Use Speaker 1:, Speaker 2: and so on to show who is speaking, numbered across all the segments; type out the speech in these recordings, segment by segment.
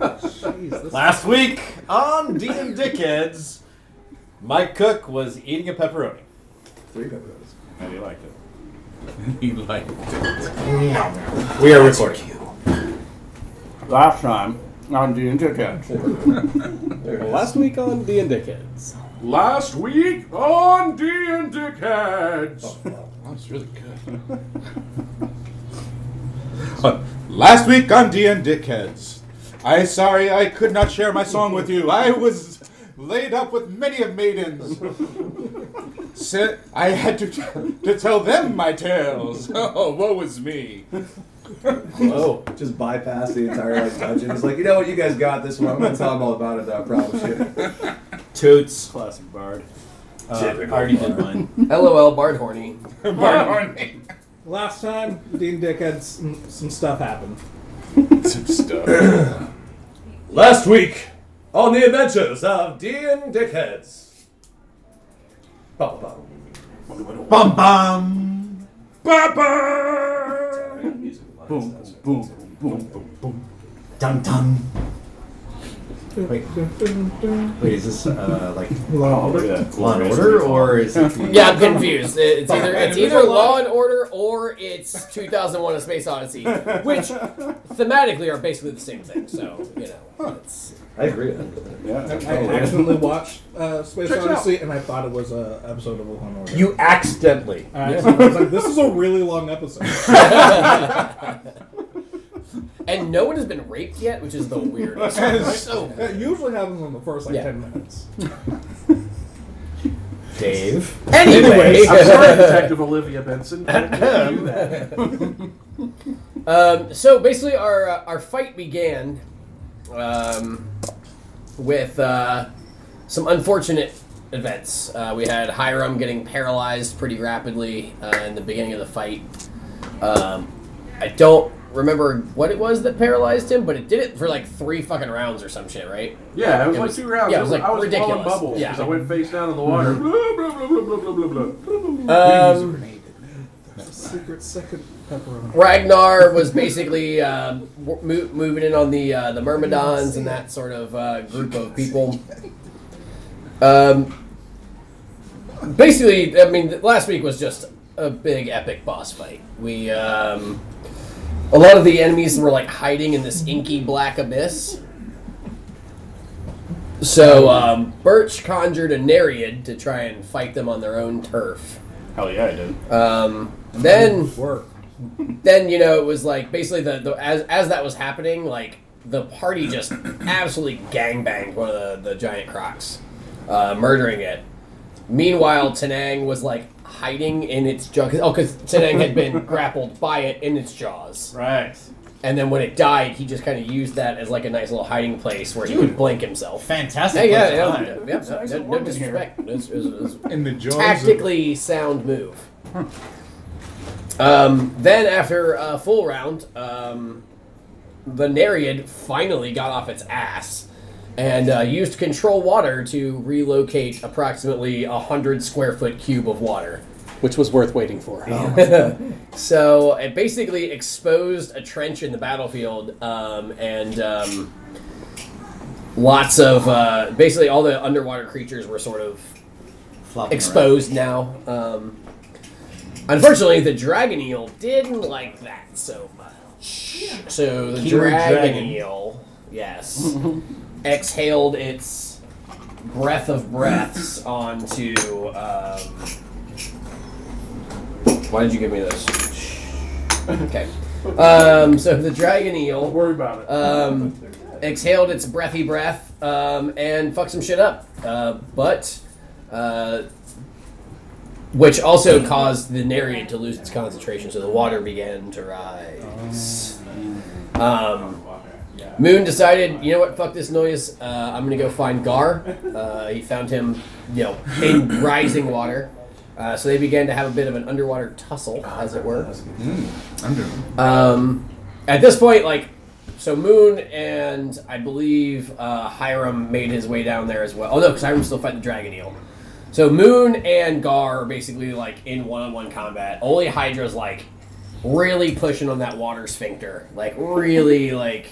Speaker 1: Jeez, this
Speaker 2: Last week on D and Dickheads, Mike Cook was eating a pepperoni.
Speaker 3: Three pepperonis.
Speaker 2: And he liked it.
Speaker 4: he liked
Speaker 2: We are recording.
Speaker 5: Last time on the internet.
Speaker 3: There it is.
Speaker 1: last week on D and Dickheads.
Speaker 4: Last week on D and Dickheads. that was really good. Uh, Last week on D and Dickheads. I sorry I could not share my song with you. I was laid up with many of maidens. Said I had to to tell them my tales. Oh, woe is me.
Speaker 2: Oh,
Speaker 3: Just bypass the entire like dungeon. It's like, you know what, you guys got this one. I'm gonna tell them all about it without problem shit.
Speaker 2: toots.
Speaker 1: Classic Bard.
Speaker 2: Uh, I already did mine.
Speaker 6: LOL, Bard Horny.
Speaker 4: Barn horny.
Speaker 1: Last time, D and Dickheads, some, some stuff happened.
Speaker 4: Some stuff.
Speaker 3: Last week on the adventures of Dean Dickheads. Bum, bum.
Speaker 4: Bum bum. Bum bum.
Speaker 5: Boom, boom, boom.
Speaker 1: Dun dun. Wait, wait, is this uh, like
Speaker 5: Wow.
Speaker 1: Law and Order or is it?
Speaker 6: Yeah, I'm confused. It's either it's either Law and Order or it's 2001: A Space Odyssey, which thematically are basically the same thing. So you know, it's
Speaker 3: I agree. with that.
Speaker 4: Oh,
Speaker 5: Yeah.
Speaker 1: I accidentally watched uh, Space Odyssey and I thought it was an episode of Law and Order.
Speaker 2: You accidentally.
Speaker 1: I accidentally was like, this is a really long episode.
Speaker 6: and no one has been raped yet, which is the weirdest. so
Speaker 1: That usually happens in the first like
Speaker 6: Yeah.
Speaker 1: ten minutes.
Speaker 2: Dave.
Speaker 6: anyway,
Speaker 7: I'm sorry, Detective Olivia Benson. I didn't do that.
Speaker 6: Um, so basically, our uh, our fight began um, with uh, some unfortunate events. Uh, we had Hiram getting paralyzed pretty rapidly uh, in the beginning of the fight. Um, I don't remember what it was that paralyzed him, but it did it for like three fucking rounds or some shit, right?
Speaker 7: Yeah, it was
Speaker 6: It
Speaker 7: like
Speaker 6: was-
Speaker 7: two rounds.
Speaker 6: yeah, it was, like,
Speaker 7: I was blowing
Speaker 6: ridiculous.
Speaker 7: bubbles
Speaker 6: Yeah.
Speaker 7: because I went face down in the water. blah, blah, blah, blah, blah, blah, blah.
Speaker 6: Um,
Speaker 1: There's a secret second pepperoni.
Speaker 6: Ragnar was basically uh, w- mo- moving in on the uh, the myrmidons and that sort of uh, group of people. Um, basically, I mean, th- last week was just a big epic boss fight. We um, a lot of the enemies were like hiding in this inky black abyss. So um, Birch conjured a Nereid to try and fight them on their own turf.
Speaker 4: Hell yeah, I did.
Speaker 6: Um, then
Speaker 1: Work.
Speaker 6: then you know it was like basically the, the as as that was happening, like the party just absolutely gangbanged one of the, the giant crocs, uh, murdering it. Meanwhile, Tanang was like hiding in its jaw. 'cause- oh, because Tanang had been grappled by it in its jaws,
Speaker 4: Right.
Speaker 6: and then when it died, he just kind of used that as like a nice little hiding place where he could blink himself.
Speaker 2: Fantastic.
Speaker 6: Hey, yeah, yeah,
Speaker 2: design.
Speaker 6: yeah, yeah, no- no, no disrespect. It's- it's- it's-
Speaker 4: In the jaws.
Speaker 6: tactically sound move. Um, then after a full round, um, the Nereid finally got off its ass and uh, used control water to relocate approximately a hundred square foot cube of water, which was worth waiting for.
Speaker 4: Oh.
Speaker 6: so it basically exposed a trench in the battlefield um, and. Um, Lots of uh, basically all the underwater creatures were sort of
Speaker 2: Flopping
Speaker 6: exposed now. Um, unfortunately, the dragon eel didn't like that so much. So the
Speaker 2: Keyword
Speaker 6: dragon,
Speaker 2: dragon.
Speaker 6: eel, yes, exhaled its breath of breaths onto. Um, why did you give me this? Okay. Um, so the dragon eel
Speaker 7: Don't worry about it.
Speaker 6: um, exhaled its breathy breath um, and fucked some shit up. Uh, but, uh, which also caused the Nereid to lose its concentration, so the water began to rise. Um, Moon decided, you know what, fuck this noise. Uh, I'm gonna go find Gar. Uh, he found him, you know, in rising water. Uh, so they began to have a bit of an underwater tussle, as it were. Um, at this point, like, so Moon and I believe uh, Hiram made his way down there as well. Oh no, because Hiram's still fighting the Dragon Eel. So Moon and Gar are basically like in one-on-one combat. Only Hydra's like really pushing on that water sphincter, like really like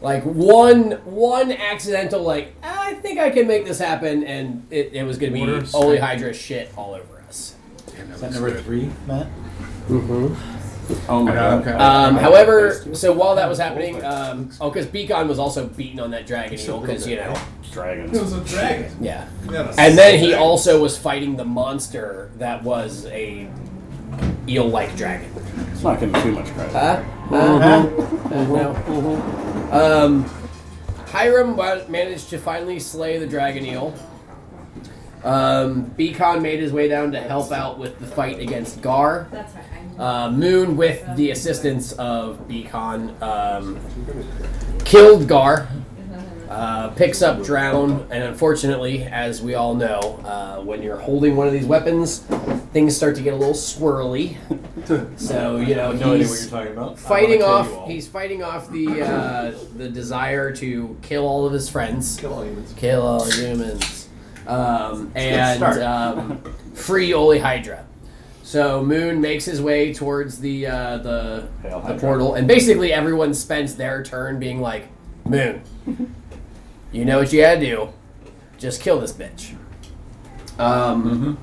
Speaker 6: Like one one accidental like "Ah, I think I can make this happen, and it, it was gonna be
Speaker 8: Orders.
Speaker 6: only Hydra shit all over us.
Speaker 8: Is that number three, Matt?
Speaker 5: Oh my god.
Speaker 4: Okay.
Speaker 6: Um, however, so while that was happening, um, oh, because Beacon was also beaten on that dragon
Speaker 8: Still
Speaker 6: eel, because you know,
Speaker 1: It
Speaker 5: Dragons.
Speaker 1: was a dragon.
Speaker 6: yeah.
Speaker 1: Yeah,
Speaker 6: And then he also was fighting the monster that was a eel-like dragon.
Speaker 5: It's not getting too much credit.
Speaker 6: Huh? Uh, no. Um, Hiram wa- managed to finally slay the dragon eel. Um, Beacon made his way down to help out with the fight against Gar.
Speaker 9: That's right. I'm
Speaker 6: Uh, Moon, with the assistance of Beacon, um, killed Gar. Uh, picks up Drown, and unfortunately, as we all know, uh, when you're holding one of these weapons, things start to get a little squirrely. So you
Speaker 2: no
Speaker 6: know
Speaker 2: idea what
Speaker 6: he's
Speaker 2: you're talking about. I
Speaker 6: fighting
Speaker 2: wanna kill you
Speaker 6: off.
Speaker 2: all.
Speaker 6: He's fighting off the uh, the desire to kill all of his friends,
Speaker 3: Kill all humans.
Speaker 6: kill all humans, um, and
Speaker 2: start.
Speaker 6: um, free Oli Hydra. So Moon makes his way towards the uh, the,
Speaker 5: Hail
Speaker 6: the
Speaker 5: Hydra.
Speaker 6: portal, and basically everyone spends their turn being like, "Moon, you know what you gotta do. Just kill this bitch." Um,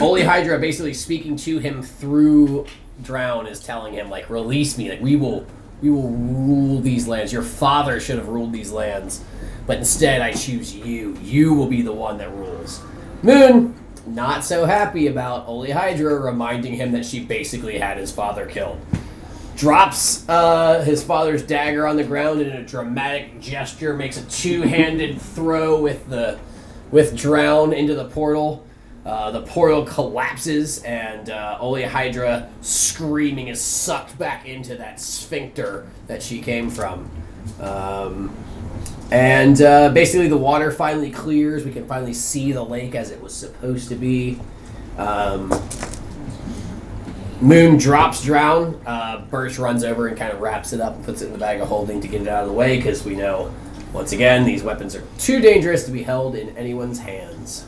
Speaker 6: Oli Hydra basically speaking to him through Drown is telling him like, "Release me. Like we will, we will rule these lands. Your father should have ruled these lands, but instead I choose you. You will be the one that rules." Moon, not so happy about Oli Hydra reminding him that she basically had his father killed drops uh, his father's dagger on the ground and in a dramatic gesture makes a two-handed throw with the with drown into the portal uh, the portal collapses and uh, Hydra, screaming, is sucked back into that sphincter that she came from. Um, and uh, basically, the water finally clears. We can finally see the lake as it was supposed to be. Um, Moon drops drown. Uh, Birch runs over and kind of wraps it up and puts it in the bag of holding to get it out of the way because we know, once again, these weapons are too dangerous to be held in anyone's hands.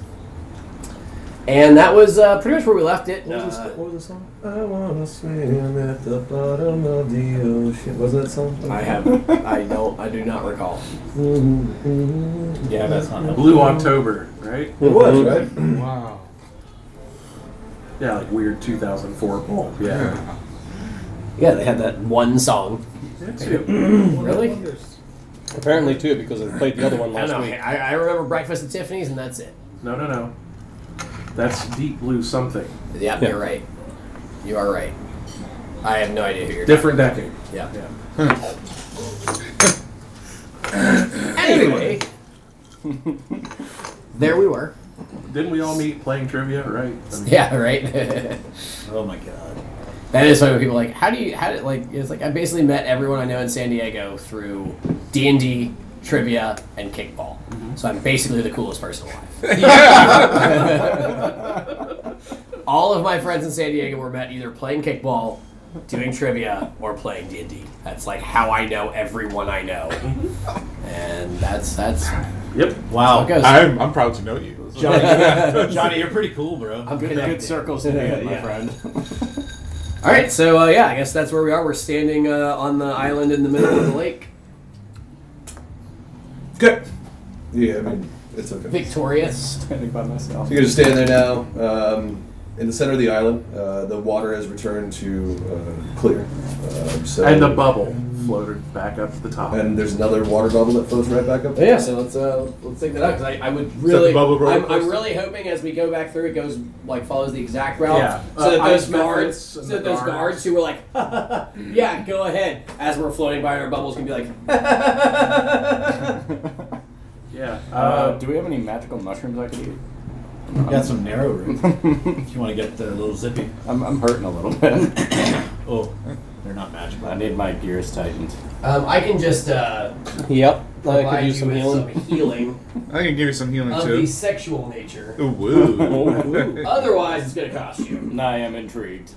Speaker 6: And that was uh, pretty much where we left it.
Speaker 3: What was,
Speaker 6: Uh,
Speaker 3: the, what was the song? I wanna swim at the bottom of the ocean. Wasn't that something?
Speaker 6: I have, I don't, I do not recall.
Speaker 8: Yeah, that's not number
Speaker 7: Blue October, right?
Speaker 3: It was, right?
Speaker 4: wow.
Speaker 7: Yeah, like weird 2004 pulp. Yeah.
Speaker 6: Yeah, they had that one song.
Speaker 7: That's it.
Speaker 6: Really?
Speaker 10: Apparently too, because I played the other one
Speaker 6: I
Speaker 10: last
Speaker 6: don't know.
Speaker 10: week.
Speaker 6: I, I remember Breakfast at Tiffany's, and that's it.
Speaker 7: No, no, no. That's Deep Blue something.
Speaker 6: Yeah,
Speaker 10: Yeah.
Speaker 6: you're right. You are right. I have no idea who you're.
Speaker 7: Different decade.
Speaker 6: Yeah.
Speaker 7: Yeah.
Speaker 6: Anyway, there we were.
Speaker 7: Didn't we all meet playing trivia, right? I mean,
Speaker 6: Yeah, right.
Speaker 8: Oh my god.
Speaker 6: That is funny. when People are like, how do you, how did, like, it's like I basically met everyone I know in San Diego through D and D, trivia, and kickball. So I'm basically the coolest person alive. All of my friends in San Diego were met either playing kickball, doing trivia, or playing D and D. That's like how I know everyone I know, and that's that's how
Speaker 7: Yep.
Speaker 6: it
Speaker 8: Wow.
Speaker 6: goes.
Speaker 4: I'm, I'm proud to know you.
Speaker 8: Johnny, Johnny, you're pretty cool, bro.
Speaker 6: I'm
Speaker 5: Good,
Speaker 6: connected.
Speaker 5: good circles in
Speaker 8: Yeah,
Speaker 5: here, my
Speaker 8: yeah.
Speaker 5: friend.
Speaker 6: All right, so uh, yeah, I guess that's where we are. We're standing uh, on the island in the middle of the lake.
Speaker 3: Good. Yeah, I mean, it's okay.
Speaker 6: Victorious.
Speaker 5: Standing by myself.
Speaker 3: So you're just standing there now, um, in the center of the island. Uh, the water has returned to uh, clear. Um, so
Speaker 7: And the bubble floated back up to the top.
Speaker 3: And there's another water bubble that flows right back up.
Speaker 6: Yeah, so let's uh, let's take that out because I, I would really,
Speaker 4: the bubble roller
Speaker 6: I'm, I'm
Speaker 4: coaster?
Speaker 6: really hoping as we go back through, it goes like follows the exact route.
Speaker 7: Yeah.
Speaker 6: So that
Speaker 7: Uh,
Speaker 6: those
Speaker 7: ice
Speaker 6: guards,
Speaker 7: methods
Speaker 6: so
Speaker 7: and
Speaker 6: that
Speaker 7: the
Speaker 6: those
Speaker 7: guards.
Speaker 6: guards who were like, yeah, go ahead, as we're floating by our bubbles, can be like,
Speaker 7: yeah. Uh,
Speaker 5: Uh, do we have any magical mushrooms I could eat?
Speaker 8: You got some narrow room. if you want to get the little zippy.
Speaker 5: I'm, I'm hurting a little bit.
Speaker 8: Oh, they're not magical.
Speaker 5: I need my gears tightened.
Speaker 6: um, I can just uh,
Speaker 10: Yep. I
Speaker 6: provide
Speaker 10: could
Speaker 6: you
Speaker 10: use some
Speaker 6: with
Speaker 10: healing.
Speaker 6: some healing
Speaker 4: I can give you some healing
Speaker 6: of
Speaker 4: too.
Speaker 6: the sexual nature.
Speaker 4: Ooh, woo.
Speaker 6: Otherwise, it's gonna cost you.
Speaker 5: Now I am intrigued.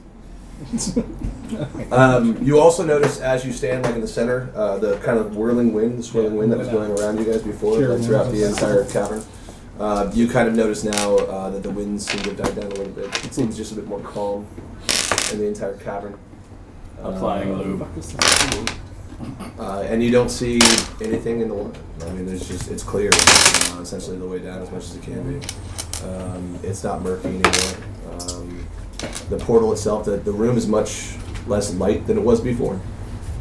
Speaker 3: Um, you also notice as you stand, like in the center, uh, the kind of whirling wind, the swirling wind that was going around you guys before, like throughout the entire cavern. Uh, you kind of notice now uh, that the winds seem to have died down a little bit. It seems just a bit more calm in the entire cavern.
Speaker 10: Uh,
Speaker 5: Applying lube.
Speaker 3: uh, and you don't see anything in the water. I mean, there's just it's clear uh, essentially the way down as much as it can be. Um, it's not murky anymore. Um, the portal itself, the, the room is much less light than it was before.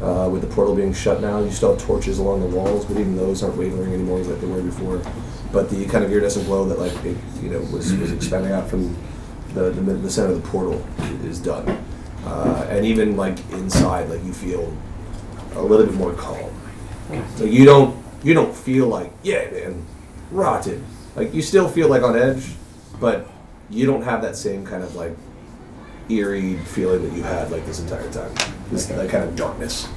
Speaker 3: Uh, with the portal being shut now, you still have torches along the walls, but even those aren't wavering anymore like they were before. But the kind of iridescent glow that, like, it, you know, was, was expanding out from the, the, mid- the center of the portal is done. Uh, and even like inside, like you feel a little bit more calm. Like you don't you don't feel like yeah man, rotten. Like you still feel like on edge, but you don't have that same kind of like eerie feeling that you had like this entire time. This that kind of darkness.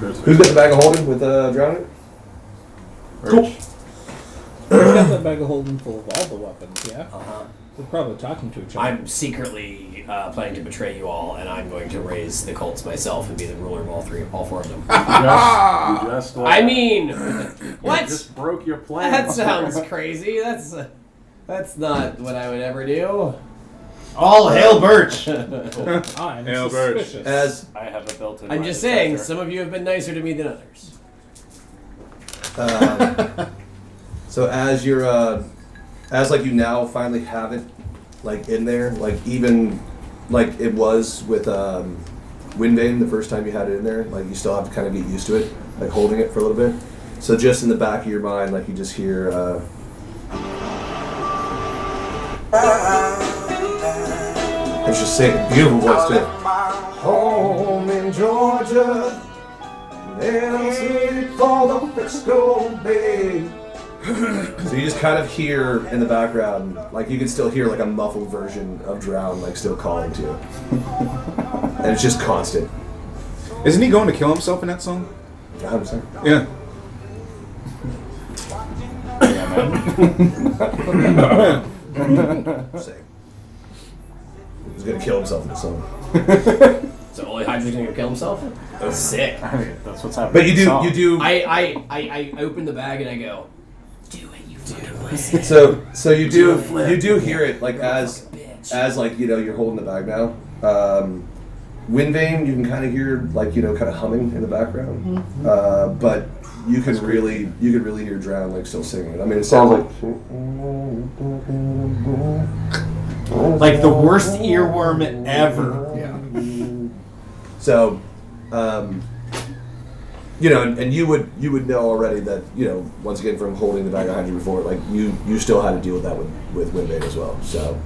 Speaker 3: Who's got the bag of holding with uh, drowning? Cool.
Speaker 1: We've got that bag of holding full of all the weapons, yeah?
Speaker 6: Uh-huh.
Speaker 1: We're probably talking to each other.
Speaker 6: I'm secretly uh, planning to betray you all, and I'm going to raise the cults myself and be the ruler of all three, all four of them.
Speaker 7: Just, you just like,
Speaker 6: I mean,
Speaker 7: you
Speaker 6: what?
Speaker 7: Just broke your plan.
Speaker 6: That sounds crazy. That's uh, that's not what I would ever do. All hail Birch.
Speaker 2: Oh,
Speaker 1: I'm
Speaker 4: Hail Birch.
Speaker 1: suspicious.
Speaker 3: As
Speaker 5: I have a built-in.
Speaker 6: I'm just saying, some of you have been nicer to me than others.
Speaker 3: Um, so as you're, uh, as like you now finally have it, like in there, like even, like it was with um, Windbane the first time you had it in there. Like you still have to kind of get used to it, like holding it for a little bit. So just in the back of your mind, like you just hear. Uh, it's just saying beautiful voice too. Home in Georgia. And I'm sweet for the Frisco Bay. so you just kind of hear in the background, like you can still hear like a muffled version of Drown, like still calling to you. and it's just constant.
Speaker 4: Isn't he going to kill himself in that song?
Speaker 3: 100%.
Speaker 4: Yeah.
Speaker 3: Sick. He's gonna kill himself in the song.
Speaker 6: So only Hydra's gonna kill himself. Sick.
Speaker 5: That's what's happening.
Speaker 3: But you do, you do.
Speaker 6: I I, I I open the bag and I go, do it, you fucking pussy.
Speaker 3: So so you do you do hear it like as as like you know you're holding the bag now. Um, wind vane you can kind of hear like you know kind of humming in the background, uh, but you can really you can really hear drown like still singing it. I mean it sounds like
Speaker 2: Like the worst earworm ever.
Speaker 8: Yeah.
Speaker 3: so. Um, you know, and, and you would you would know already that you know once again from holding the bag behind you before, like you you still had to deal with that with with Windbane as well. So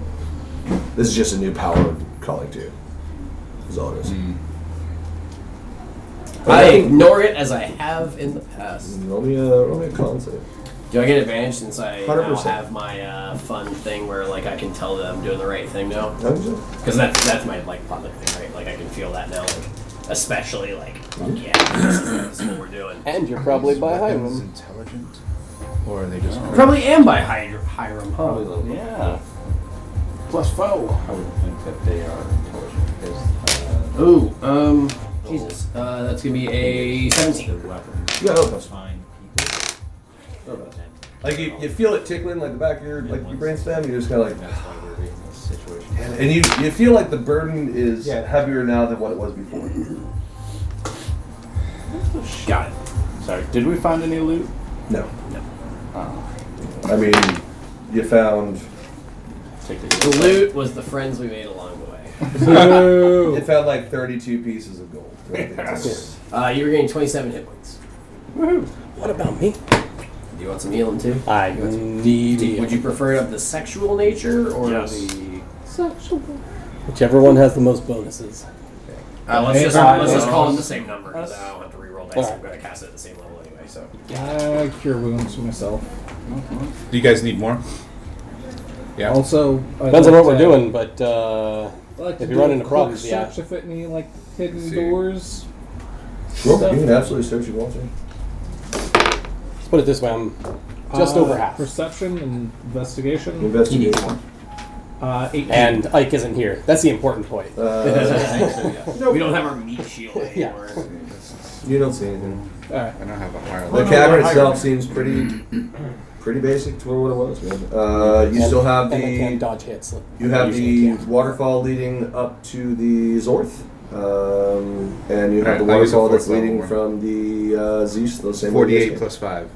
Speaker 3: this is just a new power calling to you. Is all it is.
Speaker 6: I ignore it as I have in the past.
Speaker 3: Roll me a roll me a con save.
Speaker 6: Do I get advantage since I now
Speaker 3: 100%.
Speaker 6: have my uh, fun thing where like I can tell that I'm doing the right thing now?
Speaker 3: How was it?
Speaker 6: Because that's that's my like public thing, right? Like I can feel that now, like especially like yeah, this is, this is what we're doing.
Speaker 10: Mm-hmm. And you're probably by
Speaker 8: Weapons
Speaker 10: Hiram.
Speaker 8: intelligent, or are they
Speaker 3: Oh.
Speaker 8: just?
Speaker 6: Probably am by Hyder- Hiram.
Speaker 10: Oh,
Speaker 6: Huh?
Speaker 5: Yeah.
Speaker 8: Plus foe.
Speaker 5: I would think that they are intelligent because uh,
Speaker 6: Ooh, um, Jesus, uh, that's gonna be a seventeen.
Speaker 5: the weapon
Speaker 3: Yeah, no, that's fine.
Speaker 8: Fine people.
Speaker 3: Like you, you feel it tickling like the back of your like your brain stem. You're just kind of like,
Speaker 5: That's why we're in this situation.
Speaker 3: and you you feel like the burden is heavier now than what it was before.
Speaker 6: Got it.
Speaker 5: Sorry, did we find any loot?
Speaker 3: No,
Speaker 5: Oh,
Speaker 3: I mean, you found
Speaker 5: take
Speaker 6: The
Speaker 5: the
Speaker 6: loot was the friends we made along the way.
Speaker 3: you found like 32 pieces of gold.
Speaker 6: Uh, you were getting twenty-seven hit points.
Speaker 10: What about me?
Speaker 6: Do you want some healing too?
Speaker 10: I need
Speaker 6: Do- Would you prefer it of the sexual nature or
Speaker 5: Yes.
Speaker 6: the?
Speaker 10: Whichever one has the most bonuses.
Speaker 6: Uh, let's just
Speaker 5: Hey,
Speaker 6: let's just
Speaker 5: guys.
Speaker 6: call it the same number because I don't have to reroll dice. I'm gonna cast it at the same level anyway. So
Speaker 1: I cure wounds for myself.
Speaker 4: Do you guys need more? Yeah.
Speaker 1: Also, I
Speaker 10: Depends on
Speaker 1: like
Speaker 10: what we're
Speaker 1: to-
Speaker 10: doing, but uh,
Speaker 1: I like to
Speaker 10: If you
Speaker 1: do
Speaker 10: run into
Speaker 1: close
Speaker 10: problems, yeah.
Speaker 1: Search if it any like hidden
Speaker 4: See.
Speaker 1: doors.
Speaker 3: Sure, you can absolutely search your wallet.
Speaker 10: let's put it this way: I'm just
Speaker 1: Uh,
Speaker 10: over half,
Speaker 1: Perception and investigation.
Speaker 3: Investigate.
Speaker 1: Uh, 18.
Speaker 10: and Ike isn't here. That's the important point.
Speaker 3: Uh,
Speaker 6: we don't have our meat shield anymore.
Speaker 3: you don't see anything.
Speaker 1: Alright.
Speaker 4: I don't have a higher
Speaker 3: The cavern itself seems pretty, pretty basic for what it was, man. Uh, you
Speaker 10: And-
Speaker 3: still have
Speaker 10: and I can't
Speaker 3: the,
Speaker 10: dodge hits.
Speaker 3: you have
Speaker 10: Usually
Speaker 3: the
Speaker 10: can't.
Speaker 3: waterfall leading up to the Zorth. Um, and you have
Speaker 4: Alright,
Speaker 3: the
Speaker 4: I'll use a
Speaker 3: waterfall
Speaker 4: fourth
Speaker 3: that's
Speaker 4: level
Speaker 3: leading
Speaker 4: one.
Speaker 3: from the uh, Zeus, those same
Speaker 4: Forty-eight
Speaker 3: location.
Speaker 4: plus five.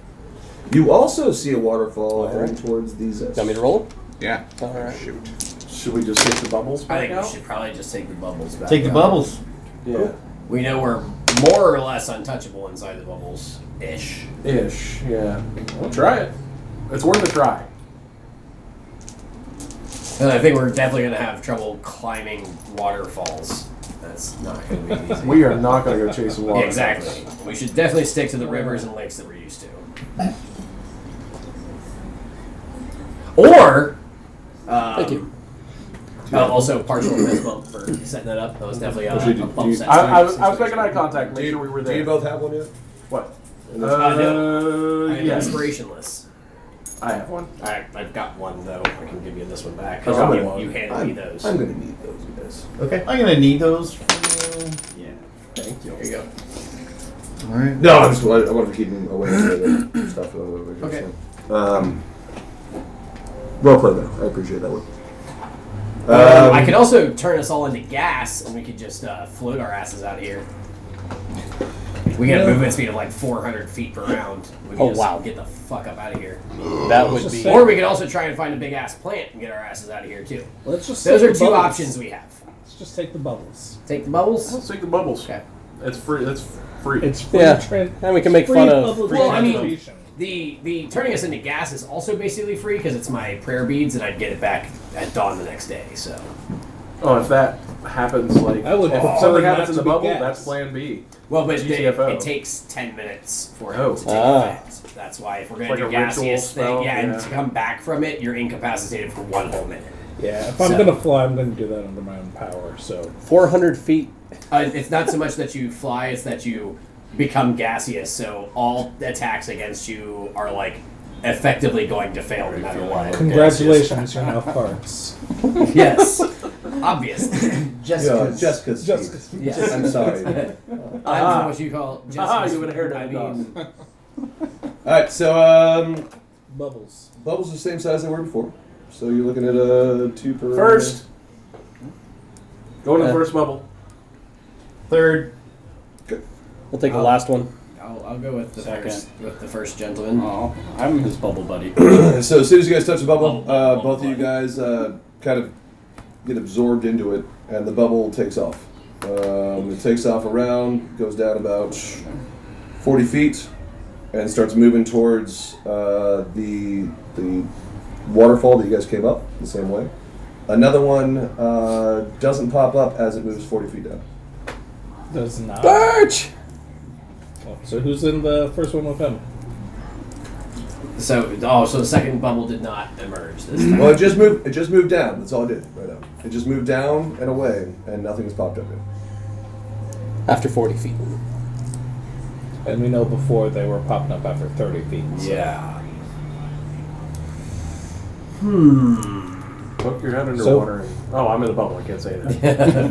Speaker 3: You also see a waterfall heading
Speaker 10: Alright.
Speaker 3: towards the Zeus.
Speaker 10: Want me to roll?
Speaker 4: Yeah.
Speaker 10: All right.
Speaker 4: Shoot.
Speaker 7: Should we just take the bubbles
Speaker 6: I
Speaker 7: back
Speaker 6: think we
Speaker 7: out?
Speaker 6: should probably just take the bubbles back.
Speaker 2: Take the
Speaker 6: out.
Speaker 2: bubbles.
Speaker 7: Yeah.
Speaker 6: We know we're more or less untouchable inside the bubbles ish.
Speaker 7: Ish. Yeah. We'll try it. It's worth a try.
Speaker 6: And I think we're definitely going to have trouble climbing waterfalls. That's not going to be easy.
Speaker 7: We are not going to go chase
Speaker 6: Yeah,
Speaker 7: water.
Speaker 6: exactly. We should definitely stick to the rivers and lakes that we're used to. Or, um,
Speaker 10: Thank you.
Speaker 6: uh, also, partial fist bump for setting that up. That was definitely a, a bump set.
Speaker 7: I, I, was, I was making eye contact. Make sure we were
Speaker 3: Do
Speaker 7: there.
Speaker 3: you both have one yet?
Speaker 7: What? Uh,
Speaker 6: no. I am
Speaker 7: yes.
Speaker 6: inspirationless.
Speaker 7: I have one.
Speaker 6: I, I've got one though. I can give you this one back.
Speaker 7: I got
Speaker 6: Oh, you,
Speaker 7: one.
Speaker 6: you handed
Speaker 3: I'm,
Speaker 6: me those.
Speaker 3: I'm going to need those, you guys.
Speaker 2: Okay. I'm gonna need those. For you.
Speaker 6: yeah. Thank you. Here you go.
Speaker 4: All right.
Speaker 3: No, I'm just, I want to keep them away from the other stuff. uh, which is
Speaker 6: Okay.
Speaker 3: fine. Um, well played, though. I appreciate that one.
Speaker 6: Um,
Speaker 3: Um,
Speaker 6: I could also turn us all into gas, and we could just uh, float our asses out here. We got a movement speed of like 400 feet per round. We can
Speaker 10: Oh,
Speaker 6: just
Speaker 10: wow.
Speaker 6: Get the fuck up out of here.
Speaker 10: That would be.
Speaker 6: Or we could also try and find a big ass plant and get our asses out of here too.
Speaker 1: Let's just
Speaker 6: Those
Speaker 1: take
Speaker 6: are
Speaker 1: the
Speaker 6: two
Speaker 1: bubbles.
Speaker 6: options we have.
Speaker 1: Let's just take the bubbles.
Speaker 6: Take the bubbles.
Speaker 7: Let's take the bubbles.
Speaker 6: Okay.
Speaker 7: That's free. That's free.
Speaker 1: It's free
Speaker 10: Yeah.
Speaker 1: tran-
Speaker 10: And we can
Speaker 1: it's
Speaker 10: make
Speaker 1: free
Speaker 10: fun of-
Speaker 1: bubble
Speaker 6: Well, I mean-
Speaker 1: transportation.
Speaker 6: The the turning us into gas is also basically free because it's my prayer beads, and I'd get it back at dawn the next day. So
Speaker 7: oh, if that happens, like
Speaker 1: I would
Speaker 7: if
Speaker 1: prefer
Speaker 7: something
Speaker 1: not
Speaker 7: happens in
Speaker 1: to
Speaker 7: the
Speaker 1: be
Speaker 7: bubble,
Speaker 1: gas.
Speaker 7: that's Plan B.
Speaker 6: Well, but they,
Speaker 7: GTFO.
Speaker 6: it takes ten minutes for it
Speaker 7: Oh.
Speaker 6: to take
Speaker 10: Ah.
Speaker 6: effect. That's why if we're gonna
Speaker 7: Like
Speaker 6: do
Speaker 7: a
Speaker 6: gaseous
Speaker 7: ritual
Speaker 6: thing,
Speaker 7: spell,
Speaker 6: yeah,
Speaker 7: yeah.
Speaker 6: and to come back from it, you're incapacitated for one whole minute.
Speaker 1: Yeah, if I'm
Speaker 6: So-
Speaker 1: gonna fly, I'm gonna do that under my own power. So
Speaker 10: 400 feet.
Speaker 6: Uh, it's not so much that you fly; it's that you become gaseous. So all attacks against you are like effectively going to fail no matter what.
Speaker 1: congratulations, you're now farts.
Speaker 6: yes, obvious.
Speaker 3: Yeah,
Speaker 5: Jessica's.
Speaker 3: Jessica's.
Speaker 1: Just
Speaker 3: feet.
Speaker 6: Yes.
Speaker 3: I'm sorry.
Speaker 6: I'm
Speaker 7: Ah.
Speaker 6: what you call.
Speaker 7: Ah,
Speaker 6: justice.
Speaker 7: you would have heard
Speaker 6: I
Speaker 7: that.
Speaker 6: mean,
Speaker 7: dog.
Speaker 3: All right, so um,
Speaker 1: bubbles.
Speaker 3: bubbles are the same size they were before. So you're looking at a two per.
Speaker 7: First, go in the
Speaker 10: Uh,
Speaker 7: first bubble.
Speaker 2: Third.
Speaker 10: We'll take the
Speaker 6: Oh.
Speaker 10: last one.
Speaker 6: I'll, I'll go with the
Speaker 8: Second.
Speaker 6: first with the first gentleman.
Speaker 8: Oh, I'm his bubble buddy.
Speaker 3: so as soon as you guys touch the bubble,
Speaker 6: Bubble,
Speaker 3: uh,
Speaker 6: bubble,
Speaker 3: both of you
Speaker 6: bubble.
Speaker 3: guys uh, kind of get absorbed into it, and the bubble takes off. Um, it takes off around, goes down about 40 feet, and starts moving towards uh, the the waterfall that you guys came up the same way. Another one uh, doesn't pop up as it moves 40 feet down.
Speaker 1: Does not.
Speaker 10: Birch!
Speaker 1: Oh, So who's in the first one with him?
Speaker 6: So oh, so the second bubble did not emerge this time.
Speaker 3: Well, it just moved. It just moved down. That's all it did. Right now, it just moved down and away, and nothing's popped up yet.
Speaker 10: After 40 feet.
Speaker 1: And we know before they were popping up after 30 feet. so-
Speaker 6: Yeah.
Speaker 7: Poke your head
Speaker 1: So-
Speaker 7: underwater. and, oh, I'm in the bubble. I can't say that.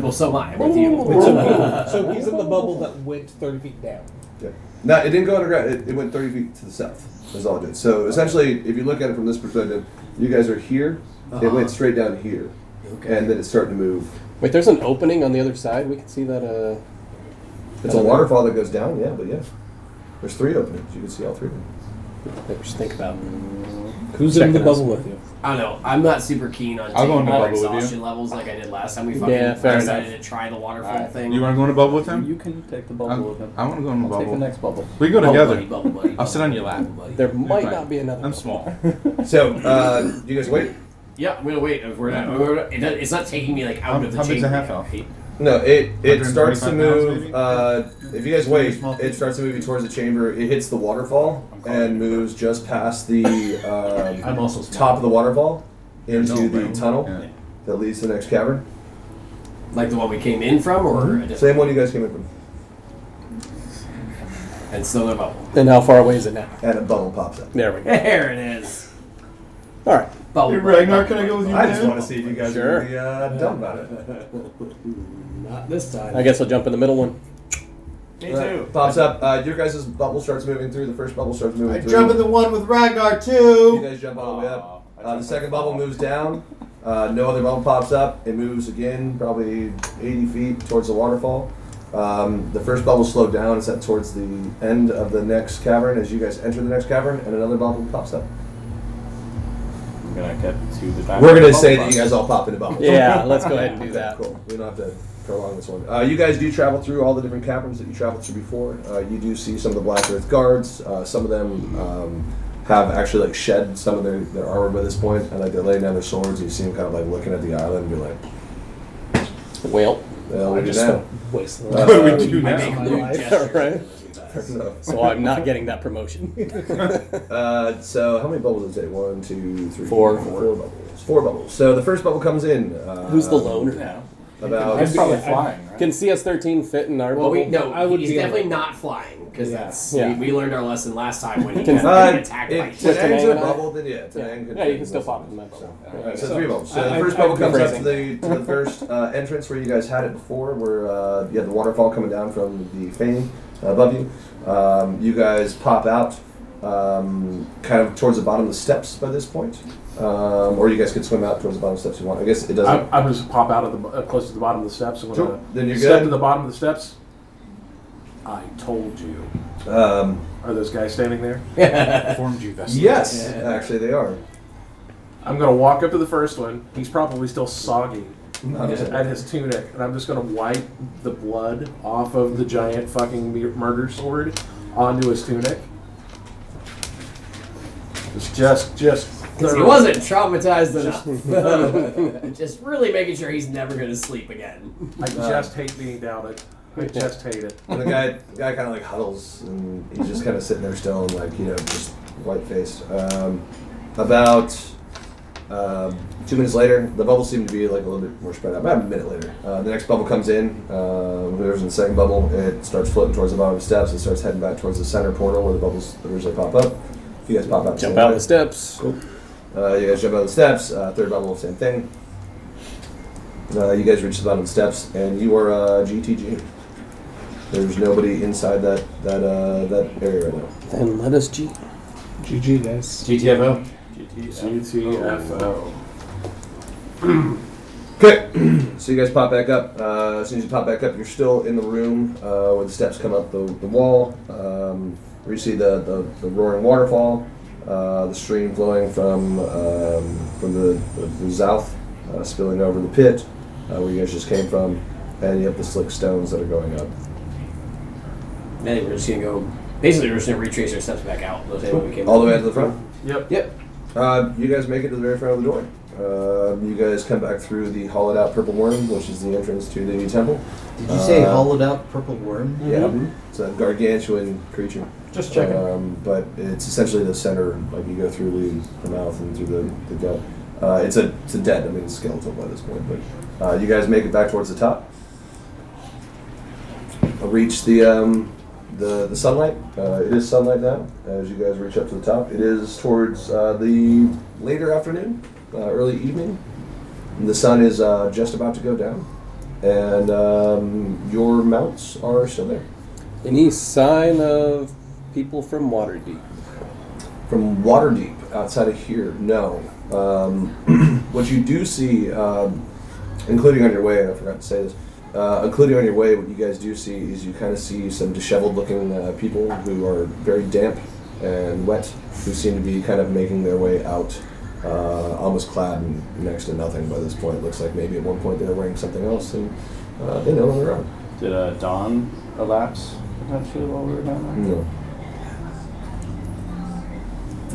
Speaker 6: well, so am I. I'm with
Speaker 1: Wait,
Speaker 6: you.
Speaker 1: so, he- so he's in the bubble that went 30 feet down.
Speaker 3: Yeah. No, it didn't go underground. It, it went 30 feet to the south. That's all it did. So essentially, if you look at it from this perspective, you guys are here. It
Speaker 4: Uh-huh.
Speaker 3: went straight down here, and then it's starting to move.
Speaker 10: Wait, there's an opening on the other side. We can see that. Uh,
Speaker 3: It's a waterfall that goes down. Yeah, but yeah, there's three openings. You can see all three. of them.
Speaker 10: that we should think about.
Speaker 1: Who's in the
Speaker 10: Checking us.
Speaker 1: bubble with you?
Speaker 6: um, I don't know. I'm not super keen on
Speaker 4: I'll
Speaker 6: taking
Speaker 4: go in the
Speaker 6: all
Speaker 4: bubble with you.
Speaker 6: exhaustion levels like I did last time. We fucking
Speaker 10: Yeah, fair
Speaker 6: decided to try the waterfall
Speaker 8: Alright.
Speaker 6: thing.
Speaker 4: You want to go in a bubble with him?
Speaker 8: You can take the bubble
Speaker 4: I'm-
Speaker 8: with him.
Speaker 4: I want to go in a
Speaker 8: I'll take the
Speaker 4: bubble.
Speaker 8: next bubble.
Speaker 4: We go
Speaker 6: Bubble
Speaker 4: together.
Speaker 6: buddy, bubble buddy,
Speaker 4: I'll sit on your lap.
Speaker 6: bubble buddy.
Speaker 10: There might
Speaker 4: fine.
Speaker 10: not be another.
Speaker 4: I'm small.
Speaker 3: So uh, you guys wait.
Speaker 6: Yeah, I'm gonna wait. If we're not,
Speaker 4: Yeah.
Speaker 6: we're not- it does- it's not taking me like out
Speaker 4: How-
Speaker 6: of the
Speaker 4: how big's
Speaker 6: chamber.
Speaker 4: a half elf?
Speaker 3: No, it it starts to
Speaker 4: 125 pounds,
Speaker 3: move.
Speaker 4: maybe?
Speaker 3: Uh, if you guys wait,
Speaker 4: Small.
Speaker 3: it starts to move towards the chamber. It hits the waterfall and moves just past the um,
Speaker 8: I'm also small.
Speaker 3: top of the waterfall into
Speaker 4: No,
Speaker 3: the
Speaker 4: right.
Speaker 3: tunnel
Speaker 4: Yeah.
Speaker 3: that leads to the next cavern.
Speaker 6: Like the one we came in from, or
Speaker 4: Mm-hmm.
Speaker 6: a different-
Speaker 3: Same one you guys came in from.
Speaker 6: and still in a bubble.
Speaker 10: Then how far away is it now?
Speaker 3: and a bubble pops up.
Speaker 10: There we go.
Speaker 6: There it is.
Speaker 10: All right.
Speaker 6: Bubble.
Speaker 4: Hey,
Speaker 6: buddy,
Speaker 4: Ragnar,
Speaker 6: bubble
Speaker 4: can I
Speaker 6: buddy,
Speaker 4: go with you?
Speaker 6: bubble
Speaker 3: I just want to see if you guys
Speaker 10: Sure.
Speaker 3: are really, uh, dumb about it.
Speaker 6: buddy. Not this time.
Speaker 10: I guess I'll jump in the middle one.
Speaker 2: Me
Speaker 3: Uh, pops up. Uh, your guys' bubble starts moving through. The first bubble starts moving
Speaker 2: I
Speaker 3: through.
Speaker 2: jump in the one with Ragnar
Speaker 3: you
Speaker 2: too.
Speaker 3: guys jump all the way up.
Speaker 8: Aw, I
Speaker 3: Uh, the
Speaker 8: jumped
Speaker 3: second
Speaker 8: on the
Speaker 3: bubble
Speaker 8: ball.
Speaker 3: moves down. Uh, no other bubble pops up. It moves again, probably 80 feet towards the waterfall. Um, the first bubble slowed down. It's at towards the end of the next cavern as you guys enter the next cavern, and another bubble pops up.
Speaker 2: I'm gonna cut to the back.
Speaker 3: We're gonna say that you guys all pop into bubbles.
Speaker 10: Yeah, let's go ahead and do that.
Speaker 3: Cool. We don't have to prolong this one. Uh, you guys do travel through all the different caverns that you traveled through before. Uh, you do see some of the Black Earth guards. Uh, some of them um, have actually like shed some of their, their armor by this point, and like they're laying down their swords. And you see them kind of like looking at the island, and you're like,
Speaker 6: Well,
Speaker 3: "Well, we do
Speaker 8: just
Speaker 3: now."
Speaker 8: Waste the
Speaker 3: Uh,
Speaker 4: What do we do
Speaker 6: I make
Speaker 4: now?
Speaker 6: lewd gestures.
Speaker 10: Right.
Speaker 3: So,
Speaker 10: So I'm not getting that promotion.
Speaker 3: uh, so how many bubbles is it? One, two, three,
Speaker 6: Four.
Speaker 3: four bubbles. Four bubbles. So the first bubble comes in. Uh,
Speaker 10: Who's the loner now?
Speaker 3: About
Speaker 8: That's
Speaker 4: probably
Speaker 8: probably
Speaker 4: flying, right?
Speaker 10: Can CS13 fit in our
Speaker 6: well, we,
Speaker 10: bubble?
Speaker 6: no,
Speaker 1: I would
Speaker 6: he's
Speaker 1: be able-
Speaker 6: definitely not flying because
Speaker 1: Yeah.
Speaker 6: that's
Speaker 10: Yeah.
Speaker 6: We, we learned our lesson last time when he
Speaker 10: Can-
Speaker 6: got
Speaker 3: Uh,
Speaker 6: uh, attacked
Speaker 3: if
Speaker 6: by
Speaker 3: Tanang's
Speaker 10: Just Tanang
Speaker 3: in a
Speaker 10: and I?
Speaker 3: bubble, then yeah, Tanang could
Speaker 10: Yeah, you
Speaker 3: fit
Speaker 10: can still pop in
Speaker 3: bubbles.
Speaker 10: that bubble.
Speaker 3: Alright, so, three bubbles. So
Speaker 1: I-
Speaker 3: the first
Speaker 1: I-
Speaker 3: bubble
Speaker 1: I-
Speaker 3: comes up to
Speaker 10: Phrasing.
Speaker 3: the, to the first uh, entrance where you guys had it before, where uh, you had the waterfall coming down from the fane above you. Um, you guys pop out um, kind of towards the bottom of the steps by this point. Um, or you guys could swim out towards the bottom of the steps if you want. I guess it
Speaker 7: I'm,
Speaker 10: Oh,
Speaker 3: doesn't.
Speaker 7: I'm gonna just pop out of the bo- uh, close to the bottom of the steps. I'm gonna
Speaker 3: Sure. Then you're
Speaker 7: step
Speaker 3: good.
Speaker 7: to the bottom of the steps. I told you.
Speaker 3: Um,
Speaker 7: Are those guys standing there?
Speaker 4: Informed you, Vesta.
Speaker 3: yes, actually they are.
Speaker 7: I'm gonna walk up to the first one. He's probably still soggy
Speaker 3: Yeah.
Speaker 7: at his tunic, and I'm just gonna wipe the blood off of the giant fucking mu- murder sword onto his tunic. It's just, just.
Speaker 6: Because he
Speaker 7: thorough.
Speaker 6: wasn't traumatized enough. Just really making sure he's never going to sleep again.
Speaker 7: I just hate being doubted. I just hate it.
Speaker 3: And the guy, the guy kind of like huddles, and he's just kind of sitting there still, and like you know, just white faced. Um, about um, two minutes later, the bubbles seem to be like a little bit more spread out. About a minute later, uh, the next bubble comes in. Um, whoever's in the second bubble, it starts floating towards the bottom of the steps. It starts heading back towards the center portal where the bubbles originally pop up. If you guys pop out,
Speaker 10: Jump out the steps.
Speaker 3: uh, you guys jump out of the steps. Uh, third bubble, same thing. Uh, you guys reach the bottom of the steps, and you are uh, GTG. There's nobody inside that that uh, that area right now.
Speaker 10: Then let us G.
Speaker 1: GG, guys.
Speaker 2: GTFO.
Speaker 6: Oh,
Speaker 7: GTFO.
Speaker 3: Okay, so you guys pop back up. Uh, as soon as you pop back up, you're still in the room uh, where the steps come up the, the wall, um, where you see the, the, the roaring waterfall, uh, the stream flowing from um, from the, the, the south, uh, spilling over the pit uh, where you guys just came from, and you have the slick stones that are going up.
Speaker 6: I think we're just going to go. Basically, we're just going to retrace our steps back out the same way we came.
Speaker 3: All the way out to the front.
Speaker 7: Yep.
Speaker 6: Yep.
Speaker 3: Uh, you guys make it to the very front of the door. Uh, you guys come back through the hollowed out purple worm, which is the entrance to the temple.
Speaker 5: Did you say
Speaker 3: Uh,
Speaker 5: hollowed out purple worm?
Speaker 3: Yeah, it's a gargantuan creature.
Speaker 2: Just checking.
Speaker 3: Um, but it's essentially the center, like you go through the, the mouth and through the, the gut. Uh, it's a it's a dead, I mean, it's skeletal by this point. But uh, you guys make it back towards the top. Reach the um, the the sunlight. Uh, it is sunlight now. As you guys reach up to the top, it is towards uh, the later afternoon, uh, early evening. The sun is uh, just about to go down, and um, your mounts are still there.
Speaker 10: Any sign of people from Waterdeep?
Speaker 3: from Waterdeep outside of here. No. Um, what you do see, um, including on your way, I forgot to say this, uh, including on your way, what you guys do see is you kind of see some disheveled looking uh, people who are very damp and wet, who seem to be kind of making their way out. Uh, almost clad in next to nothing by this point. It looks like maybe at one point they were wearing something else and uh, they know on their own.
Speaker 2: Did uh, dawn elapse potentially while we were down
Speaker 3: No.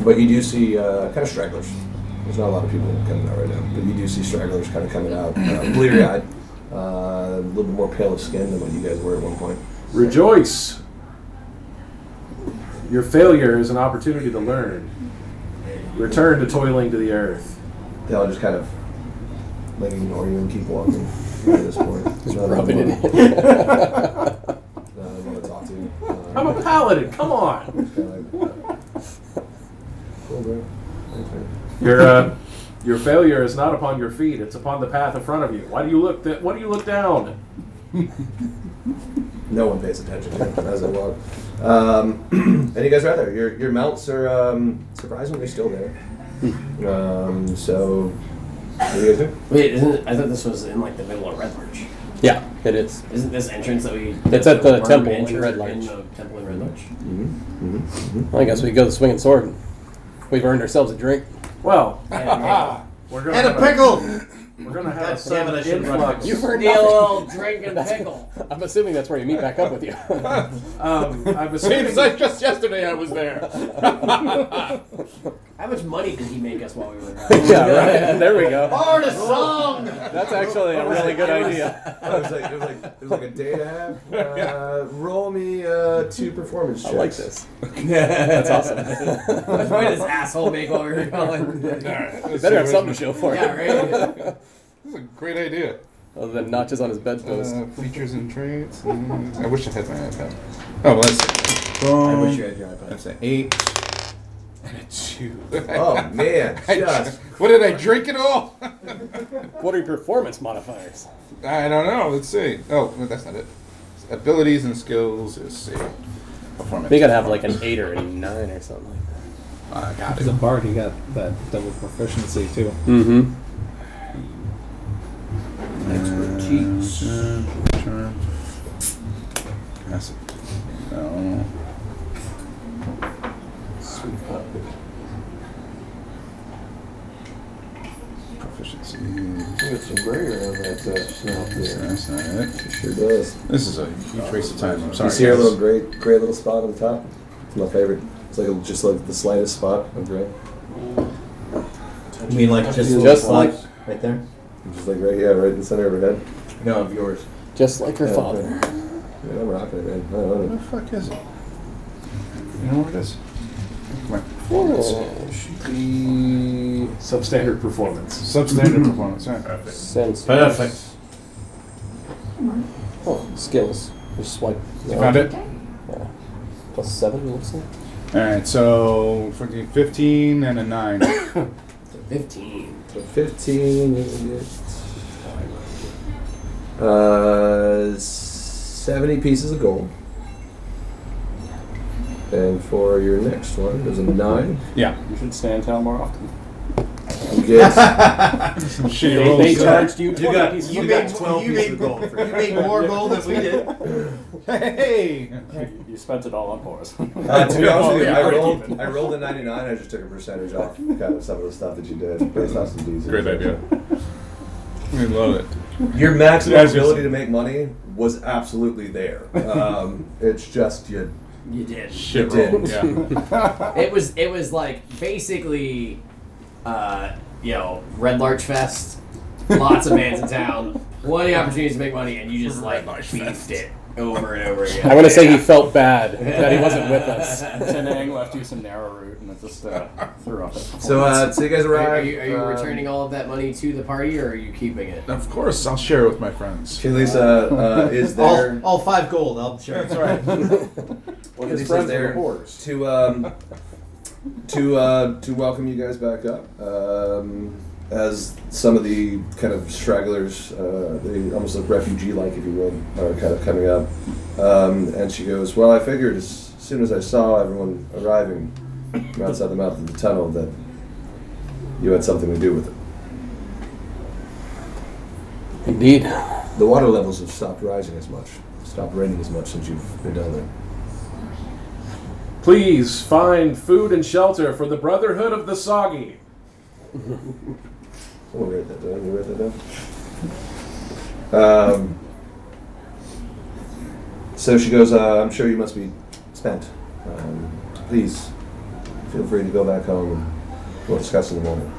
Speaker 3: But you do see uh, kind of stragglers. There's not a lot of people coming out right now, but you do see stragglers kind of coming out, uh, bleary eyed, uh, a little bit more pale of skin than what you guys were at one point.
Speaker 7: Rejoice! Your failure is an opportunity to learn. Return to toiling to the earth.
Speaker 3: They all just kind of like ignore you and keep walking at this point. Just
Speaker 10: Rubbing it in.
Speaker 3: want to talk to you.
Speaker 7: I'm a paladin, come on!
Speaker 3: uh, cool, bro. Thanks, man.
Speaker 7: Your, uh, your failure is not upon your feet, it's upon the path in front of you. Why do you look, th- why do you look down?
Speaker 3: No one pays attention to him as I walk. Um, and you guys are out there. Your, your mounts are um, surprisingly still there. Um, so What do you guys do?
Speaker 6: Wait, isn't it, I thought this was in like the middle of Red Lurch.
Speaker 10: Yeah, it is.
Speaker 6: Isn't this entrance that we?
Speaker 10: It's at the
Speaker 6: Burn
Speaker 10: temple
Speaker 6: entrance
Speaker 10: in Red
Speaker 6: In
Speaker 10: Lurch.
Speaker 6: the temple in Red Lurch.
Speaker 10: I guess we go the swinging sword. We've earned ourselves a drink.
Speaker 7: Well,
Speaker 4: Ah,
Speaker 7: we're gonna
Speaker 4: and a
Speaker 7: have
Speaker 4: pickle.
Speaker 7: We're gonna have
Speaker 8: damn it, I
Speaker 7: some
Speaker 8: should've run
Speaker 7: influx.
Speaker 10: You've earned
Speaker 6: Deal, drink, and pickle.
Speaker 10: I'm assuming that's where you meet back up with you.
Speaker 7: Um, I'm
Speaker 4: Seems
Speaker 7: assuming
Speaker 4: like just yesterday I was there.
Speaker 6: How much money did he make us while we were out?
Speaker 10: yeah, right. There we go.
Speaker 2: Part of song.
Speaker 10: That's actually a really good idea.
Speaker 3: It was like it was like it was like a day and a half. Uh, roll me uh, two performance
Speaker 10: I
Speaker 3: checks.
Speaker 10: like this. That's awesome.
Speaker 6: How much money did this asshole make while we were gone?
Speaker 10: You better have something to show for it,
Speaker 6: yeah, right.
Speaker 4: This is a great idea.
Speaker 10: other than notches on his bedpost.
Speaker 4: Uh, features and traits. mm, I wish I had my iPad. Oh, well, that's. Boom.
Speaker 8: I wish you had your iPad.
Speaker 4: That's an eight and a two.
Speaker 3: Oh man,
Speaker 4: I-
Speaker 3: just
Speaker 4: what did I drink it all?
Speaker 10: What are your performance modifiers?
Speaker 4: I don't know. Let's see. Oh, no, that's not it. Abilities and skills. Let's see. Performance.
Speaker 10: They gotta have like an eight or a nine or something like that.
Speaker 4: I got
Speaker 1: As a bard, you got that double proficiency too.
Speaker 10: Mm-hmm.
Speaker 4: Expertise. That's it. No. Proficiency.
Speaker 3: it's some gray around that uh, snout there.
Speaker 4: That's not it.
Speaker 3: Sure does.
Speaker 4: This is a huge waste of time. I'm sorry.
Speaker 3: You see our
Speaker 4: guys.
Speaker 3: little gray gray little spot on the top? It's my favorite. It's like a, just like the slightest spot of gray.
Speaker 8: You mean like just,
Speaker 10: Just
Speaker 8: like right there?
Speaker 3: Just like right here, right in the center of her head.
Speaker 8: No, of yours.
Speaker 10: Just like her
Speaker 3: Yeah,
Speaker 10: father.
Speaker 3: Man, I'm rocking it, man. I don't
Speaker 4: What
Speaker 3: know.
Speaker 4: the fuck is it? You know what it is? Come on.
Speaker 10: Oh.
Speaker 7: substandard performance.
Speaker 4: Substandard performance. Right.
Speaker 10: Sense.
Speaker 8: Perfect.
Speaker 10: Oh, skills. Just swipe.
Speaker 4: You found it?
Speaker 10: Plus seven, it looks like.
Speaker 4: All right, so fucking 15 and a 9.
Speaker 6: Fifteen.
Speaker 3: So 15, you can get. Uh, 70 pieces of gold. And for your next one, there's a 9.
Speaker 4: yeah.
Speaker 8: You should stay in town more often.
Speaker 3: You get.
Speaker 4: Some
Speaker 1: Oh,
Speaker 4: shitty
Speaker 10: They,
Speaker 4: rolls.
Speaker 10: they charged you 20
Speaker 8: You got,
Speaker 10: pieces
Speaker 8: you
Speaker 10: of
Speaker 8: made
Speaker 10: gold.
Speaker 8: 12 you pieces of gold for
Speaker 2: You made more gold than we did.
Speaker 4: hey!
Speaker 8: you. You spent it all on Boris.
Speaker 3: Uh, to be honest with you, I
Speaker 8: Yeah,
Speaker 3: rolled, I rolled a 99. I just took a percentage off kind of some of the stuff that you did based off some D's.
Speaker 4: Great idea. We love it.
Speaker 3: Your maximum
Speaker 4: Yeah, I was gonna
Speaker 3: ability
Speaker 4: say.
Speaker 3: to make money was absolutely there. Um, it's just you.
Speaker 6: You did.
Speaker 4: Shit
Speaker 3: did.
Speaker 4: roll. Yeah.
Speaker 6: It was it was like basically, uh, you know, Red Larch Fest. Lots of bands in town. Plenty of opportunities to make money, and you just like beefed it over and over again.
Speaker 10: I want to say he felt bad that he wasn't with us.
Speaker 8: Tenang left you some narrow route and it just uh, threw off it.
Speaker 3: So, uh, so you guys
Speaker 6: Are,
Speaker 3: arrive.
Speaker 6: are you, are you
Speaker 3: um,
Speaker 6: returning all of that money to the party, or are you keeping it?
Speaker 4: of course, I'll share it with my friends.
Speaker 3: Kalisa uh, is there.
Speaker 2: All, all five gold. I'll share. It's all right.
Speaker 3: Well,
Speaker 7: His
Speaker 3: Lisa's
Speaker 7: friends
Speaker 3: there
Speaker 7: were whores.
Speaker 3: to um, to uh, to welcome you guys back up. Um, as some of the kind of stragglers, uh, they almost look refugee-like, if you will, are kind of coming up. Um, and she goes, "Well, I figured as soon as I saw everyone arriving from outside the mouth of the tunnel that you had something to do with it.
Speaker 10: Indeed.
Speaker 3: The water levels have stopped rising as much, stopped raining as much since you've been down there."
Speaker 7: Please find food and shelter for the Brotherhood of the Soggy.
Speaker 3: Someone write that down. You write that down. Um, so she goes. Uh, I'm sure you must be spent. Um, please feel free to go back home. and We'll discuss in the morning.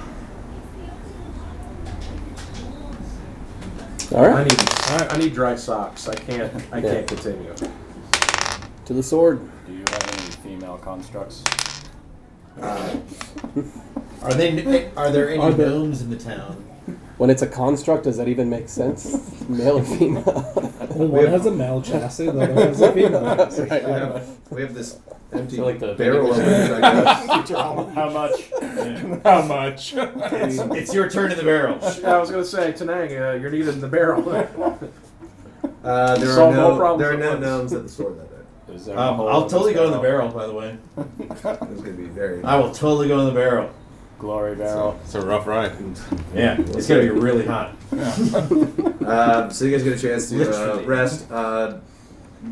Speaker 10: All
Speaker 7: I
Speaker 10: right.
Speaker 7: need I, I need dry socks. I can't I can't continue.
Speaker 10: To the sword.
Speaker 8: Do you have any female constructs?
Speaker 2: Are they? Are there any
Speaker 10: Are there-
Speaker 2: gnomes in the town?
Speaker 10: When it's a construct, does that even make sense? Male or female?
Speaker 1: Well, Oh, one has a male chassis, the other has a female.
Speaker 10: right.
Speaker 3: We have, we have this empty
Speaker 10: So, like, the-
Speaker 3: barrel of it. I guess.
Speaker 8: How much?
Speaker 4: How much?
Speaker 2: It's your turn in the barrel.
Speaker 7: Yeah, I was gonna say, Tanang, uh, you're needed in the barrel.
Speaker 3: Uh, there are
Speaker 7: Solve all
Speaker 3: no
Speaker 7: problems
Speaker 3: there are
Speaker 7: at
Speaker 3: no
Speaker 7: once.
Speaker 3: gnomes at the sword that day.
Speaker 8: Is there a
Speaker 2: Um,
Speaker 8: hole
Speaker 2: I'll
Speaker 8: in
Speaker 2: totally
Speaker 8: this
Speaker 2: go in the
Speaker 8: barrel?
Speaker 2: barrel. By the way,
Speaker 3: It was going to be very.
Speaker 2: I will totally go in the barrel.
Speaker 8: glory barrel.
Speaker 4: It's a rough ride.
Speaker 2: Yeah, it's gonna be really hot.
Speaker 3: Uh, so you guys get a chance to uh, rest. Uh,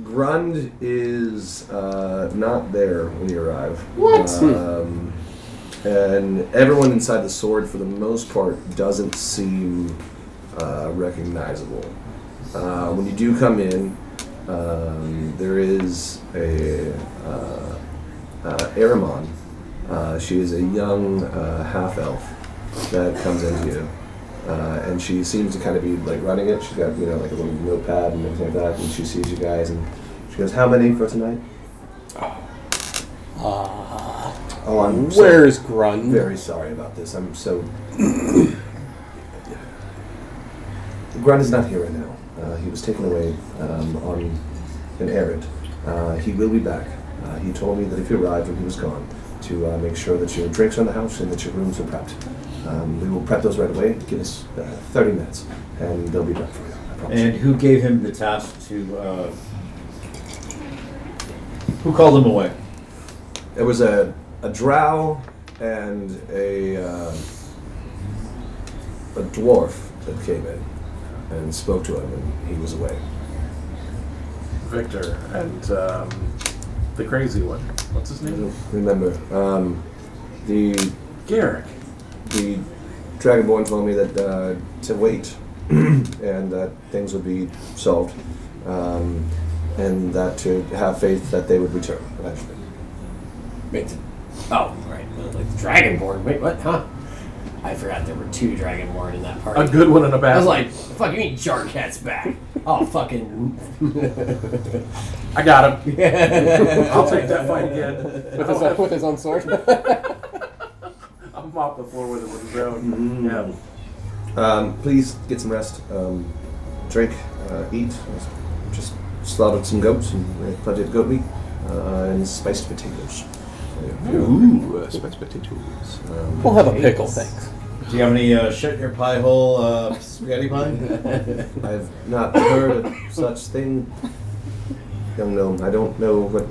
Speaker 3: Grund is uh, not there when you arrive. What? Um, and everyone inside the sword, for the most part, doesn't seem uh, recognizable. Uh, when you do come in, um, there is a uh, uh, Aramon. Uh, she is a young uh, half elf that comes into you. Uh, and she seems to kind of be like running it. She's got, you know, like a little notepad and everything like that. And she sees you guys and she goes, How many for tonight? Oh, I'm so
Speaker 10: Where's Grun?
Speaker 3: very sorry about this. I'm so. Grant is not here right now. Uh, he was taken away um, on an errand. Uh, he will be back. Uh, he told me that if you arrived when he was gone, to uh, make sure that your drinks are in the house and that your rooms are prepped. Um, we will prep those right away. Give us uh, 30 minutes, and they'll be back for you. I promise.
Speaker 2: And who gave him the task to? Uh, who called him away?
Speaker 3: It was a, a drow and a uh, a dwarf that came in and spoke to him, and he was away.
Speaker 7: Victor and um, the crazy one. What's his
Speaker 3: I
Speaker 7: name?
Speaker 3: don't remember. Um, the
Speaker 7: Garrick.
Speaker 3: the dragonborn told me that uh, to wait and that things would be solved, um, and that to have faith that they would return eventually.
Speaker 6: Wait, the- oh, right. the- Like the Dragonborn. Wait, what? Huh? I forgot there were two Dragonborn in that party.
Speaker 7: A good one and a bad
Speaker 6: I was
Speaker 7: one.
Speaker 6: like, fuck, you mean Jarkat's back. Oh, fucking.
Speaker 7: I got him. uh, I'll take that fight again.
Speaker 10: With his, own, with his own sword?
Speaker 7: I'll mop the floor with it with his own. Yeah.
Speaker 3: Um, please get some rest. Um, drink, uh, eat. Just slaughtered some goats and we had plenty of goat meat uh, and spiced potatoes.
Speaker 4: Ooh, uh, spiced potatoes. Um,
Speaker 10: We'll have a pickle, thanks.
Speaker 2: Do you have any uh, shit in your pie hole uh, spaghetti pie?
Speaker 3: I've not heard of such thing. Young gnome, I don't know what.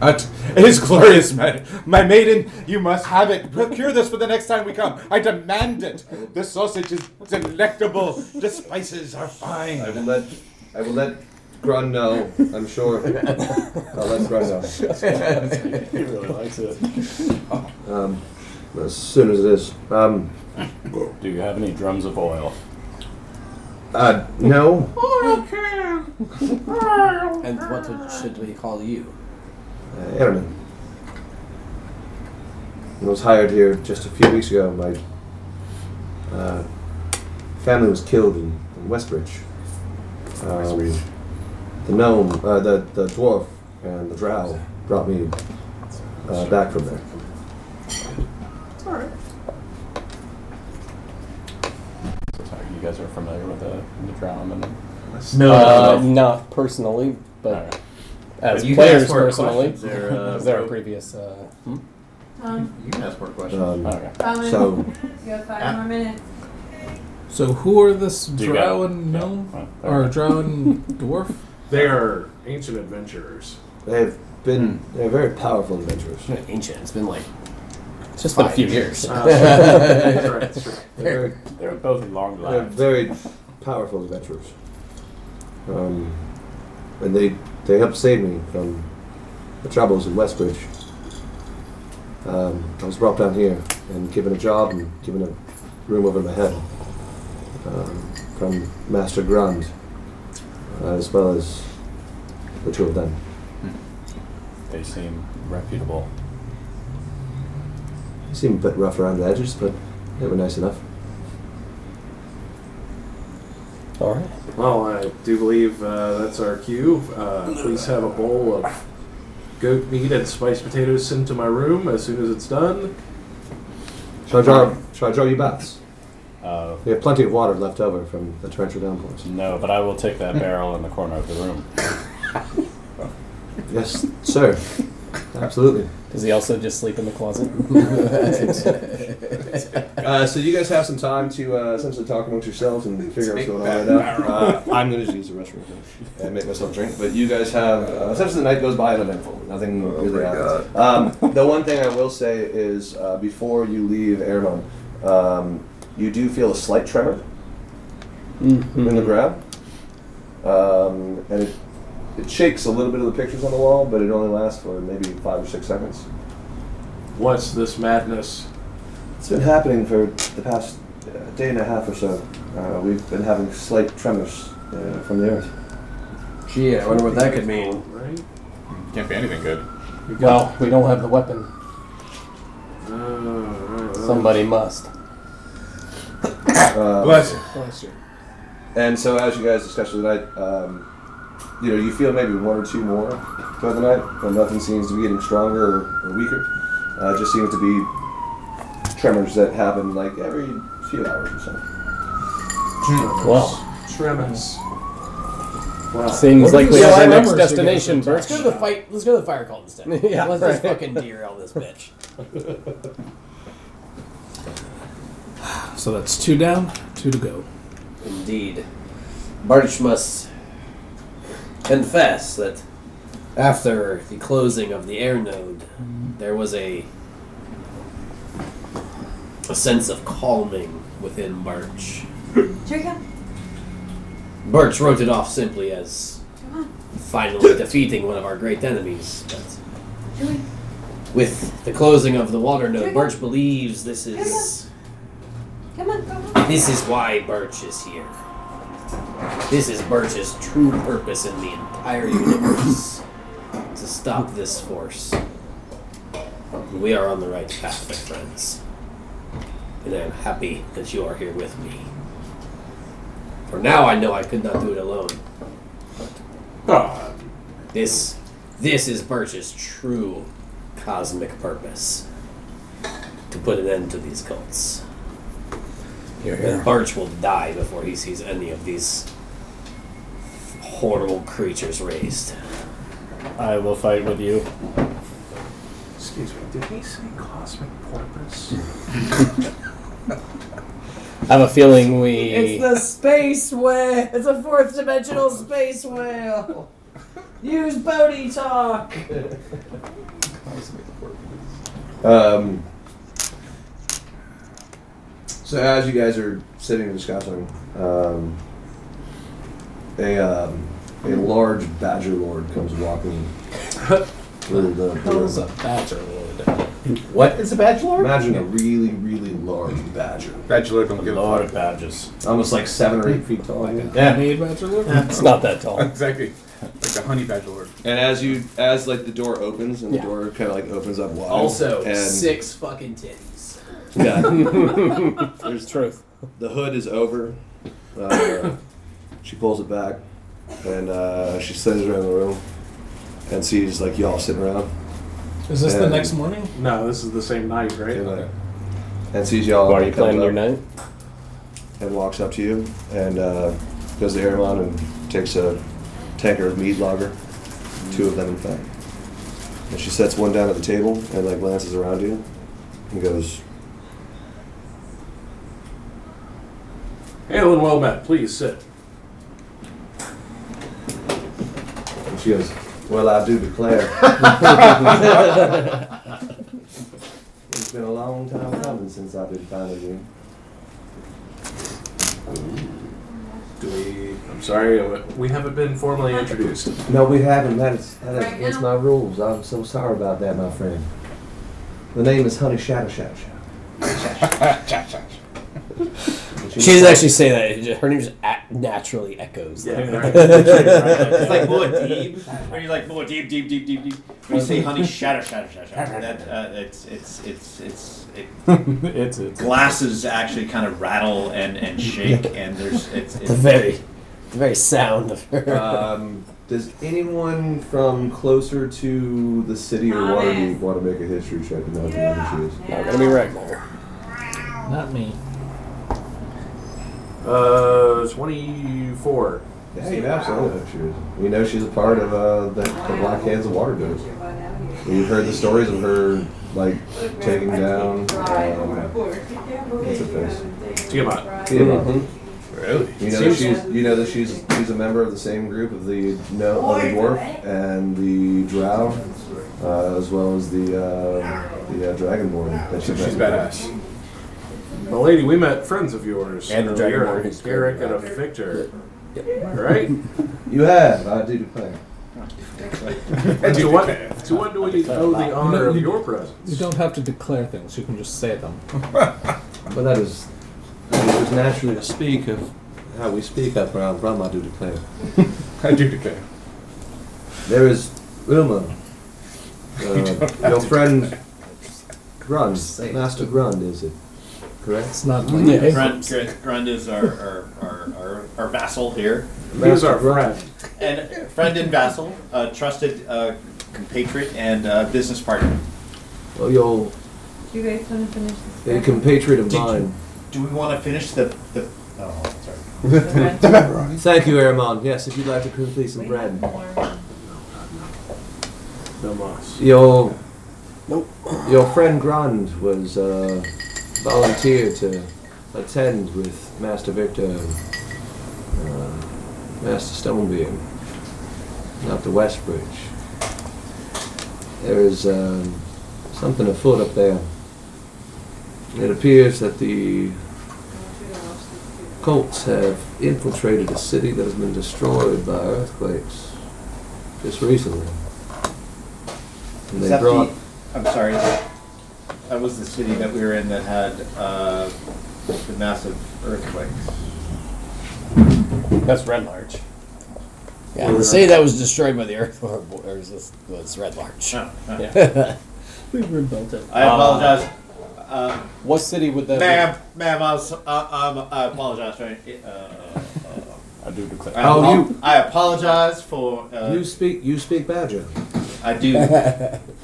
Speaker 4: But it is glorious, my, my maiden. You must have it. Procure this for the next time we come. I demand it. The sausage is delectable. The spices are
Speaker 3: I will
Speaker 4: fine.
Speaker 3: let. I will let Grun know. I'm sure. I'll let Grun know
Speaker 7: Mm-hmm.
Speaker 8: He really likes it.
Speaker 3: as soon as this. Um.
Speaker 8: Do you have any drums of oil?
Speaker 3: Uh. No.
Speaker 6: And what would, should we call you?
Speaker 3: Uh, Airman. I was hired here just a few weeks ago. My uh, family was killed in, in Westbridge. Um, The gnome, uh, the, the dwarf, and the drow brought me uh, back from there.
Speaker 8: Sorry, you guys are familiar with the, the drum and the,
Speaker 2: No,
Speaker 10: Uh, not personally, but
Speaker 8: Alright.
Speaker 10: as
Speaker 2: you can
Speaker 10: players
Speaker 2: ask more
Speaker 10: personally.
Speaker 2: questions there, uh, hmm?
Speaker 10: Is there a
Speaker 2: Rope.
Speaker 10: previous. Uh,
Speaker 9: Um,
Speaker 2: You can ask more questions.
Speaker 3: Um,
Speaker 8: okay.
Speaker 9: Rowan,
Speaker 3: so,
Speaker 9: you have five more minutes.
Speaker 1: So who are this
Speaker 8: Do you got-
Speaker 1: drow and
Speaker 8: yeah,
Speaker 1: gnome
Speaker 8: right,
Speaker 1: or drow and dwarf?
Speaker 7: They are ancient adventurers.
Speaker 3: they've been they're very powerful adventurers.
Speaker 6: It's been ancient. It's been like.
Speaker 10: it's just been a few years.
Speaker 7: Uh, that's right, that's right.
Speaker 3: They're very
Speaker 8: They're both long
Speaker 3: They're
Speaker 8: lives.
Speaker 3: very powerful adventurers. Um, and they they helped save me from the troubles in Westbridge. Um, I was brought down here and given a job and given a room over my head um, from Master Grand, uh, as well as the two of them.
Speaker 8: They seem reputable.
Speaker 3: They seemed a bit rough around the edges, but they were nice enough.
Speaker 10: Alright.
Speaker 7: Well, I do believe uh, that's our cue. Uh, please have a bowl of goat meat and spiced potatoes sent to my room as soon as it's done.
Speaker 3: Shall I draw, shall I draw you baths?
Speaker 8: Uh,
Speaker 3: We have plenty of water left over from the torrential downpours.
Speaker 8: no, but I will take that barrel in the corner of the room.
Speaker 3: Yes, sir. Absolutely.
Speaker 10: Does he also just sleep in the closet?
Speaker 3: Uh, so you guys have some time to uh, essentially talk amongst yourselves and figure out what's
Speaker 4: Take
Speaker 3: going
Speaker 4: that
Speaker 3: on right now. Uh, I'm going to just use the restroom and make myself a drink. But you guys have uh, essentially the night goes by uneventful. Nothing
Speaker 4: Oh
Speaker 3: really happens. Um, the one thing I will say is uh, before you leave Airhome, um, you do feel a slight tremor
Speaker 2: Mm-hmm.
Speaker 3: in the ground, um, and it, it shakes a little bit of the pictures on the wall, but it only lasts for maybe five or six seconds.
Speaker 7: What's this madness?
Speaker 3: It's been happening for the past uh, day and a half or so. Uh, we've been having slight tremors uh, from the earth.
Speaker 6: Gee, I wonder what that could mean.
Speaker 7: Right?
Speaker 4: Can't be anything good.
Speaker 7: We got-
Speaker 10: well, we don't have the weapon.
Speaker 7: Oh, right, right.
Speaker 10: Somebody must.
Speaker 3: Uh,
Speaker 4: Bless you.
Speaker 3: And so, as you guys discuss the night, um, you know, you feel maybe one or two more throughout the night, but nothing seems to be getting stronger or, or weaker. Uh, it just seems to be tremors that happen like every few hours or so.
Speaker 10: Well,
Speaker 7: Tremens. Wow.
Speaker 10: seems like we
Speaker 6: Yeah,
Speaker 10: have
Speaker 6: I
Speaker 10: our next
Speaker 6: remember.
Speaker 10: destination,
Speaker 6: Let's go to the
Speaker 10: Birch.
Speaker 6: fight. Let's go to the fire cult instead.
Speaker 10: Yeah,
Speaker 6: let's just
Speaker 10: right.
Speaker 6: fucking derail this bitch.
Speaker 1: So that's two down, two to go.
Speaker 6: Indeed. Birch must confess that after the closing of the air node, there was a a sense of calming within Birch.
Speaker 9: Jacob,
Speaker 6: Birch wrote it off simply as
Speaker 9: come on.
Speaker 6: finally defeating one of our great enemies. But
Speaker 9: Julie,
Speaker 6: with the closing of the water node, Birch believes this is
Speaker 9: come on. Go, go.
Speaker 6: this is why Birch is here. This is Birch's true purpose in the entire universe to stop this force. We are on the right path, my friends. And I'm happy that you are here with me. For now I know I could not do it alone.
Speaker 7: Ah,
Speaker 6: This this is Birch's true cosmic purpose. To put an end to these cults. And Birch will die before he sees any of these horrible creatures raised.
Speaker 8: I will fight with you.
Speaker 7: excuse me. Did he say cosmic porpoise?
Speaker 10: I have a feeling we.
Speaker 6: the space whale. It's a fourth dimensional space whale. Use Bodhi talk.
Speaker 3: Um, so as you guys are sitting and discussing, um, a um, a large badger lord comes walking through the.
Speaker 10: Hell's
Speaker 3: the
Speaker 10: a badger lord.
Speaker 3: what?
Speaker 8: It's a badge lord?
Speaker 3: Imagine a really, really large badger,
Speaker 4: Bachelor don't give
Speaker 8: Lord
Speaker 4: a
Speaker 8: of badges.
Speaker 3: almost like seven or eight feet tall.
Speaker 8: Yeah.
Speaker 1: Made bachelor.
Speaker 10: It's not that tall.
Speaker 4: fuck. Exactly. Like the honey bachelor.
Speaker 3: And as you, as like the door opens and
Speaker 10: Yeah.
Speaker 3: the door kind of like opens up wide.
Speaker 6: Also,
Speaker 3: and
Speaker 6: six fucking titties.
Speaker 3: yeah,
Speaker 10: There's truth.
Speaker 3: the hood is over. Uh, she pulls it back, and uh, she slithers around the room, and sees like y'all sitting around.
Speaker 1: Is this the
Speaker 3: And-
Speaker 1: next morning?
Speaker 7: no, this is the same night, right?
Speaker 3: And, uh, and sees y'all.
Speaker 10: Are you
Speaker 3: and comes
Speaker 10: planning your
Speaker 3: up
Speaker 10: night?
Speaker 3: And walks up to you and uh, goes to Aramon and takes a tanker of mead lager, two of them in fact. And she sets one down at the table and like glances around you and goes,
Speaker 7: Alan well met, please sit.
Speaker 3: and she goes, well I do declare. it's been a long time coming since I've been finding you.
Speaker 7: Do we? I'm sorry, uh, we haven't been formally introduced.
Speaker 3: No, we haven't. That is, that is
Speaker 9: Right
Speaker 3: against
Speaker 9: now?
Speaker 3: my rules. I'm so sorry about that, my friend. The name is Honey Shadow Shadow Shadow.
Speaker 6: She doesn't actually say that. It ju- her name just a- naturally echoes.
Speaker 7: Yeah,
Speaker 6: that.
Speaker 7: right. It's
Speaker 2: like Muad'Dib. Are you like Muad'Dib, deep, deep, deep, deep? When you say honey, shatter, shatter, shatter, shatter. That, uh, it's, it's, it's, it's, it,
Speaker 8: it's a
Speaker 2: glasses actually kind of rattle and, and shake, and there's, it's, it's
Speaker 6: The very, the very sound of her.
Speaker 3: Um, does anyone from closer to the city or Waterdeep
Speaker 9: Thomas.
Speaker 3: want to make a history check? No,
Speaker 9: Yeah.
Speaker 3: who she is.
Speaker 10: Not gonna be Ragnar.
Speaker 1: Not me.
Speaker 7: Uh, 24.
Speaker 3: Yeah, you absolutely know who she is. We know she's a part of uh, the, the Black Hands of Water Doors.
Speaker 9: Get your butt out of here. We've heard the stories of her like taking down. Um, what's her face?
Speaker 7: Tiamat.
Speaker 9: Tiamat.
Speaker 3: Mm-hmm.
Speaker 6: Mm-hmm.
Speaker 7: Really?
Speaker 9: You know that she's you know that she's she's a member of the same group of the no of the dwarf and the drow, uh, as well as the uh, the uh, dragonborn. That she
Speaker 7: She's
Speaker 9: met.
Speaker 7: badass. The lady we met, friends of yours,
Speaker 3: And the
Speaker 7: earlier,
Speaker 3: Dragonborn who's great.
Speaker 7: Garrick and a Victor, right?
Speaker 9: You have, I do declare.
Speaker 7: and to what to what do we owe the honor of your presence?
Speaker 1: You don't have to declare things, you can just say them.
Speaker 3: But that is, it was naturally to speak of how we speak up around Brahma, I do declare.
Speaker 4: I do declare.
Speaker 3: There is Wilma, uh, your friend Grund, Master Grund, is it? Correct?
Speaker 1: It's not like
Speaker 11: Yeah.
Speaker 2: Grund, Grund, Grund is our our, our, our our vassal here,
Speaker 7: He was our friend.
Speaker 2: and friend and vassal, uh, trusted uh, compatriot and uh, business partner.
Speaker 3: Well, your,
Speaker 12: Do you guys want to finish this?
Speaker 3: a compatriot of mine.
Speaker 2: Do we want to finish the the? Oh, sorry.
Speaker 3: Thank you, Aramon. Yes, if you'd like to complete some bread.
Speaker 7: No moss.
Speaker 3: Your your friend Grand was uh, volunteered to attend with Master Victor and uh, Master Stonebeam up to Westbridge. There is um, something afoot up there. It appears that the cults have infiltrated a city that has been destroyed by earthquakes just recently. And
Speaker 2: Is
Speaker 3: they
Speaker 2: that
Speaker 3: brought
Speaker 2: the? I'm sorry. That was the city that we were in that had uh, the massive earthquake.
Speaker 10: That's Red Larch. Yeah, the city that was destroyed by the Earth or, or is this, was Red Larch.
Speaker 2: Oh, oh.
Speaker 1: We rebuilt it.
Speaker 2: I apologize, uh,
Speaker 11: What city would that
Speaker 2: ma'am. Ma'am, I, was, uh, um, I apologize for. Uh, uh,
Speaker 4: I do declare.
Speaker 2: I,
Speaker 3: Oh,
Speaker 2: apo- I apologize for. Uh,
Speaker 3: You speak. You speak Badger.
Speaker 2: I do.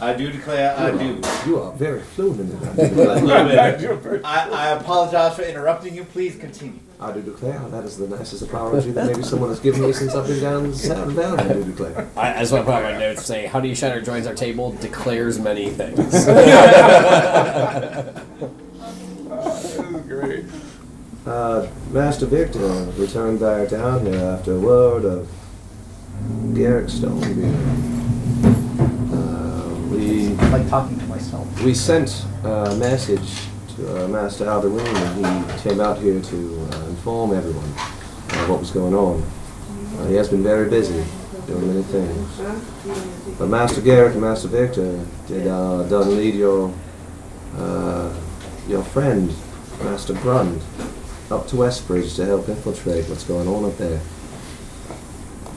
Speaker 2: I do declare. I do.
Speaker 3: You are very fluent in
Speaker 2: A
Speaker 3: it.
Speaker 2: little bit. I, I apologize for interrupting you. Please continue.
Speaker 3: I do declare that is the nicest apology that maybe someone has given me since I've been down in the South Valley. I do declare.
Speaker 10: I, I just want to put on my notes say, How do you shatter joins our table? Declares many things.
Speaker 4: Great.
Speaker 3: Uh, Master Victor returned back down here after word of Garrick Stone. Uh, we
Speaker 13: like talking to myself.
Speaker 3: we sent a message to uh, Master Alderwin, and he came out here to uh, inform everyone of what was going on. Uh, he has been very busy doing many things. But Master Garrick and Master Victor did uh, done lead your uh, your friend, Master Grund, up to Westbridge to help infiltrate what's going on up there.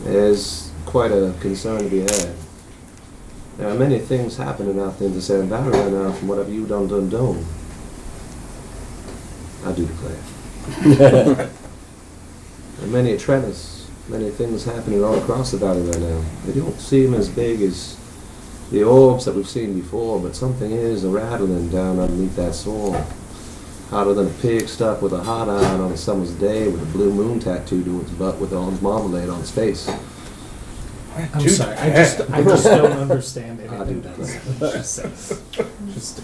Speaker 3: There's quite a concern to be had. There are many things happening out there in the Sand Valley right now from what have you done done done. I do declare. there are many trellis, many things happening all across the valley right now. They don't seem as big as the orbs that we've seen before, but something is a rattling down underneath that soil. Hotter than a pig stuck with a hot iron on a summer's day with a blue moon tattooed to its butt with orange marmalade on its face.
Speaker 1: I'm sorry, I just, I just don't understand
Speaker 3: I do
Speaker 1: anything that she says. Just,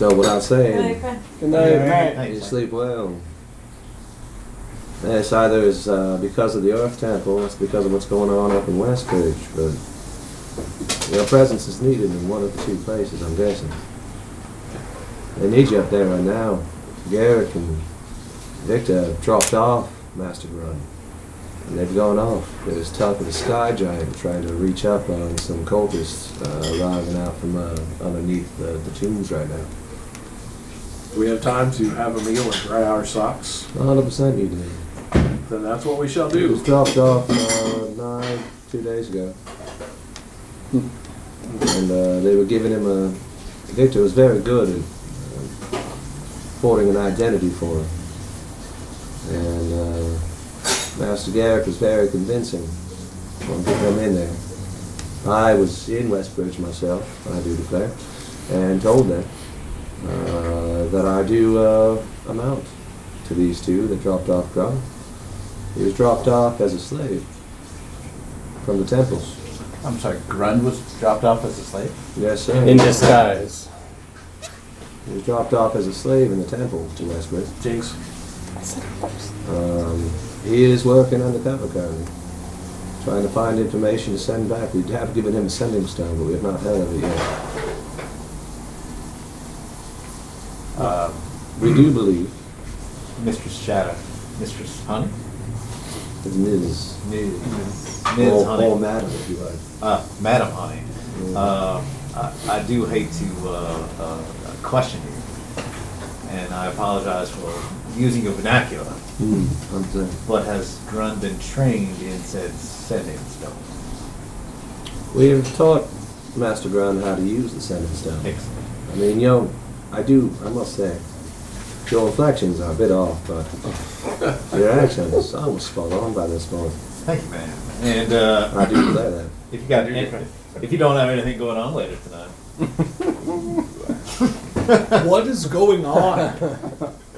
Speaker 3: So what I'm saying
Speaker 11: Good night.
Speaker 3: You sleep well. Yes, either is uh, because of the Earth Temple, it's because of what's going on up in Westbridge, but your presence is needed in one of the two places, I'm guessing. They need you up there right now. Garrick and Victor have dropped off Master Grun, and they've gone off. There's talk of the Sky Giant trying to reach up on some cultists uh, arriving out from uh, underneath the, the tombs right now.
Speaker 7: Do we have time to have a meal and dry our socks?
Speaker 3: 100% you do.
Speaker 7: Then that's what we shall
Speaker 3: It
Speaker 7: do.
Speaker 3: was dropped off uh, nine, two days ago. And uh, they were giving him a. Victor was very good at uh, forging an identity for him. And uh, Master Garrick was very convincing on getting him in there. I was in Westbridge myself, I do declare, and told them uh, that I do uh, amount to these two that dropped off Grub. He was dropped off as a slave from the temples.
Speaker 14: I'm sorry, Grund was dropped off as a slave?
Speaker 3: Yes, sir.
Speaker 10: In disguise.
Speaker 3: He was dropped off as a slave in the temple to Westwood.
Speaker 7: Jinx.
Speaker 3: Um, he is working undercover currently, trying to find information to send back. We have given him a sending stone, but we have not heard of it yet.
Speaker 2: Uh,
Speaker 3: We do believe
Speaker 2: Mistress Shadow. Mistress Honey?
Speaker 3: it's Ms.
Speaker 2: Ms. Ms.
Speaker 3: Or,
Speaker 2: Honey.
Speaker 3: or Madam, if you like.
Speaker 2: Uh, Madam Honey. Um I, I do hate to uh, uh, question you, and I apologize for using your vernacular.
Speaker 3: Hmm, I'm saying.
Speaker 2: But has Grun been trained in said sending stone?
Speaker 3: We have taught Master Grund how to use the sending stone.
Speaker 2: Excellent.
Speaker 3: I mean, yo, I do, I must say, your inflections are a bit off, but your actions, I was spot on by this point.
Speaker 2: Thank you, man. And uh,
Speaker 3: I do play that.
Speaker 2: If you got if, if you don't have anything going on later tonight,
Speaker 15: what is going on?
Speaker 2: a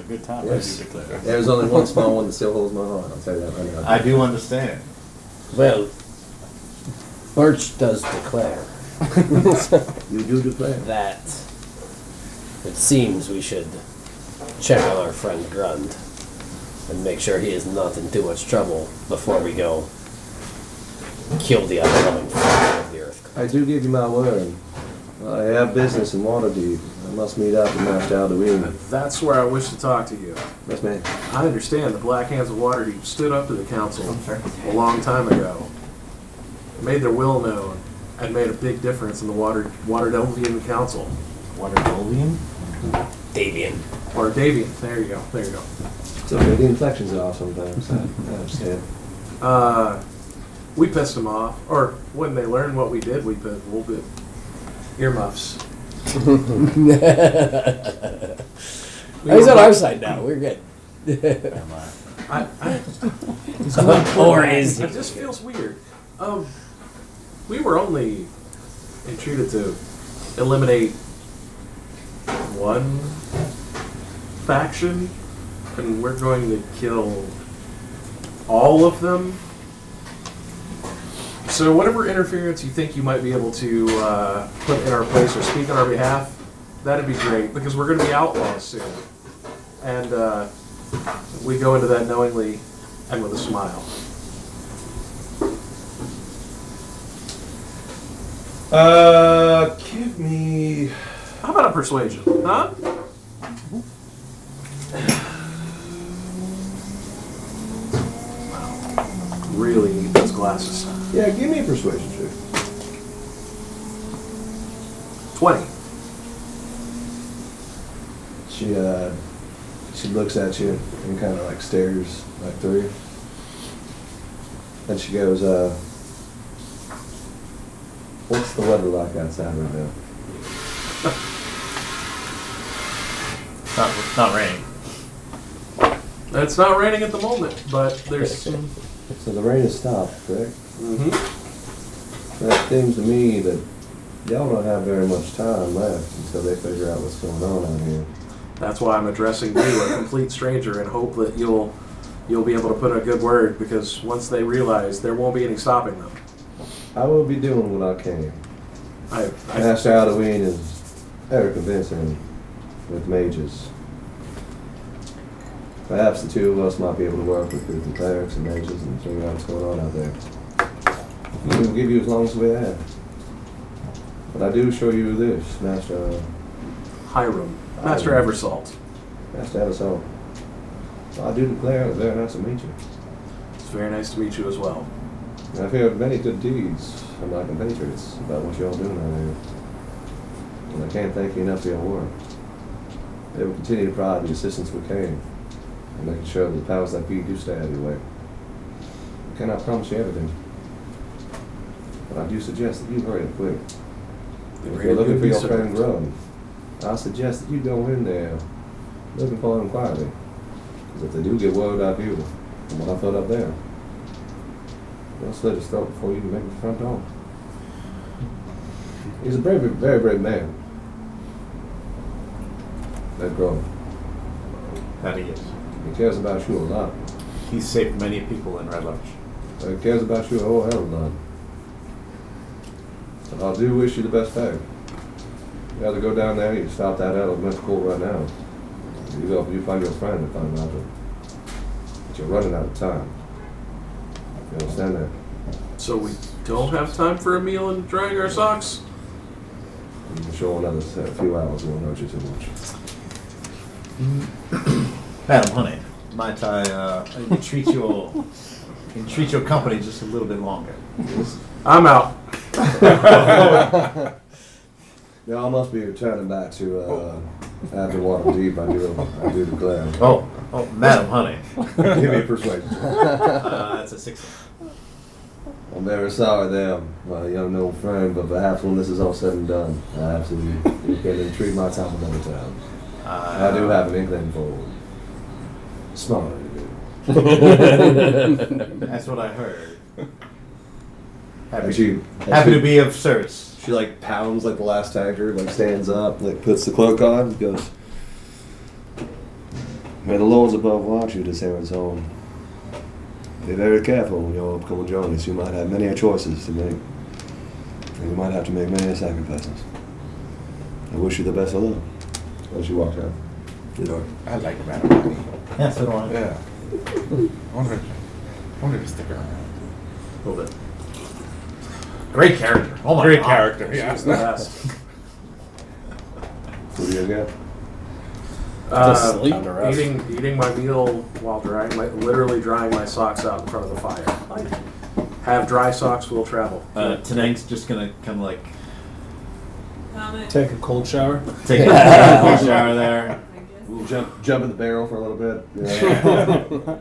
Speaker 2: good time.
Speaker 3: Yes.
Speaker 2: I do declare.
Speaker 3: There's only one small one that still holds my heart, I'll tell you that right now.
Speaker 2: I do understand.
Speaker 14: Well, Birch does declare
Speaker 3: You do declare.
Speaker 6: that it seems we should check on our friend Grund and make sure he is not in too much trouble before we go kill the upcoming father of the earth.
Speaker 3: I do give you my word. I have business in Waterdeep. I must meet up with Master Alduin.
Speaker 7: That's where I wish to talk to you.
Speaker 3: Yes, man.
Speaker 7: I understand the Black Hands of Waterdeep stood up to the council a long time ago, made their will known, and made a big difference in the Water Waterdelvian Council.
Speaker 2: Waterdelvian?
Speaker 6: Davian.
Speaker 7: Waterdavian. There you go. There you go.
Speaker 3: It's okay, the inflections are off sometimes. I I understand.
Speaker 7: Uh, we pissed them off, or when they learned what we did, we put we'll bit earmuffs.
Speaker 6: He's on our side now. We're good.
Speaker 7: I, I,
Speaker 6: or is
Speaker 7: it just feels weird. Um, we were only entreated to eliminate one faction, and we're going to kill all of them. So, whatever interference you think you might be able to uh, put in our place or speak on our behalf, that'd be great because we're going to be outlaws soon, and uh, we go into that knowingly and with a smile.
Speaker 16: Uh, give me.
Speaker 7: How about a persuasion? Huh? Really need those glasses.
Speaker 16: Yeah, give me a persuasion check.
Speaker 7: 20.
Speaker 16: She uh, she looks at you and kind of like stares like through you. And she goes, uh, "What's the weather like outside right now?"
Speaker 2: Not not raining.
Speaker 7: It's not raining at the moment, but there's.
Speaker 3: So the rain has stopped, correct?
Speaker 7: Mhm.
Speaker 3: That seems to me that y'all don't have very much time left until they figure out what's going on out here.
Speaker 7: That's why I'm addressing you, a complete stranger, and hope that you'll you'll be able to put in a good word because once they realize, there won't be any stopping them.
Speaker 3: I will be doing what I can.
Speaker 7: I, I,
Speaker 3: Master Alduin is ever convincing with mages. Perhaps the two of us might be able to work with the clerics and mages and figure out what's going on out there. We will give you as long as we have. But I do assure you this, Master
Speaker 7: Hiram, Master
Speaker 3: Hiram.
Speaker 7: Eversalt.
Speaker 3: Master Eversol. I do declare it was very nice to meet you.
Speaker 7: It's very nice to meet you as well.
Speaker 3: And I've heard many good deeds from my compatriots about what y'all doing out here. And I can't thank you enough for your work. They will continue to provide the assistance we can, and making sure that the powers that be do stay out of your way. I cannot promise you everything, but I do suggest that you hurry up quick.
Speaker 7: The
Speaker 3: If
Speaker 7: greater
Speaker 3: you're looking
Speaker 7: good
Speaker 3: for
Speaker 7: be
Speaker 3: your friend
Speaker 7: served.
Speaker 3: Grub, I suggest that you go in there looking for him quietly. Because if they do get word out of you, from what I felt up there, they'll slit his throat before you can make it to the front door. He's a brave, very brave man. That Grub.
Speaker 2: That he is.
Speaker 3: He cares about you a lot.
Speaker 2: He's saved many people in Red Lodge.
Speaker 3: oh, He cares about you a whole hell of a lot. I do wish you the best thing. You either go down there, you stop that elemental cool right now. You go, you find your friend and find Roger. But you're running out of time. You understand that?
Speaker 7: So we don't have time for a meal and drying our socks?
Speaker 3: You can show another s- a few hours, won't hurt you too much.
Speaker 2: Madam Honey, might I uh, entreat your entreat your company just a little bit longer?
Speaker 7: I'm out.
Speaker 3: Now I must be returning back to uh, after water deep. I do, I do declare.
Speaker 2: Oh, oh, Madam Honey.
Speaker 3: Give me a persuasion.
Speaker 2: uh, that's a six.
Speaker 3: I'm very sorry there, my young old friend, but perhaps when this is all said and done, I absolutely you can entreat my time another time. I
Speaker 2: Uh,
Speaker 3: do have an inkling for smaller
Speaker 2: That's what I heard. Happy,
Speaker 3: And she- and
Speaker 2: happy
Speaker 3: she-
Speaker 2: to be of service.
Speaker 3: She like pounds like the last tiger, like stands up, like puts the cloak on, and goes. May the lords above watch you, this Aaron's home. Be very careful in your upcoming journeys. You might have many choices to make, and you might have to make many sacrifices. I wish you the best of luck. And she walked out. You know.
Speaker 4: I like Madam Honey.
Speaker 2: Yeah, so do I.
Speaker 4: Yeah. I want her, I want her to stick around.
Speaker 2: A little bit. Great character. Oh my
Speaker 4: Great
Speaker 2: God.
Speaker 4: character.
Speaker 2: She
Speaker 4: Yeah.
Speaker 2: was the best.
Speaker 3: What do you got?
Speaker 7: Uh,
Speaker 10: sleep. Time to rest.
Speaker 7: eating, eating my meal while drying, my, literally drying my socks out in front of the fire. Have dry socks, we'll travel.
Speaker 2: Uh, tonight's just gonna kind of like
Speaker 9: Comment.
Speaker 17: Take a cold shower.
Speaker 2: take a cold shower there.
Speaker 3: Jump, jump in the barrel for a little bit.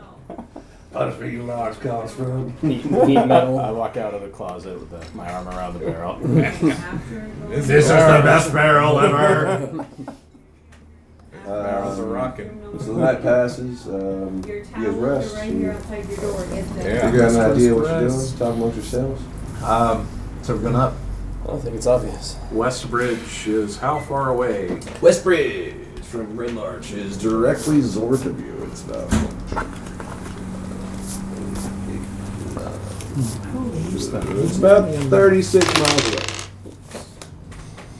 Speaker 3: Yeah. Punish me, you large cock scrub.
Speaker 17: Neat, neat metal.
Speaker 8: I walk out of the closet with the, my arm around the barrel.
Speaker 9: After
Speaker 4: This
Speaker 2: This is the best barrel ever.
Speaker 4: Barrels are rocking.
Speaker 3: Uh, So the night passes. Um, you
Speaker 9: Your
Speaker 3: guys rest.
Speaker 9: towels are right here outside your door. Get them.
Speaker 4: Yeah.
Speaker 3: You got an
Speaker 4: Let's
Speaker 3: idea what you're
Speaker 4: rest.
Speaker 3: doing? Talk amongst yourselves.
Speaker 2: Um, so we're going up.
Speaker 10: I don't think it's obvious.
Speaker 7: West Bridge is how far away?
Speaker 3: Westbridge from Red Larch is directly north of you. It's about. It's about 36 miles away.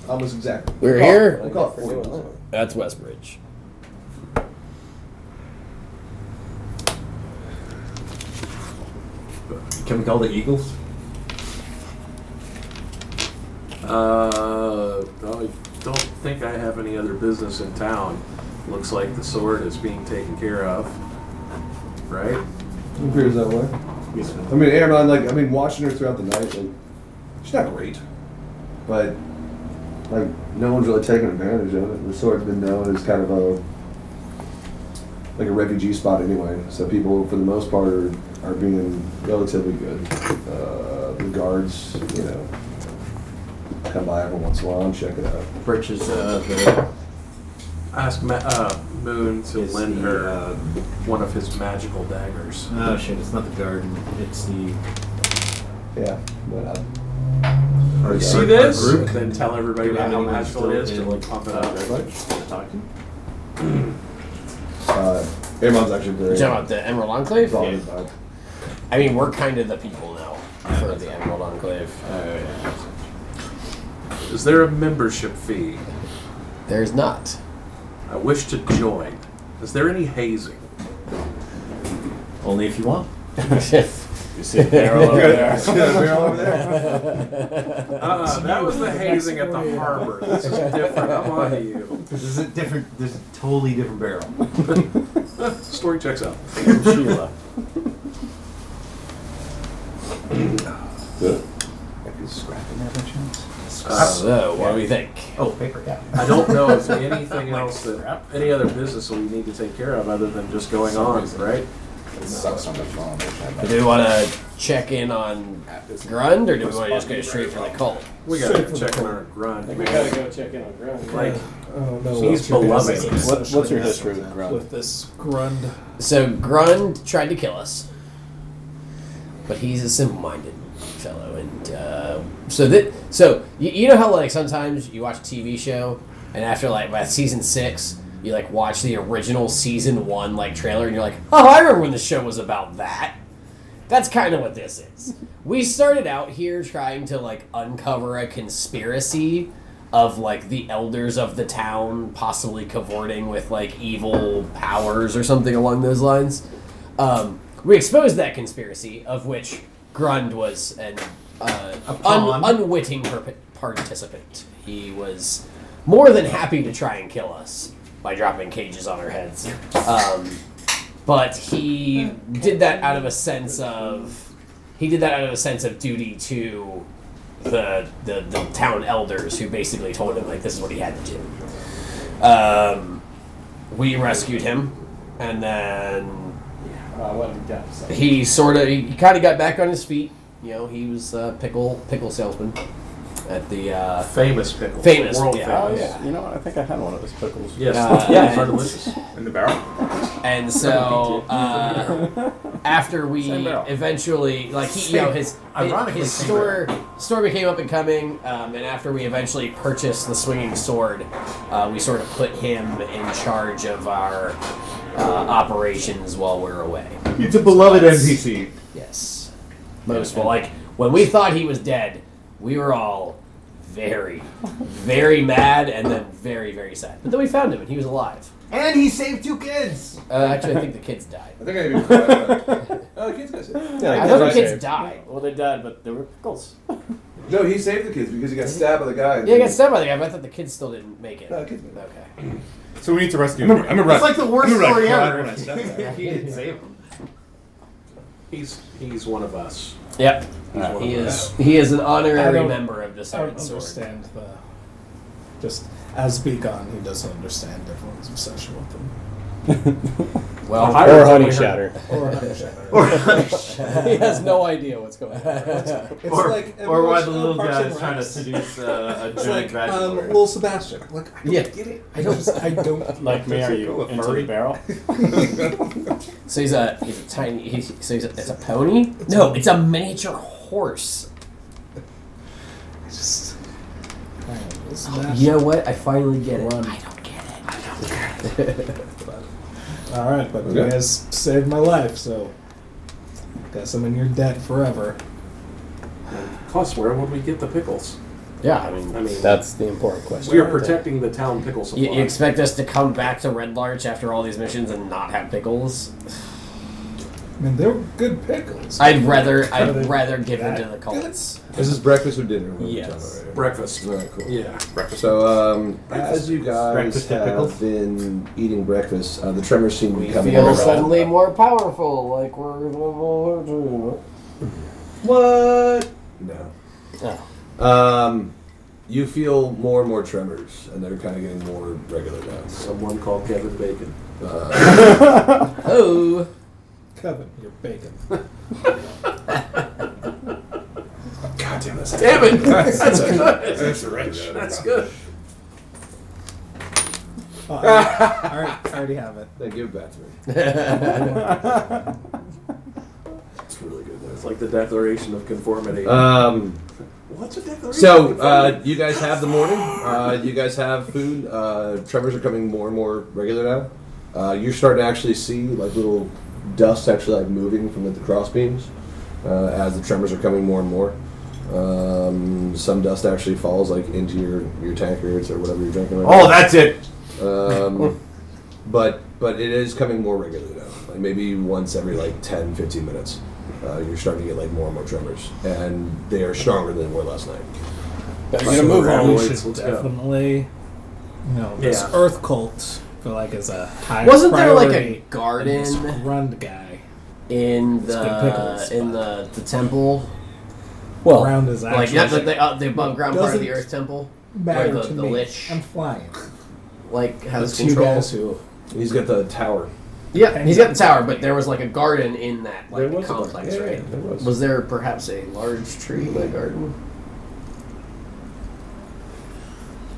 Speaker 3: Almost exactly. Call
Speaker 6: We're
Speaker 3: it-
Speaker 6: here?
Speaker 3: we'll call it 40 miles away.
Speaker 6: That's Westbridge.
Speaker 2: Can we call the Eagles?
Speaker 7: Uh, I don't think I have any other business in town. Looks like the sword is being taken care of. Right?
Speaker 3: It appears that way. I mean, Aaron, like, I mean, watching her throughout the night, like, she's not great, but like, no one's really taking advantage of it. The sword's been known as kind of a like a refugee spot anyway, so people for the most part are, are being relatively good. Uh, the guards, you know, come by every once in a while and check it out.
Speaker 2: Birch is uh, the
Speaker 7: Ask Ma- uh, Moon to
Speaker 2: is
Speaker 7: lend
Speaker 2: the,
Speaker 7: her
Speaker 2: um,
Speaker 7: one of his magical daggers.
Speaker 2: Oh shit! It's not the garden. It's the.
Speaker 3: Yeah, but uh,
Speaker 7: You
Speaker 3: our
Speaker 7: see
Speaker 3: guard-
Speaker 7: this?
Speaker 3: our group-
Speaker 7: Then tell everybody about how magical it is to like pump it up.
Speaker 3: Uh, Aaron's actually
Speaker 6: You're
Speaker 3: very.
Speaker 6: talking about the Emerald Enclave?
Speaker 3: bothered by it.
Speaker 6: I mean, we're kind of the people now for the Emerald Enclave.
Speaker 7: Is there a membership fee?
Speaker 6: There's not.
Speaker 7: I wish to join. Is there any hazing?
Speaker 2: Only if you want.
Speaker 8: You see a barrel over there.
Speaker 7: Uh, that was the hazing at the harbor. This is different. I'm on to you.
Speaker 2: This is a different. This is a totally different barrel.
Speaker 7: Story checks out.
Speaker 8: Sheila.
Speaker 3: Good.
Speaker 6: so, what do we think?
Speaker 2: Oh, paper. Yeah.
Speaker 7: I don't know if anything else that any other business that we need to take care of other than just going on, right?
Speaker 4: It sucks on the phone.
Speaker 6: Do we want to check in on Grund, or do we want to just go straight for the cult?
Speaker 7: We gotta go check on our grunt.
Speaker 17: We gotta go check in on Grund.
Speaker 7: Like
Speaker 1: Oh no.
Speaker 7: he's beloved.
Speaker 8: What, what's your history with Grunt?
Speaker 1: with this grund.
Speaker 6: So Grund tried to kill us, but he's a simple-minded fellow, and uh, so that so you, you know how like sometimes you watch a TV show, and after like by season six, you like watch the original season one like trailer, and you're like, oh, I remember when the show was about that. That's kind of what this is. We started out here trying to like uncover a conspiracy of like the elders of the town possibly cavorting with like evil powers or something along those lines. Um, we exposed that conspiracy, of which Grund was an uh, un-
Speaker 2: pawn.
Speaker 6: unwitting perp- participant. He was more than happy to try and kill us by dropping cages on our heads. Um, but he did that out of a sense of he did that out of a sense of duty to the the, the town elders who basically told him like this is what he had to do. Um, we rescued him, and then
Speaker 8: Uh, let him down. So.
Speaker 6: he sort of he kind of got back on his feet. You know, he was a pickle pickle salesman at the uh,
Speaker 7: Famous pickles.
Speaker 6: Famous,
Speaker 7: World
Speaker 6: yeah.
Speaker 17: Oh
Speaker 7: famous.
Speaker 17: yeah, you know what? I think I had one of those pickles.
Speaker 7: Yes.
Speaker 6: Uh,
Speaker 7: yeah, these are
Speaker 6: and-
Speaker 7: delicious.
Speaker 4: in the barrel.
Speaker 6: And so uh, after we
Speaker 17: Same barrel.
Speaker 6: eventually, like he, you know, his
Speaker 8: Ironically,
Speaker 6: his
Speaker 8: same
Speaker 6: store store became up and coming, um, and after we eventually purchased the swinging sword, uh, we sort of put him in charge of our uh, operations while we're away.
Speaker 2: It's a beloved NPC.
Speaker 6: Yes, most well, like when we thought he was dead, we were all very, very mad, and then very, very sad. But then we found him, and he was alive.
Speaker 2: And he saved two kids.
Speaker 6: Uh, actually, I think the kids died.
Speaker 3: I think I even cried. about it. oh, the kids got saved.
Speaker 17: Yeah,
Speaker 6: I
Speaker 17: like
Speaker 6: thought the
Speaker 17: that's
Speaker 6: kids
Speaker 17: right.
Speaker 6: died.
Speaker 8: Well, they died, but they were pickles.
Speaker 3: No, he saved the kids because he got stabbed by the guy.
Speaker 6: Yeah, I got stabbed by the guy, but I thought the kids still didn't make it.
Speaker 3: No, the kids made it.
Speaker 6: Okay.
Speaker 4: So we need to rescue.
Speaker 2: Remember-
Speaker 4: him. I'm a
Speaker 8: It's like the worst
Speaker 4: I'm a
Speaker 8: story
Speaker 4: rat.
Speaker 8: ever.
Speaker 7: he didn't save him. He's he's one of us.
Speaker 6: Yep.
Speaker 7: Alright.
Speaker 6: He is he is an
Speaker 1: I
Speaker 6: honorary
Speaker 1: don't-
Speaker 6: member of the
Speaker 17: I don't
Speaker 6: Sergeant Sword.
Speaker 17: understand the. Just as Beacon, he doesn't understand everyone's obsession with him.
Speaker 6: Well,
Speaker 7: I
Speaker 10: Or
Speaker 7: remember
Speaker 10: honey
Speaker 7: we heard-
Speaker 10: shatter.
Speaker 17: Or Hunter
Speaker 10: he has no idea what's going on.
Speaker 1: It's
Speaker 8: or,
Speaker 1: like
Speaker 8: or
Speaker 1: everyone's
Speaker 8: why the
Speaker 1: from
Speaker 8: little
Speaker 1: Parks
Speaker 8: guy
Speaker 1: and
Speaker 8: is trying to
Speaker 1: Recs.
Speaker 8: seduce uh, a
Speaker 1: It's
Speaker 8: giant
Speaker 1: like um,
Speaker 8: bachelor.
Speaker 1: little Sebastian. Like I don't
Speaker 6: Yeah.
Speaker 1: get it. I don't. I don't.
Speaker 8: like me, are you
Speaker 4: Cool, a
Speaker 8: into
Speaker 4: furry.
Speaker 8: the barrel?
Speaker 6: so he's a he's a tiny he's so he's a, it's a pony? No, it's a miniature horse.
Speaker 1: I just. Oh,
Speaker 6: You know what? I finally get it.
Speaker 17: Run.
Speaker 6: I don't get it.
Speaker 17: All right, but
Speaker 3: Okay.
Speaker 17: you guys saved my life, so guess I'm in your debt forever.
Speaker 7: Plus, where would we get the pickles?
Speaker 10: yeah, I mean,
Speaker 7: I mean-
Speaker 10: that's the important question.
Speaker 7: We are protecting the town pickle
Speaker 6: You,
Speaker 7: supply.
Speaker 6: you expect us to come back to Red Larch after all these missions and not have pickles?
Speaker 17: I mean, they're good pickles.
Speaker 6: I'd rather
Speaker 17: Are
Speaker 6: I'd
Speaker 17: they
Speaker 6: rather give in
Speaker 17: that
Speaker 6: to the cults.
Speaker 3: This is breakfast or dinner? What are we
Speaker 6: Yes.
Speaker 3: talking about right here?
Speaker 7: Breakfast.
Speaker 3: All right, cool.
Speaker 7: Yeah.
Speaker 3: So, um, as you guys
Speaker 8: Breakfast at Pickles?
Speaker 3: have been eating breakfast, uh, the tremors seem to be
Speaker 6: We
Speaker 3: coming
Speaker 6: feel
Speaker 3: over.
Speaker 6: suddenly more powerful, like we're level.
Speaker 3: What? No.
Speaker 6: Oh.
Speaker 3: Um, you feel more and more tremors, and they're kind of getting more regular now.
Speaker 7: Someone called Kevin Bacon.
Speaker 6: Oh.
Speaker 17: Kevin, you're bacon.
Speaker 3: God damn, that's
Speaker 7: Damn it!
Speaker 3: that's good. That's rich.
Speaker 7: That's good.
Speaker 17: Oh, I, already, I already have it.
Speaker 3: They give it back to me. It's really good.
Speaker 7: It's like the Declaration of Conformity.
Speaker 3: Though. Um.
Speaker 7: What's a declaration?
Speaker 3: So uh, you guys have the morning. Uh, you guys have food. Uh, Trevor's are coming more and more regular now. Uh, you're starting to actually see like little dust actually like moving from like, the cross beams uh, as the tremors are coming more and more. Um, some dust actually falls like into your your tankards or whatever you're drinking. Right
Speaker 2: Oh, that's it.
Speaker 3: now. Um, but but it is coming more regularly now. Like maybe once every like 10, 15 minutes, uh, you're starting to get like more and more tremors, and they are stronger than they were last night.
Speaker 17: But
Speaker 7: Let's move on.
Speaker 17: We
Speaker 7: Let's
Speaker 17: should
Speaker 7: go.
Speaker 17: definitely, you know, this
Speaker 7: Yeah.
Speaker 17: Earth cult for like as a high
Speaker 6: Wasn't there like a
Speaker 17: priority than this
Speaker 6: garden
Speaker 17: Grund guy
Speaker 6: in
Speaker 17: good
Speaker 6: the
Speaker 17: pickles.
Speaker 6: in the, the temple?
Speaker 10: Well,
Speaker 17: around his
Speaker 6: Like
Speaker 17: actual
Speaker 6: not the, the, uh, the above ground part of the
Speaker 17: Doesn't
Speaker 6: Earth Temple?
Speaker 17: matter
Speaker 6: like the-
Speaker 17: to
Speaker 6: the
Speaker 17: me.
Speaker 6: lich.
Speaker 17: I'm flying.
Speaker 6: Like
Speaker 17: The
Speaker 6: has
Speaker 17: two
Speaker 6: control?
Speaker 17: guys who
Speaker 3: He's got the tower.
Speaker 6: Yeah, he's got the tower, but there was like a garden in that
Speaker 3: There
Speaker 6: like
Speaker 3: was a garden.
Speaker 6: complex,
Speaker 3: Yeah,
Speaker 6: right?
Speaker 3: yeah, there was.
Speaker 6: there perhaps a large tree by garden?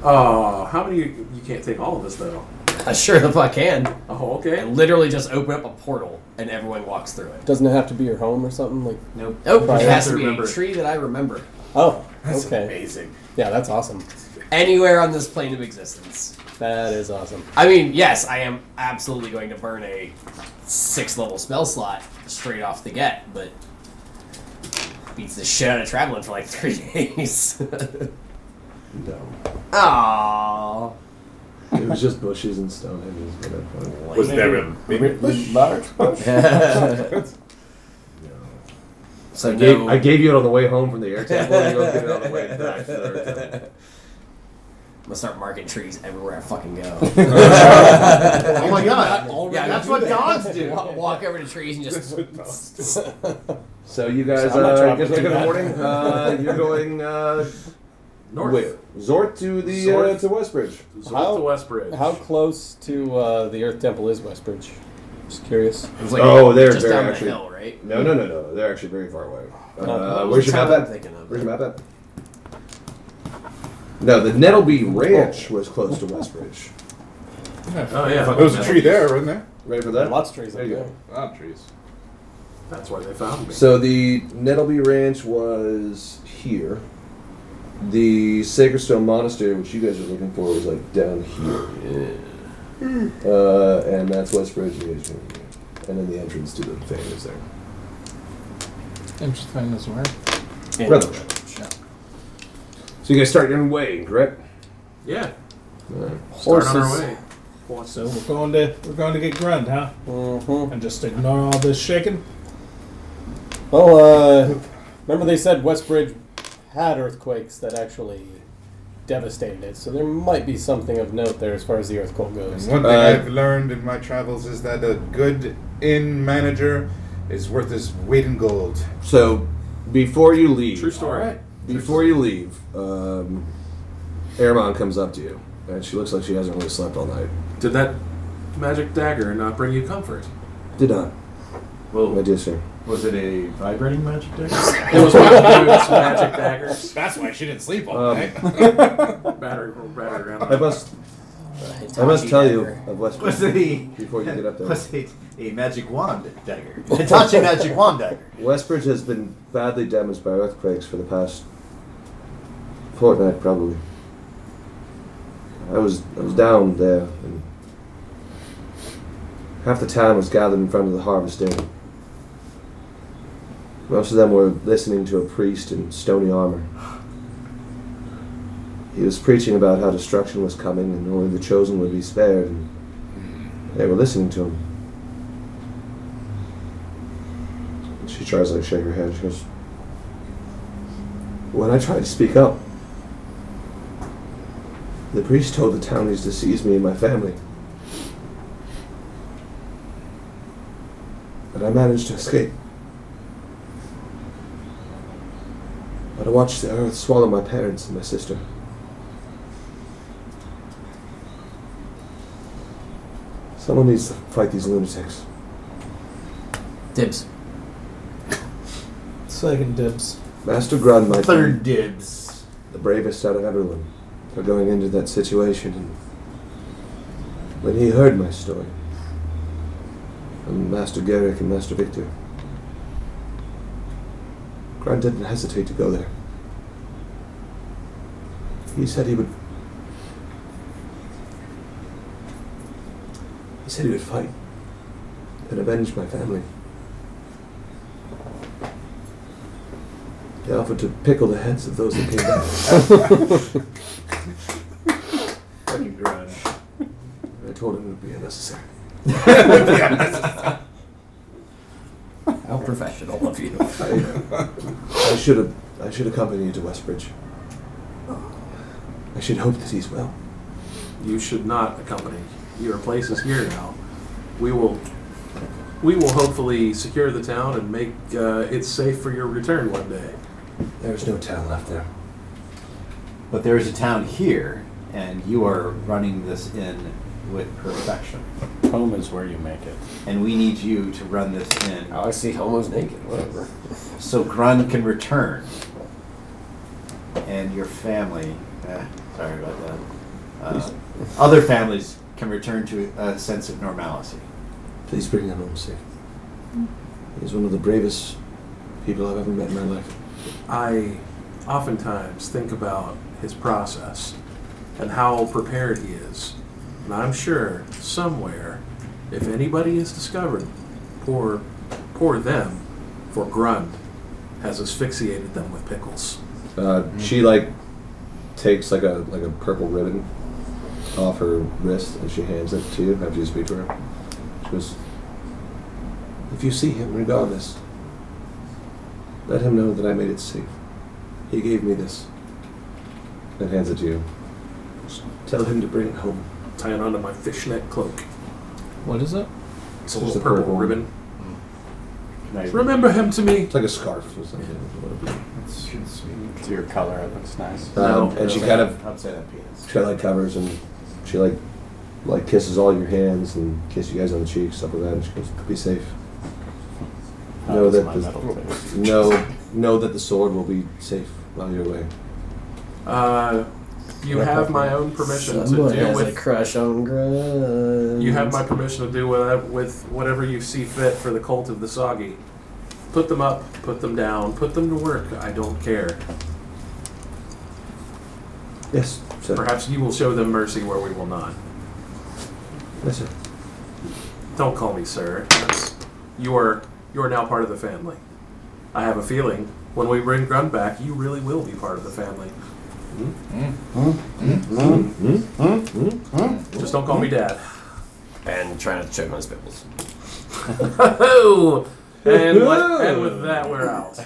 Speaker 7: Oh, how many? You can't take all of this though.
Speaker 6: I Uh, sure the fuck can.
Speaker 7: Oh,
Speaker 6: I
Speaker 7: okay.
Speaker 6: literally just open up a portal and everyone walks through it.
Speaker 10: doesn't it have to be your home or something? Like,
Speaker 8: Nope.
Speaker 6: Nope,
Speaker 10: Right.
Speaker 6: it
Speaker 10: I
Speaker 6: has to be
Speaker 8: remember.
Speaker 6: a tree that I remember.
Speaker 10: oh,
Speaker 4: That's
Speaker 10: okay,
Speaker 4: amazing.
Speaker 10: yeah, that's awesome.
Speaker 6: Anywhere on this plane of existence.
Speaker 10: That is awesome.
Speaker 6: I mean, yes, I am absolutely going to burn a six level spell slot straight off the get, but beats the shit out of traveling for like three days. Aww.
Speaker 5: It was just bushes and stone hedges. but I thought-
Speaker 6: Was there a
Speaker 8: big large bush?
Speaker 5: I, gave, I gave you it on the way home from the air temple. and you don't give it on the way back. to the air temple.
Speaker 6: I'm gonna start marking trees everywhere I fucking go.
Speaker 8: Oh my God.
Speaker 6: Yeah,
Speaker 8: That's what dogs do.
Speaker 6: Walk, walk over to trees and just.
Speaker 3: So you guys,
Speaker 8: So I'm not
Speaker 3: uh, you
Speaker 8: traveling
Speaker 3: guys wake
Speaker 8: too
Speaker 3: up in the
Speaker 8: bad.
Speaker 3: morning. Uh, you're going uh,
Speaker 7: North.
Speaker 3: where? Zort to the Uh,
Speaker 7: Zort.
Speaker 3: to Westbridge.
Speaker 7: Zort
Speaker 10: How-
Speaker 7: to Westbridge.
Speaker 10: How close to uh, the Earth Temple is Westbridge? Just curious.
Speaker 6: was like
Speaker 3: oh, they're
Speaker 6: just
Speaker 3: very
Speaker 6: down the
Speaker 3: actually.
Speaker 6: hill, right?
Speaker 3: No, no, no, no. They're actually very far away. Uh,
Speaker 10: Oh.
Speaker 3: where's your map
Speaker 6: That's what I'm
Speaker 3: at?
Speaker 6: thinking of.
Speaker 3: Where's your map at? No, the Nettleby
Speaker 8: Oh.
Speaker 3: Ranch was close to Westbridge.
Speaker 7: Oh yeah,
Speaker 4: There was a tree there, wasn't there?
Speaker 3: Ready for
Speaker 10: There
Speaker 3: that?
Speaker 10: are lots of trees up
Speaker 3: There you
Speaker 10: there.
Speaker 3: go.
Speaker 4: A lot of trees.
Speaker 7: that's why they found me.
Speaker 3: So the Nettleby Ranch was here. The Sacred Stone Monastery, which you guys were looking for, was like down here. Uh, and that's Westbridge Engagement. And then the entrance to the thing is there.
Speaker 17: Interesting as well.
Speaker 3: Rather. So you guys start your way, correct?
Speaker 7: yeah, start on our
Speaker 17: Horses.
Speaker 7: way.
Speaker 1: So we're going to we're going to get grunned, huh?
Speaker 10: Mm-hmm.
Speaker 1: And just ignore all this shaking.
Speaker 10: Well, uh, remember they said Westbridge had earthquakes that actually devastated it, so there might be something of note there as far as the earthquake goes.
Speaker 4: One thing
Speaker 3: Uh,
Speaker 4: I've learned in my travels is that a good inn manager is worth his weight in gold.
Speaker 3: So before you leave,
Speaker 7: True story.
Speaker 3: Before you leave, um, Aramon comes up to you, and she looks like she hasn't really slept all night.
Speaker 7: Did that magic dagger not bring you comfort?
Speaker 3: Did not, my
Speaker 2: Well,
Speaker 3: dear sir.
Speaker 2: was it a vibrating magic deck?
Speaker 7: It was one of those magic daggers.
Speaker 8: That's why she didn't sleep all
Speaker 3: Um,
Speaker 8: night.
Speaker 7: Battery, battery around.
Speaker 3: I must, I must tell you of Westbrook
Speaker 2: Was a
Speaker 3: before you get up there.
Speaker 2: was a, a magic wand dagger? Hitachi magic wand dagger.
Speaker 3: Westbridge has been badly damaged by earthquakes for the past fortnight, probably. I was I was down there, and half the town was gathered in front of the harvest inn. Most of them were listening to a priest in stony armor. He was preaching about how destruction was coming and only the chosen would be spared, and they were listening to him. She tries to like, shake her head. She goes, When I tried to speak up, the priest told the townies to seize me and my family. But I managed to escape. But I watched the earth swallow my parents and my sister. Someone needs to fight these lunatics.
Speaker 6: Dibs.
Speaker 17: Second dibs.
Speaker 3: Master Grun, my
Speaker 2: Third dibs.
Speaker 3: the bravest out of everyone for going into that situation. And when he heard my story, and Master Garrick and Master Victor, Grant didn't hesitate to go there. He said he would. He said he would fight and avenge my family. He offered to pickle the heads of those that came back.
Speaker 8: Fucking grunge.
Speaker 3: I told him it would be unnecessary.
Speaker 6: How professional of you.
Speaker 3: I, I should have. I should accompany you to Westbridge. I should hope that he's well.
Speaker 7: you should not accompany. Your place is here now. We will, we will hopefully secure the town and make uh, it safe for your return one day.
Speaker 3: There is no town left there.
Speaker 2: But there is a town here, and you are running this inn with perfection.
Speaker 8: Home is where you make it.
Speaker 2: And we need you to run this inn
Speaker 6: I see Homo's naked. Whatever.
Speaker 2: so Grun can return. And your family, eh, sorry about that, uh, other families can return to a sense of normalcy.
Speaker 3: Please bring him home safe. He's one of the bravest people I've ever met in my life.
Speaker 7: I oftentimes think about his process and how prepared he is. And I'm sure somewhere, if anybody is discovered, poor, poor them for Grund has asphyxiated them with pickles.
Speaker 3: Uh, She like takes like a like a purple ribbon off her wrist and she hands it to you after you speak to her. She goes, "If you see him, regardless, let him know that I made it safe. He gave me this." And hands it to you. Just tell him to bring it home.
Speaker 7: Tie it onto my fishnet cloak.
Speaker 10: What is it?
Speaker 7: It's a
Speaker 3: Just
Speaker 7: little
Speaker 3: a
Speaker 7: purple,
Speaker 3: purple one.
Speaker 7: ribbon. Remember him to me.
Speaker 3: It's like a scarf or something.
Speaker 8: It's your color. It looks nice.
Speaker 3: Um, and she kind of
Speaker 8: upset that penis.
Speaker 3: She like covers and she like like kisses all your hands and kisses you guys on the cheeks, stuff like that. And she goes, "Be safe.
Speaker 8: Oh,
Speaker 3: know
Speaker 8: that's
Speaker 3: that
Speaker 8: my metal
Speaker 3: the,
Speaker 8: taste.
Speaker 3: know know that the sword will be safe while you're away."
Speaker 7: Uh, you have my own permission
Speaker 6: Someone
Speaker 7: to do
Speaker 6: has a
Speaker 7: with
Speaker 6: crush on Grunt.
Speaker 7: You have my permission to do with, with whatever you see fit for the cult of the Soggy. Put them up, put them down, put them to work. I don't care.
Speaker 3: Yes, sir.
Speaker 7: Perhaps you will show them mercy where we will not.
Speaker 3: Yes, sir.
Speaker 7: Don't call me sir. That's- You are you are now part of the family. I have a feeling when we bring Grun back, you really will be part of the family. Just don't call me dad.
Speaker 6: And try not to choke on his pickles.
Speaker 7: Oh, and, with, and with that, we're out.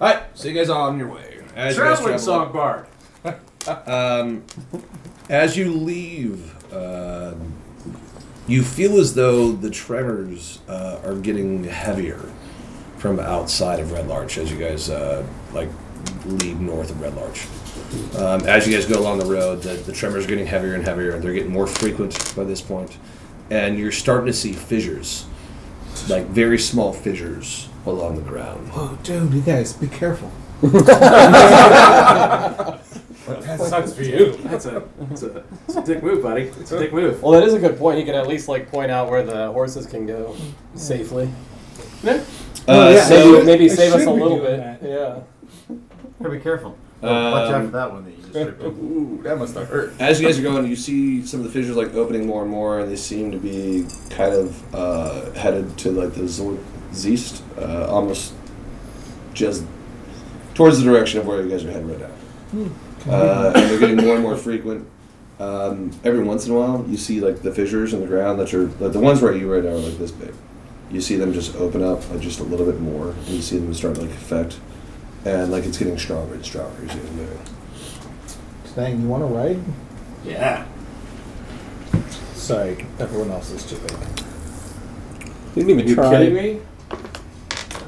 Speaker 3: All right, so you guys are on your way. As you guys
Speaker 7: Traveling
Speaker 3: travel-
Speaker 7: song bard.
Speaker 3: Um, as you leave, uh, you feel as though the tremors uh, are getting heavier from outside of Red Larch as you guys uh, like leave north of Red Larch. Um, as you guys go along the road, the, the tremors are getting heavier and heavier. They're getting more frequent by this point, and you're starting to see fissures, like very small fissures along the ground.
Speaker 1: Oh, dude, you guys, be careful.
Speaker 10: That sucks for you.
Speaker 7: That's a, that's a, that's a dick move, buddy. It's a dick move.
Speaker 10: Well, that is a good point. You could at least like point out where the horses can go safely. Yeah.
Speaker 3: Uh,
Speaker 10: maybe,
Speaker 3: so-
Speaker 10: maybe
Speaker 17: I
Speaker 10: save us
Speaker 17: should
Speaker 10: a
Speaker 17: be
Speaker 10: little
Speaker 17: doing
Speaker 10: bit.
Speaker 17: that.
Speaker 10: Yeah.
Speaker 8: Gotta be careful. Oh, Watch out for
Speaker 3: Um,
Speaker 8: that one that you just tripped over.
Speaker 3: Ooh,
Speaker 8: that must have hurt.
Speaker 3: As you guys are going, you see some of the fissures like opening more and more, and they seem to be kind of uh, headed to like the zor- zeest, uh, almost just towards the direction of where you guys are headed right now. Uh, and they're getting more and more frequent. Um, every once in a while, you see like the fissures in the ground that are like the ones right you right now are like this big. You see them just open up like just a little bit more, and you see them start to, like affect, and like it's getting stronger and stronger as you guys move.
Speaker 1: Dang, you want to ride?
Speaker 8: Yeah.
Speaker 1: Sorry, everyone else is too big.
Speaker 10: Didn't even
Speaker 7: you
Speaker 10: try.
Speaker 7: kidding me?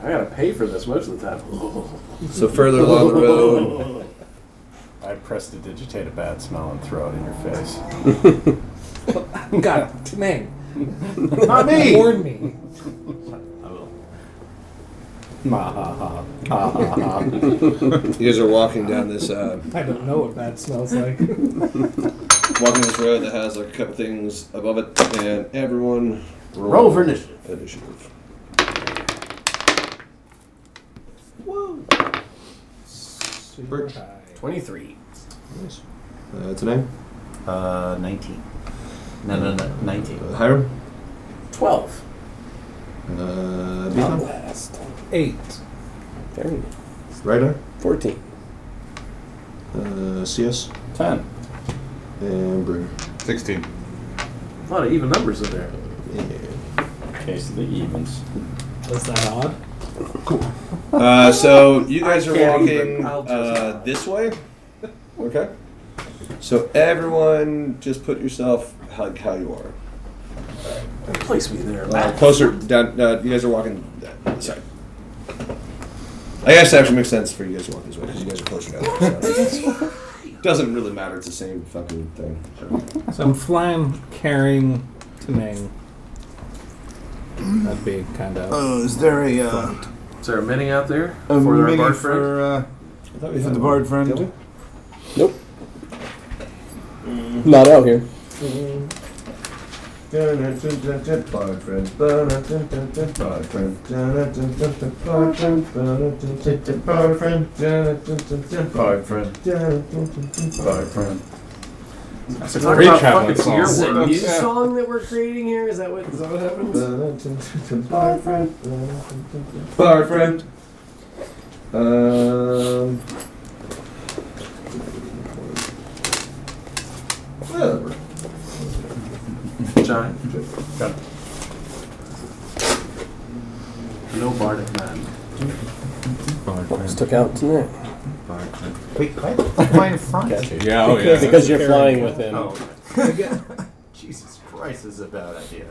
Speaker 7: I gotta pay for this most of the time.
Speaker 3: So further along the road,
Speaker 8: I press to digitate a bad smell and throw it in your face.
Speaker 1: God, dang.
Speaker 8: Not me.
Speaker 1: Warn me.
Speaker 8: I will.
Speaker 3: You guys are walking down this uh,
Speaker 1: I don't know what that smells like.
Speaker 3: walking this road that has like a couple things above it, and everyone
Speaker 8: Roll
Speaker 3: roll,
Speaker 8: for initiative.
Speaker 3: Initiative.
Speaker 1: Super
Speaker 3: Birch.
Speaker 1: high.
Speaker 6: 23.
Speaker 3: Nice. Uh, what's your name?
Speaker 8: Uh, 19. No, no, no, 19.
Speaker 3: Uh, Hiram.
Speaker 6: 12.
Speaker 3: Uh,
Speaker 10: Um,
Speaker 3: Beacon.
Speaker 6: Last.
Speaker 1: Eight.
Speaker 10: Very good.
Speaker 3: Ryder.
Speaker 6: 14.
Speaker 3: Uh, CS.
Speaker 8: 10.
Speaker 3: And Brew.
Speaker 4: 16.
Speaker 7: A lot of even numbers in there.
Speaker 3: Yeah.
Speaker 8: Case of the evens.
Speaker 17: Was that odd?
Speaker 3: Uh, so you guys are
Speaker 7: can't
Speaker 3: walking
Speaker 7: even- I'll just-
Speaker 3: uh, this way. Okay. So everyone, just put yourself like how you are.
Speaker 7: Place me there,
Speaker 3: Uh,
Speaker 7: Matt.
Speaker 3: closer down. Uh, you guys are walking. Uh, sorry. I guess it actually makes sense for you guys to walk this way because you guys are closer now. So. Doesn't really matter. It's the same fucking thing. So.
Speaker 1: So I'm flying, carrying Tanang. That'd be kind of.
Speaker 18: Oh, is there a, uh,
Speaker 7: Is there a mini out there
Speaker 18: a
Speaker 7: for our
Speaker 18: mini
Speaker 7: bard friend?
Speaker 18: for, uh,
Speaker 3: I thought
Speaker 18: for the bard
Speaker 3: Did we?
Speaker 18: friend?
Speaker 10: Nope. Not out here.
Speaker 3: Bard friend. Bard friend. Bard friend. Bard friend. Bard friend.
Speaker 8: Bye, friend.
Speaker 7: That's Talk
Speaker 4: great
Speaker 7: about
Speaker 4: traveling
Speaker 7: fucking
Speaker 4: song.
Speaker 7: earworms.
Speaker 4: Is
Speaker 6: Is it a new song that we're creating here? Is that what, is that what happens?
Speaker 3: Bard friend. Um. Whatever.
Speaker 7: John. No bardic man.
Speaker 10: Just took out tonight.
Speaker 2: Wait, what? Flying front?
Speaker 4: Yeah, oh
Speaker 10: because,
Speaker 4: yeah.
Speaker 10: because you're flying with him.
Speaker 8: Oh, okay. Jesus Christ, this is a bad idea.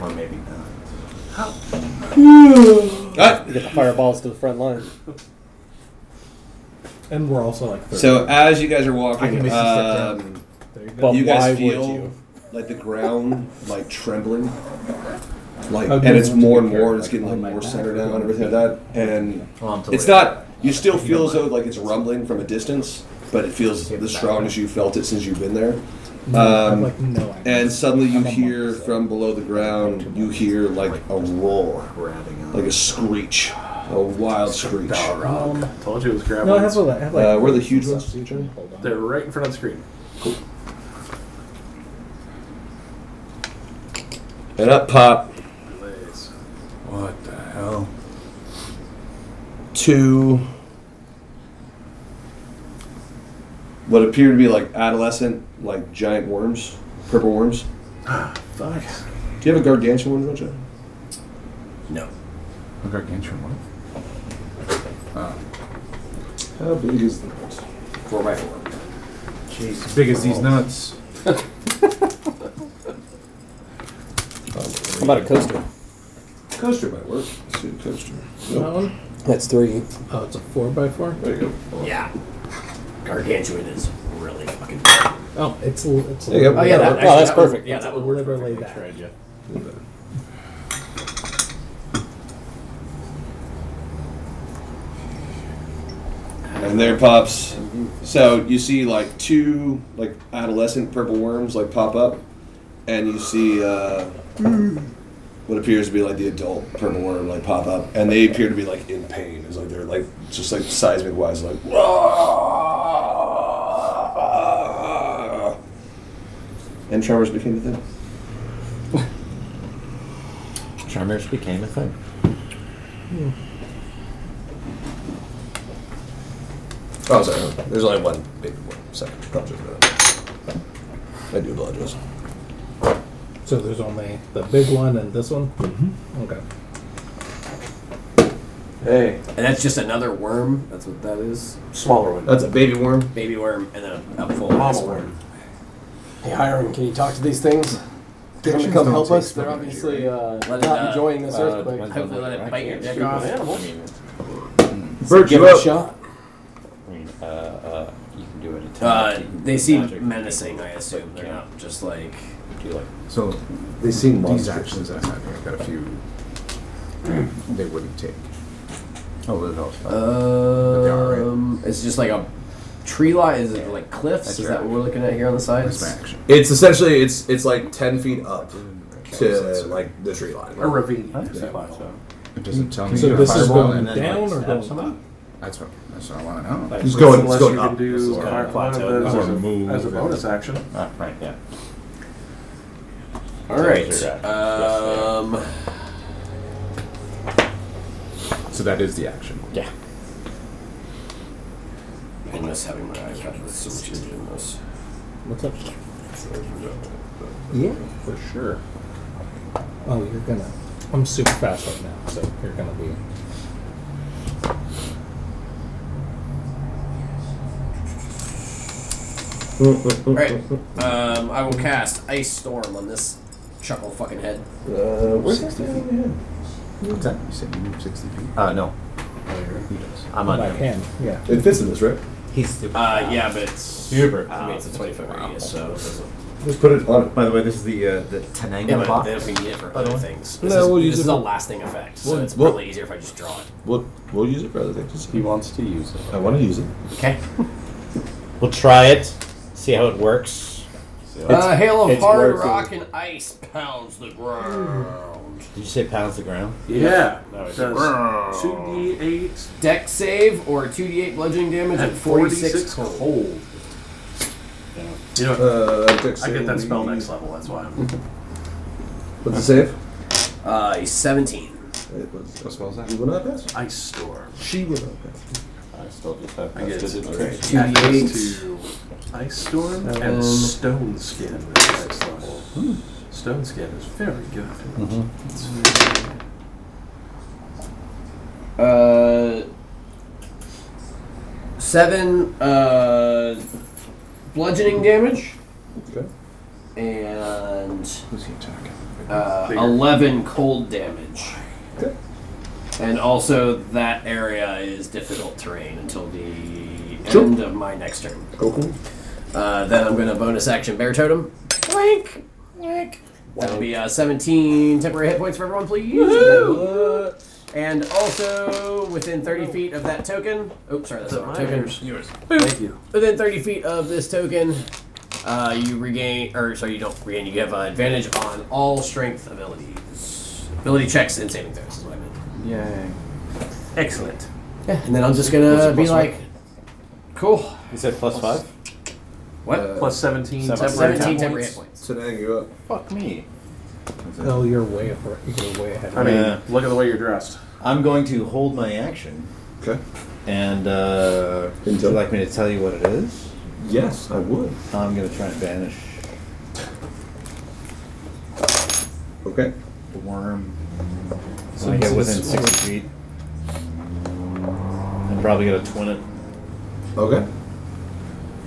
Speaker 8: Or maybe not.
Speaker 10: You get the fireballs to the front line.
Speaker 1: And we're also like. third.
Speaker 3: So as you guys are
Speaker 1: I can
Speaker 3: walking,
Speaker 1: basically step down
Speaker 3: um,
Speaker 1: There you go.
Speaker 10: But
Speaker 3: you
Speaker 10: why
Speaker 3: guys
Speaker 10: would
Speaker 3: feel
Speaker 10: you?
Speaker 3: like the ground like trembling, like
Speaker 1: Okay.
Speaker 3: and it's more and
Speaker 1: Take care.
Speaker 3: more, and it's getting like more centered down and everything like that. And
Speaker 2: Well, I'm totally-
Speaker 3: it's not. You still feel as though like it's rumbling from a distance, but it feels as strong as you felt it since you've been there.
Speaker 1: I have,
Speaker 3: Um,
Speaker 1: like no idea.
Speaker 3: And suddenly you
Speaker 1: I'm a monk,
Speaker 3: hear
Speaker 1: so-
Speaker 3: from below the ground, you hear like a roar,
Speaker 8: Grabbing on.
Speaker 3: like a screech, a wild screech. Uh,
Speaker 7: Told you it was grabbing.
Speaker 1: No, I have a I have like.
Speaker 3: where are uh, the huge ones? Adrian?
Speaker 1: Hold on.
Speaker 7: They're right in front of the screen.
Speaker 3: And up pop
Speaker 7: Blaze.
Speaker 4: What the hell?
Speaker 3: two what appear to be like adolescent, like giant worms, purple worms.
Speaker 7: Fuck.
Speaker 3: Do you have a gargantuan one, don't you?
Speaker 6: No.
Speaker 4: A gargantuan one?
Speaker 3: How big is the Four by four.
Speaker 2: Jeez, big as these nuts.
Speaker 10: How about a coaster?
Speaker 3: Coaster might work. Let's see, coaster.
Speaker 1: That one?
Speaker 10: That's three.
Speaker 1: Oh, it's a four by four.
Speaker 3: There you go.
Speaker 6: Yeah. Gargantuan is really fucking.
Speaker 1: Oh, it's l- it's.
Speaker 3: There you go.
Speaker 6: Oh yeah, that,
Speaker 10: Oh, that's
Speaker 6: actually, that would-
Speaker 10: perfect.
Speaker 6: yeah, that would work.
Speaker 1: Wherever lay that.
Speaker 8: Trade you.
Speaker 3: And there pops. So you see like two like adolescent purple worms like pop up, and you see uh, what appears to be like the adult purple worm like pop up, and they appear to be like in pain. It's like they're like just like seismic wise like. "Wah!" And tremors became a thing.
Speaker 2: Tremors became a thing.
Speaker 3: Oh, sorry. There's only one big one. Sorry. Apologize for that. I do apologize.
Speaker 1: So there's only the big one and this one. Mm-hmm. Okay.
Speaker 3: Hey,
Speaker 6: And that's just another worm. That's what that is.
Speaker 7: Smaller one.
Speaker 3: that's a baby worm.
Speaker 6: Baby worm and then a, a full
Speaker 7: Mama
Speaker 6: ass
Speaker 7: worm.
Speaker 6: worm.
Speaker 10: Hey, Hiram, can you talk to these things? Get them to come help us. They're obviously uh,
Speaker 6: Let
Speaker 10: not
Speaker 6: it, uh,
Speaker 10: enjoying this earthquake.
Speaker 6: Hopefully, let it bite your dick
Speaker 7: Shoot
Speaker 6: off.
Speaker 7: an animal.
Speaker 10: Bird, give it a shot.
Speaker 2: I mean, uh, uh, you can do it. attack,
Speaker 6: Uh,
Speaker 2: you can
Speaker 6: they
Speaker 2: do magic,
Speaker 6: seem
Speaker 2: you
Speaker 6: menacing. I assume they're
Speaker 2: Yeah.
Speaker 6: not just like.
Speaker 2: can Do like
Speaker 8: So
Speaker 3: They seem
Speaker 8: these actions I have, I've got a few they wouldn't take. Oh, but it also. they are, right?
Speaker 6: Um, it's just like a tree line. Is it like cliffs?
Speaker 8: That's
Speaker 6: is
Speaker 8: your
Speaker 6: that what we're looking at here on the sides?
Speaker 8: that's my action.
Speaker 3: It's essentially it's it's like ten feet up
Speaker 8: Okay, so
Speaker 3: to
Speaker 8: that's-
Speaker 3: like the tree line.
Speaker 7: A ravine.
Speaker 8: It doesn't tell me.
Speaker 1: So
Speaker 8: a
Speaker 1: this is
Speaker 8: fireball
Speaker 1: going
Speaker 8: and then,
Speaker 1: down
Speaker 8: like,
Speaker 1: or going up?
Speaker 8: That's what, that's what I want to know.
Speaker 3: It's going-
Speaker 7: Unless
Speaker 3: it's going
Speaker 7: you
Speaker 3: up.
Speaker 7: can do
Speaker 8: This is going
Speaker 7: fire
Speaker 8: up.
Speaker 7: one of
Speaker 8: Plateau.
Speaker 7: those
Speaker 8: Or
Speaker 7: as a,
Speaker 4: move
Speaker 7: as a
Speaker 4: and-
Speaker 7: bonus action.
Speaker 2: Ah, right, yeah.
Speaker 6: All right.
Speaker 2: Those are actions.
Speaker 6: Um,
Speaker 8: So that is the action.
Speaker 6: yeah. I miss having my iPad. That's so much easier than this.
Speaker 1: What's up?
Speaker 8: Yeah, for sure.
Speaker 1: Oh, you're gonna. I'm super fast right now, so you're gonna be.
Speaker 6: All right. Um, I will cast Ice Storm on this chuckle fucking head.
Speaker 3: Uh, where's that thing?
Speaker 8: What's that? You said you move 60 feet?
Speaker 2: Uh, no.
Speaker 8: He does.
Speaker 2: I'm
Speaker 1: If
Speaker 2: on
Speaker 1: I
Speaker 2: him.
Speaker 1: can, yeah.
Speaker 3: It fits in this, right?
Speaker 2: He's the.
Speaker 6: Uh, yeah, but it's
Speaker 2: Hubert.
Speaker 6: I mean, it's a 20 foot radius, so it doesn't.
Speaker 3: Just put it on.
Speaker 2: By the way, this is the uh, the Tenanga
Speaker 6: Yeah, but
Speaker 2: box.
Speaker 6: then we need it for other things. This
Speaker 3: No,
Speaker 6: is,
Speaker 3: we'll
Speaker 6: this
Speaker 3: use
Speaker 6: is
Speaker 3: it
Speaker 6: a
Speaker 3: for-
Speaker 6: lasting effect, so
Speaker 3: Well,
Speaker 6: it's
Speaker 3: well-
Speaker 6: probably easier if I just draw it.
Speaker 3: We'll we'll use it for other things.
Speaker 8: He wants to use it.
Speaker 3: I want to use it.
Speaker 6: Okay.
Speaker 18: We'll try it, see how it works.
Speaker 6: uh, hail of
Speaker 18: it's
Speaker 6: hard
Speaker 18: worth it.
Speaker 6: rock and ice pounds the ground.
Speaker 18: Did you say pounds the ground?
Speaker 7: Yeah.
Speaker 8: No, it's-
Speaker 7: Does 2d8
Speaker 6: Deck save or 2d8 bludgeoning damage
Speaker 7: and
Speaker 6: at 46 cold.
Speaker 7: cold. You know,
Speaker 3: Uh,
Speaker 7: I get that spell next level, that's why. I'm
Speaker 3: What's the save?
Speaker 6: Uh, 17.
Speaker 3: It was.
Speaker 19: What spell is that?
Speaker 3: You will not pass.
Speaker 7: Ice storm.
Speaker 3: She will not pass.
Speaker 19: I still just have
Speaker 7: I get
Speaker 19: disadvantage.
Speaker 7: two D8 to ice storm
Speaker 19: Um,
Speaker 7: and stone skin. with the next level. Stone skin is very good.
Speaker 19: Mhm.
Speaker 6: Uh, seven uh, bludgeoning damage.
Speaker 3: Okay.
Speaker 6: And who's
Speaker 19: he attacking?
Speaker 6: Uh,
Speaker 19: Bigger.
Speaker 6: Eleven cold damage. And also that area is difficult terrain until the
Speaker 3: Sure.
Speaker 6: end of my next turn.
Speaker 3: Okay.
Speaker 6: Uh, then I'm going to bonus action bear totem. Wink, wink. That'll be uh, 17 temporary hit points for everyone, please. And also within 30 feet of that token. Oops, sorry, that's
Speaker 7: Is it
Speaker 6: not our
Speaker 7: mine or
Speaker 6: token.
Speaker 7: yours? Yours.
Speaker 6: Boop.
Speaker 7: Thank you.
Speaker 6: Within 30 feet of this token, uh, you regain, or sorry, you don't regain. You have uh, advantage on all strength abilities, ability checks, and saving throws. Is what I meant.
Speaker 7: Yay.
Speaker 6: Excellent. Yeah, and then I'm just gonna be like, cool.
Speaker 2: You said plus five?
Speaker 6: What?
Speaker 7: Plus 17
Speaker 6: Seven-
Speaker 7: temporary
Speaker 6: 17
Speaker 7: hit
Speaker 6: temporary Uh, hit
Speaker 7: points.
Speaker 6: points.
Speaker 3: So dang you up.
Speaker 2: Fuck me.
Speaker 1: Oh, you're way ahead. You're way ahead.
Speaker 7: I mean,
Speaker 2: Yeah.
Speaker 7: look at the way you're dressed.
Speaker 2: I'm going to hold my action.
Speaker 3: Okay.
Speaker 2: And uh, would you
Speaker 3: Enjoy.
Speaker 2: like me to tell you what it is?
Speaker 3: Yes, I would.
Speaker 2: I'm going to try and banish
Speaker 3: Okay.
Speaker 2: the worm.
Speaker 1: So
Speaker 2: So I get
Speaker 1: this
Speaker 2: within
Speaker 1: is-
Speaker 2: 60 feet. I'm probably going to twin it
Speaker 3: Okay.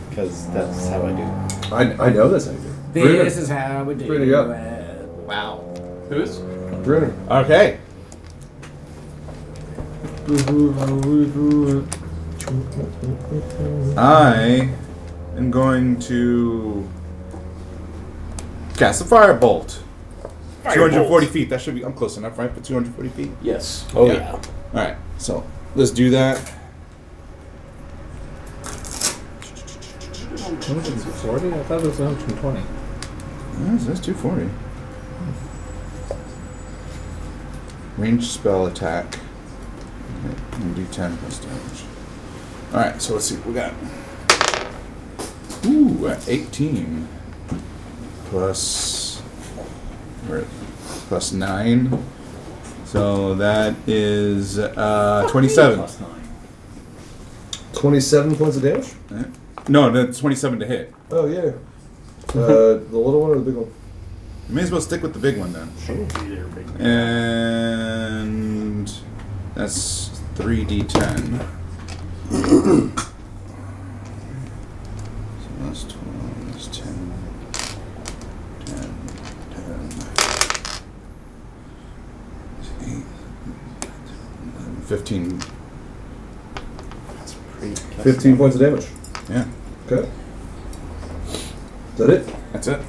Speaker 2: because that's how I do.
Speaker 3: I, I know this. I do.
Speaker 6: This is how we do
Speaker 3: Bruna, you up.
Speaker 6: it. Wow.
Speaker 7: Who is?
Speaker 3: Brunner.
Speaker 2: Okay.
Speaker 4: I am going to cast a firebolt. 240 feet. That should be. I'm close enough, right? For 240 feet.
Speaker 7: Yes.
Speaker 20: Oh
Speaker 4: Yeah.
Speaker 20: yeah.
Speaker 4: All right. So let's do that.
Speaker 21: 140? I thought it was 120.
Speaker 4: Yes, that's 240. Range spell attack. And do 10 plus damage. Alright, so let's see what we got. Ooh, uh, 18. Plus. Where, plus 9. So that is uh, 27.
Speaker 2: Plus nine.
Speaker 3: 27 points of damage?
Speaker 4: Uh-huh. No, that's 27 to hit.
Speaker 3: Oh, yeah. Uh, the little one or the big one?
Speaker 4: You may as well stick with the big one then.
Speaker 3: Sure.
Speaker 4: And that's 3d10. so that's 12, that's 10, 10, 10, 8, 15.
Speaker 3: 15 points of damage.
Speaker 4: Yeah,
Speaker 3: Okay. Is that it?
Speaker 4: that's it.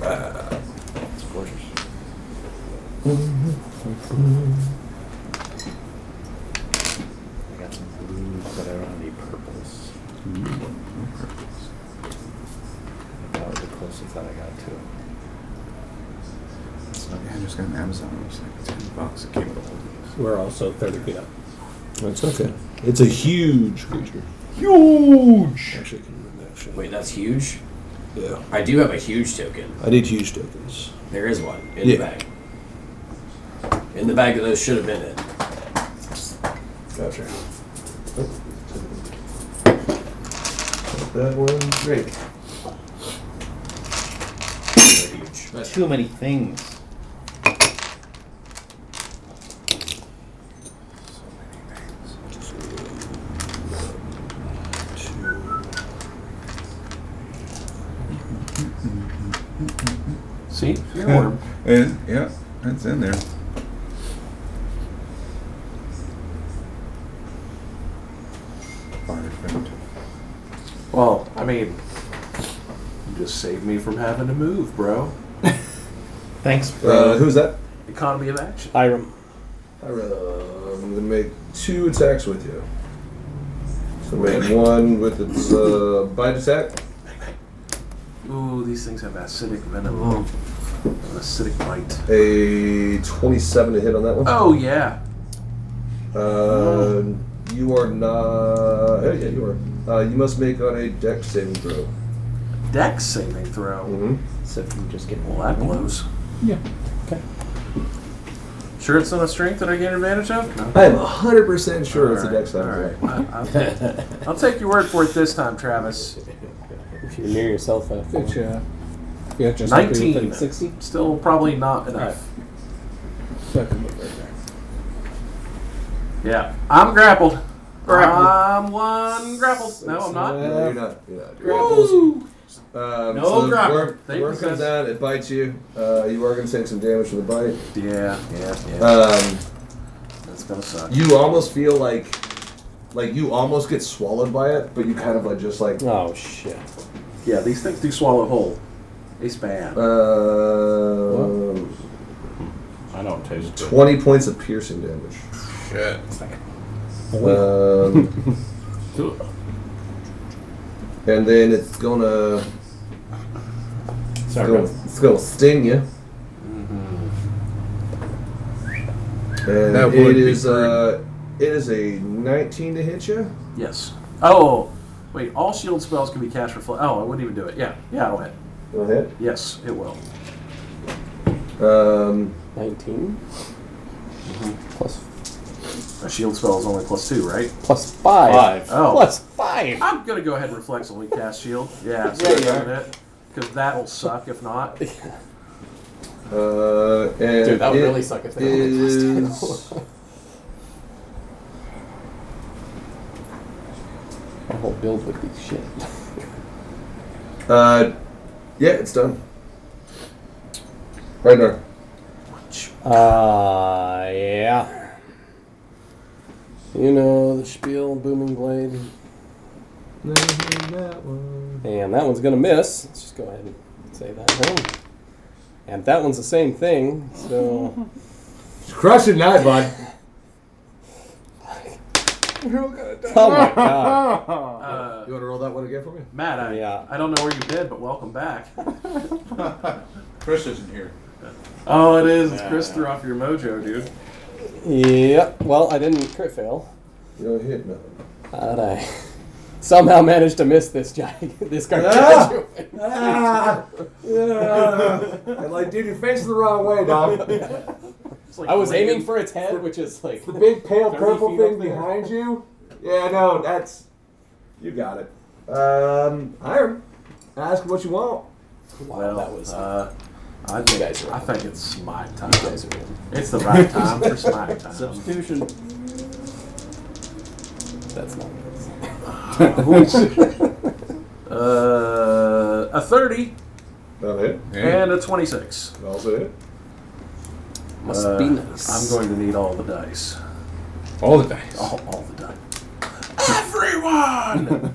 Speaker 2: It's gorgeous. I got some blues, but I don't have any purples. No purples. That was the closest that I got to it.
Speaker 4: Yeah, I just got an Amazon. It was like 10 bucks. It came with a whole
Speaker 1: We're also 30 feet up.
Speaker 3: That's okay. It's a huge creature.
Speaker 2: Huge!
Speaker 3: Actually, I can remember that shit.
Speaker 6: Wait, that's huge.
Speaker 3: Yeah.
Speaker 6: I do have a huge token.
Speaker 3: I did huge tokens.
Speaker 6: There is one in
Speaker 3: Yeah.
Speaker 6: the bag. In the bag that those should have been in.
Speaker 3: Gotcha. That one. Great.
Speaker 6: They're huge.
Speaker 2: Too many things.
Speaker 7: See? You're warm.
Speaker 4: Yeah, yeah, it's in there. Firefight.
Speaker 7: Well, I mean, you just saved me from having to move, bro.
Speaker 2: Thanks,
Speaker 3: Uh, who's that?
Speaker 7: Economy of action.
Speaker 20: Hiram.
Speaker 3: um, I'm gonna make two attacks with you. So make one with its uh, bite attack.
Speaker 7: Ooh, these things have acidic venom. An acidic bite.
Speaker 3: A 27 to hit on that one.
Speaker 7: Oh, yeah.
Speaker 3: Uh, you are not. Oh, yeah, you are. Uh, you must make on a dex saving throw.
Speaker 7: Dex saving throw.
Speaker 3: Mm-hmm.
Speaker 2: So if you just get
Speaker 7: Well, that blows.
Speaker 1: Yeah.
Speaker 7: Sure, it's not a strength that I gain advantage of. No.
Speaker 3: I am 100% sure it's a dex
Speaker 7: All
Speaker 3: saving
Speaker 7: right. I- I'll, I'll take your word for it this time, Travis.
Speaker 10: If you're near yourself, I think.
Speaker 17: Yeah. Yeah, just
Speaker 7: Nineteen.
Speaker 17: 60.
Speaker 7: Still probably not enough. Yeah, I'm grappled.
Speaker 6: Grappled.
Speaker 7: I'm one grappled. No, I'm not.
Speaker 3: No, you're not. You're not.
Speaker 7: Grapples.
Speaker 3: Um,
Speaker 7: No
Speaker 3: the
Speaker 7: grapple.
Speaker 3: worm-
Speaker 7: They
Speaker 3: worm
Speaker 7: possess-
Speaker 3: comes out, it bites you. Uh, you are going to take some damage from the bite.
Speaker 7: Yeah, yeah, yeah.
Speaker 3: Um,
Speaker 7: That's gonna suck.
Speaker 3: you almost feel like, like you almost get swallowed by it, but you kind of like just like
Speaker 10: Oh shit.
Speaker 7: Yeah, these things do swallow whole. It's bad.
Speaker 3: uh,
Speaker 8: I don't taste good.
Speaker 3: twenty points of piercing damage.
Speaker 8: Shit.
Speaker 3: Um, and then it's gonna, it's
Speaker 2: Sorry,
Speaker 3: gonna,
Speaker 2: bro.
Speaker 3: it's gonna sting you.
Speaker 8: Mm-hmm.
Speaker 3: And
Speaker 8: That would
Speaker 3: it
Speaker 8: be
Speaker 3: is uh, it is a nineteen to hit you.
Speaker 7: Yes. Oh, wait. All shield spells can be cast for fl- Oh, I wouldn't even do it. Yeah, yeah, I'll hit.
Speaker 3: It'll hit.
Speaker 7: Yes, it will.
Speaker 3: Um,
Speaker 10: 19 plus
Speaker 7: A shield spell is only plus two, right?
Speaker 10: plus five.
Speaker 2: Five.
Speaker 7: Oh.
Speaker 10: Plus five.
Speaker 7: I'm gonna go ahead and reflexively cast shield. Yeah,
Speaker 10: Yeah,
Speaker 7: so
Speaker 10: you
Speaker 7: yeah, Because that'll suck if not.
Speaker 3: uh, and
Speaker 10: Dude, that would
Speaker 3: it
Speaker 10: really suck if they only
Speaker 3: is
Speaker 10: plus two. My whole build would be shit.
Speaker 3: uh, yeah, it's done. Right now.
Speaker 10: Uh, yeah. You know the spiel, booming blade. And that one's gonna miss. Let's just go ahead and say that home. And that one's the same thing. So
Speaker 3: Crush it now, bud.
Speaker 10: oh my god,
Speaker 7: Uh,
Speaker 3: You want to roll that one again for me?
Speaker 7: Matt, I,
Speaker 10: Yeah.
Speaker 7: I don't know where you've been, but welcome back.
Speaker 4: Chris isn't here.
Speaker 7: Oh, it is. It's Chris threw off your mojo, dude.
Speaker 10: yep. Well, I didn't crit fail.
Speaker 3: You don't hit nothing.
Speaker 10: How did I somehow manage to miss this giant, this gargantuan?
Speaker 3: Ah, yeah. And like, dude, your face is the wrong way, dog. The
Speaker 7: It's like
Speaker 10: I was
Speaker 7: Reagan-
Speaker 10: aiming for its head, which is like
Speaker 3: big pale purple
Speaker 10: feet up
Speaker 3: thing
Speaker 10: there.
Speaker 3: behind you. Yeah, no, that's. You got it. Um, Hiram, ask what you want.
Speaker 10: wow,
Speaker 7: Well,
Speaker 10: that was
Speaker 7: Uh, I think,
Speaker 10: guys are-
Speaker 7: I think it's smite time.
Speaker 10: you guys are in.
Speaker 7: It's the right time for smite time.
Speaker 10: Substitution. That's not.
Speaker 7: Uh, a 30
Speaker 3: That hit.
Speaker 7: and a 26.
Speaker 3: Also hit.
Speaker 10: Must
Speaker 7: Uh,
Speaker 10: be nice.
Speaker 7: I'm going to need all the dice.
Speaker 4: All the dice.
Speaker 7: All, all the dice. Everyone!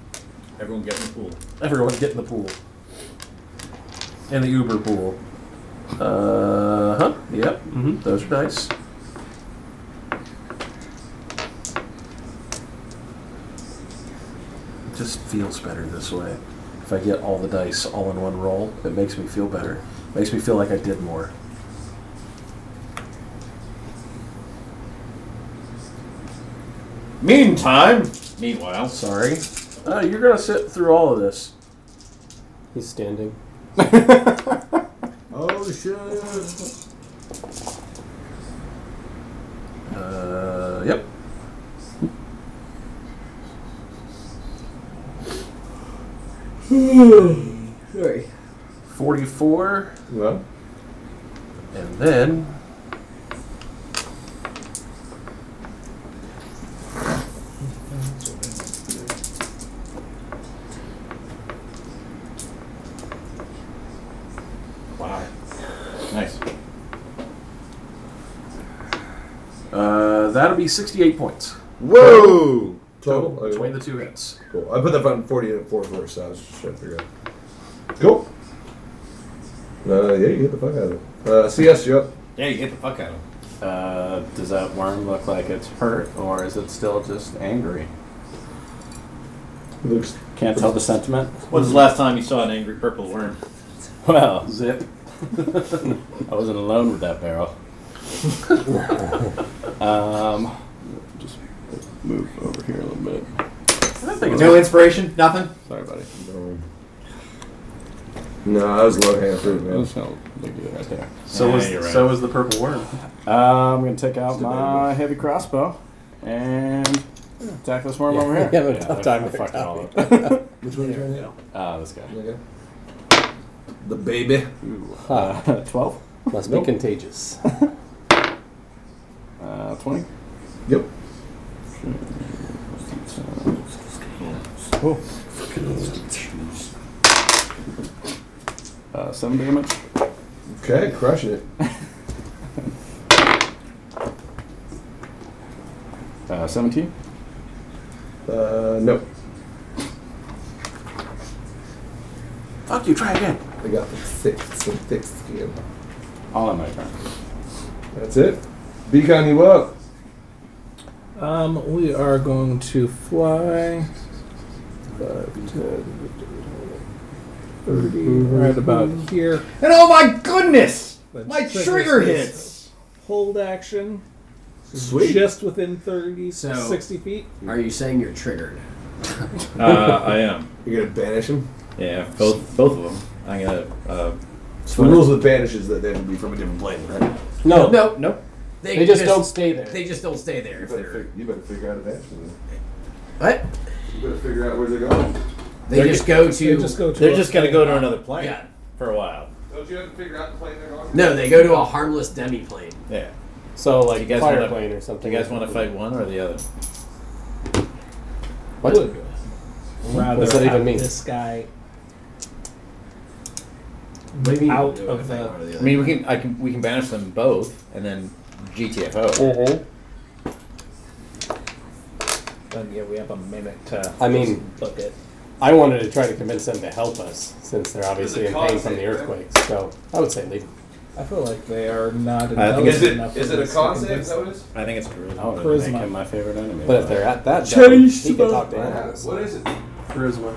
Speaker 4: Everyone get in the pool.
Speaker 7: Everyone get in the pool. In the Uber pool. Uh huh. Yep. hmm Those are dice. It just feels better this way. If I get all the dice all in one roll, it makes me feel better. Makes me feel like I did more.
Speaker 2: Meantime, meanwhile,
Speaker 7: Sorry. Uh, you're gonna sit through all of this.
Speaker 10: He's standing.
Speaker 3: Oh shit!
Speaker 7: Uh, yep.
Speaker 6: Sorry.
Speaker 7: Forty-four,
Speaker 3: Well,
Speaker 7: and then
Speaker 2: wow, nice.
Speaker 7: uh, that'll be sixty-eight points.
Speaker 4: Whoa!
Speaker 3: total.
Speaker 7: between
Speaker 3: Oh, Okay,
Speaker 7: the two hits.
Speaker 3: cool. I put that on 40 and 4 first, so I was just trying to figure out.
Speaker 4: Cool.
Speaker 3: Uh, yeah, you hit the fuck out of it. Uh, CS, you up.
Speaker 2: Yeah, you hit the fuck out of him.
Speaker 18: Uh, does that worm look like it's hurt, or is it still just angry?
Speaker 3: Looks
Speaker 18: Can't tell the sentiment.
Speaker 2: When's the last time you saw an angry purple worm?
Speaker 18: Well, zip. I wasn't alone with that barrel. um, just move over here a little bit.
Speaker 7: I don't think it's
Speaker 2: No inspiration, nothing.
Speaker 18: Sorry, buddy.
Speaker 3: No, I was low hand fruit, man.
Speaker 18: That was held.
Speaker 22: You do it right there.
Speaker 7: So is
Speaker 22: you're
Speaker 7: so is the purple worm.
Speaker 22: Uh, I'm gonna take out
Speaker 7: It's
Speaker 22: my heavy crossbow and attack this worm over here.
Speaker 10: Yeah, I'm having a tough time
Speaker 22: I
Speaker 10: with
Speaker 22: fucked
Speaker 10: that.
Speaker 22: all of it.
Speaker 3: Which one are you trying to hit?
Speaker 18: Ah,
Speaker 22: Uh, this guy.
Speaker 3: The baby.
Speaker 22: Uh, Twelve.
Speaker 10: Must
Speaker 22: Nope.
Speaker 10: be contagious.
Speaker 22: Uh, twenty.
Speaker 3: Yep.
Speaker 22: Cool. Uh, seven damage.
Speaker 3: Okay, crushing it.
Speaker 22: Uh, Seventeen.
Speaker 3: Uh, no.
Speaker 7: Fuck you, try again.
Speaker 3: I got the sixth, the sixth game.
Speaker 22: All in my turn.
Speaker 3: That's it. Beacon, you up.
Speaker 1: Um, we are going to fly.
Speaker 3: Five, 10,
Speaker 1: 30, right about here.
Speaker 2: And oh my goodness!
Speaker 1: That
Speaker 2: My
Speaker 1: triggers
Speaker 2: trigger
Speaker 1: this
Speaker 2: hits!
Speaker 1: Hold action.
Speaker 6: Sweet.
Speaker 1: Just within 30,
Speaker 6: So-
Speaker 1: 60 feet.
Speaker 6: Are you saying you're triggered?
Speaker 2: Uh, I am.
Speaker 3: You're gonna banish him?
Speaker 2: Yeah, both both of them. I'm gonna. Uh,
Speaker 3: So the rules with banish is that they have to be from a different plane, right?
Speaker 10: No.
Speaker 6: No, no.
Speaker 10: They just don't stay there.
Speaker 6: They just don't stay there.
Speaker 3: You
Speaker 6: If
Speaker 3: better,
Speaker 6: they're,
Speaker 3: fig- you better figure out a banish.
Speaker 6: what?
Speaker 3: You better figure out where they're going.
Speaker 6: They just go to.
Speaker 1: They just go to.
Speaker 2: they're
Speaker 1: a-
Speaker 2: just gonna go to another plane
Speaker 6: Yeah.
Speaker 2: for a while.
Speaker 3: Don't you have to figure out the plane they're on?
Speaker 6: No, they go to a harmless demi plane.
Speaker 2: Yeah.
Speaker 10: So
Speaker 2: You
Speaker 10: like
Speaker 2: guys
Speaker 10: fire
Speaker 2: wanna-
Speaker 10: plane or something.
Speaker 2: Do you guys want to fight one or the other?
Speaker 10: What?
Speaker 1: rather
Speaker 10: What's that even
Speaker 1: have
Speaker 10: mean?
Speaker 1: This guy
Speaker 6: Maybe you
Speaker 1: out
Speaker 6: do it,
Speaker 1: of
Speaker 6: I think, or
Speaker 1: the.
Speaker 6: the
Speaker 2: I
Speaker 6: other.
Speaker 2: mean, we can. I can. We can banish them both, and then GTFO.
Speaker 18: Mm-hmm.
Speaker 1: Then, yeah, we have a mimic to.
Speaker 10: I mean-
Speaker 1: look at.
Speaker 10: I wanted to try to convince them to help us since they're obviously
Speaker 3: it
Speaker 10: in pain
Speaker 3: cause
Speaker 10: from
Speaker 3: it,
Speaker 10: the
Speaker 3: right?
Speaker 10: earthquakes. So I would say leave. 'em.
Speaker 1: I feel like they are not
Speaker 2: I think
Speaker 1: intelligent
Speaker 2: it's-
Speaker 1: enough.
Speaker 3: Is
Speaker 1: for
Speaker 3: it a
Speaker 1: this
Speaker 3: con
Speaker 1: to
Speaker 3: save?
Speaker 1: convince
Speaker 3: Is that what it is?
Speaker 2: I think it's charisma.
Speaker 22: I would make
Speaker 1: Charisma.
Speaker 22: him my favorite enemy.
Speaker 10: But if they're at that depth,
Speaker 1: Chase
Speaker 10: he can
Speaker 1: them.
Speaker 10: talk to
Speaker 3: Yeah,
Speaker 10: animals.
Speaker 3: What is it?
Speaker 7: Charisma.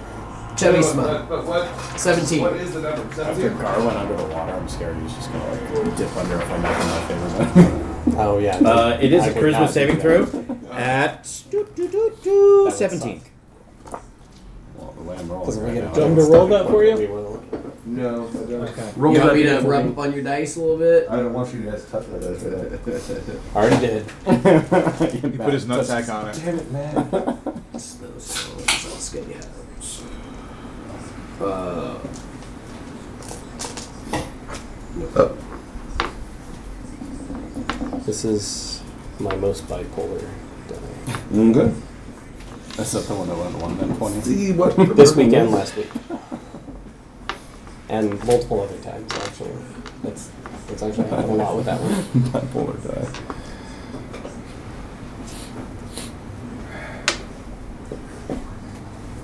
Speaker 6: Charisma.
Speaker 3: But, but what?
Speaker 6: 17.
Speaker 3: What is the number?
Speaker 22: After
Speaker 3: 17?
Speaker 22: Gar went under the water, I'm scared he's just gonna like dip under if I'm making my favorite enemy.
Speaker 10: Oh yeah.
Speaker 2: Uh, it is
Speaker 10: I
Speaker 2: a
Speaker 10: could not
Speaker 2: charisma
Speaker 10: do
Speaker 2: saving
Speaker 10: that.
Speaker 2: throw at
Speaker 10: That would suck.
Speaker 2: 17.
Speaker 22: Well, the way I'm rolling
Speaker 10: Doesn't
Speaker 22: right
Speaker 10: really
Speaker 22: now,
Speaker 10: get a
Speaker 1: Want me to roll that for you?
Speaker 10: We will-
Speaker 3: No, I don't.
Speaker 7: Roll
Speaker 6: you
Speaker 7: that
Speaker 6: want me to
Speaker 7: for
Speaker 6: rub
Speaker 7: me.
Speaker 6: up on your dice a little bit?
Speaker 3: I don't want you guys to touch that.
Speaker 10: I Already did.
Speaker 22: he
Speaker 4: He put his nutsack on it.
Speaker 3: Damn it, man.
Speaker 6: Those souls, those good habits. Uh,
Speaker 10: This is my most bipolar. day.
Speaker 3: Okay.
Speaker 22: That's up the one that went one then twenty.
Speaker 3: See what?
Speaker 10: This weekend, last week, and multiple other times actually. That's that's actually happened a lot with that one.
Speaker 22: Bipolar die.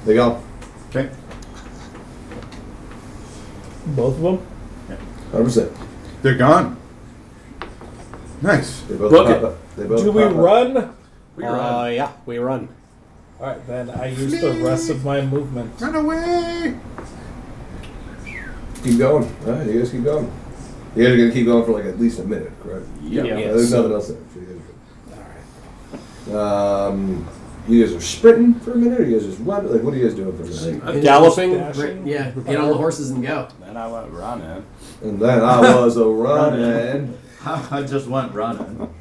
Speaker 3: They go.
Speaker 22: Okay.
Speaker 1: Both of them?
Speaker 3: 100%.
Speaker 4: They're gone. Nice.
Speaker 3: They both
Speaker 10: Book
Speaker 3: pop
Speaker 10: it.
Speaker 3: up. They both
Speaker 1: Do we
Speaker 3: pop up.
Speaker 1: run?
Speaker 7: We
Speaker 10: uh,
Speaker 7: run.
Speaker 10: yeah, we run.
Speaker 1: Alright, then I use the rest of my movement.
Speaker 4: Run away.
Speaker 3: Keep going. All right, you guys keep going. You guys are going to keep going for like at least a minute, correct?
Speaker 22: Yeah.
Speaker 3: Yeah, there's nothing else there. So you guys are good. Um, you guys are sprinting for a minute, or you guys just run? Like, what are you guys doing for a minute?
Speaker 10: Galloping.
Speaker 1: Dashing.
Speaker 6: yeah, get on the horses and go.
Speaker 22: Then I went running.
Speaker 3: And then I was a running.
Speaker 2: I just went running.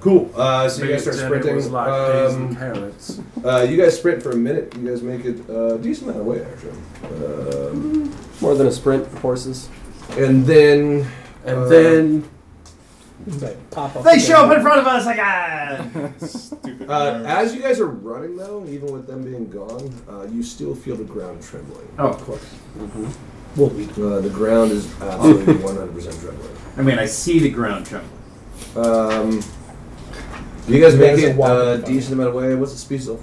Speaker 3: Cool. Uh, so you guys start
Speaker 7: Biggest enemy was
Speaker 3: sprinting.
Speaker 7: like days and
Speaker 3: Um,
Speaker 7: carrots.
Speaker 3: uh, you guys sprint for a minute. You guys make it uh, a decent amount of way, actually. Um,
Speaker 10: More than a sprint. Horses.
Speaker 3: and then
Speaker 7: And
Speaker 3: uh,
Speaker 7: then
Speaker 1: They pop up.
Speaker 2: They
Speaker 1: again.
Speaker 2: show up in front of us like ah.
Speaker 4: Stupid.
Speaker 3: Uh, as you guys are running, though, even with them being gone, uh, you still feel the ground trembling.
Speaker 7: oh, of course.
Speaker 1: Well, we
Speaker 3: Uh, the ground is absolutely 100% trembling.
Speaker 2: I mean, I see the ground trembling.
Speaker 3: Um, you guys make
Speaker 1: There's a
Speaker 3: it
Speaker 1: walking
Speaker 3: uh,
Speaker 1: bike.
Speaker 3: decent amount of way. What's the speed of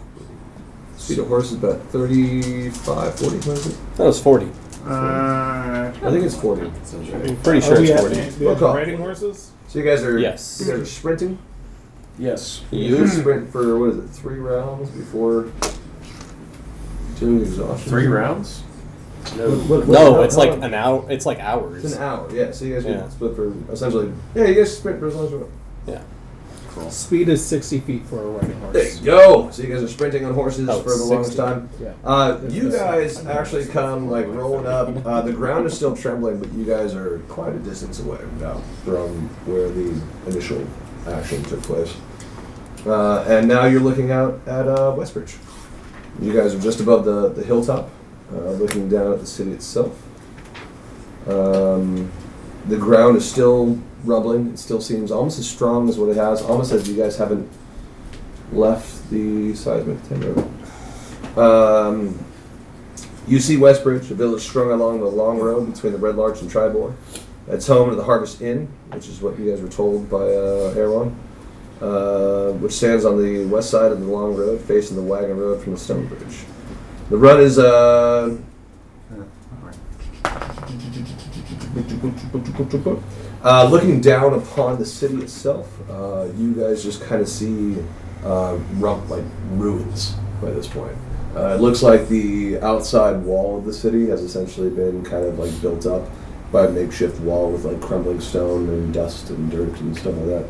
Speaker 3: speed of horse? Is about 35, 40, what is it?
Speaker 10: That was forty.
Speaker 2: Uh,
Speaker 3: I think it's 40.
Speaker 10: I'm pretty sure
Speaker 1: Are we
Speaker 10: it's
Speaker 1: at-
Speaker 10: forty.
Speaker 1: we have
Speaker 3: What call?
Speaker 1: riding horses?
Speaker 3: So you guys are
Speaker 10: Yes.
Speaker 3: you guys are sprinting.
Speaker 7: Yes.
Speaker 3: You sprint for what is it? Three rounds before doing exhaustion.
Speaker 7: Three rounds.
Speaker 3: What- what-
Speaker 10: No,
Speaker 3: how-
Speaker 10: it's
Speaker 3: how
Speaker 10: like
Speaker 3: long?
Speaker 10: an hour. It's like
Speaker 3: It's
Speaker 10: hours.
Speaker 3: an hour, yeah. So you guys
Speaker 10: Yeah.
Speaker 3: can split for essentially. Yeah, you guys sprint for as long as you want.
Speaker 10: Yeah.
Speaker 22: cool.
Speaker 17: Speed is 60 feet for a riding horse.
Speaker 3: There you go. So you guys are sprinting on horses
Speaker 17: Oh,
Speaker 3: for the
Speaker 17: 60.
Speaker 3: longest time.
Speaker 17: Yeah.
Speaker 3: Uh, you guys actually come like rolling up. Uh, the ground is still trembling, but you guys are quite a distance away now from where the initial action took place. Uh, and now you're looking out at uh, Westbridge. You guys are just above the, the hilltop, uh, looking down at the city itself. Um, the ground is still rumbling. It still seems almost as strong as what it has, almost as you guys haven't left the seismic tender. Um, you see Westbridge, a village strung along the long road between the Red Larch and Tribor. It's home to the Harvest Inn, which is what you guys were told by uh, Aaron, uh, which stands on the west side of the long road, facing the wagon road from the stone bridge. The run is uh, Uh, looking down upon the city itself, uh, you guys just kind of see uh, rump, like ruins by this point. Uh, it looks like the outside wall of the city has essentially been kind of like built up by a makeshift wall with like crumbling stone and dust and dirt and stuff like that.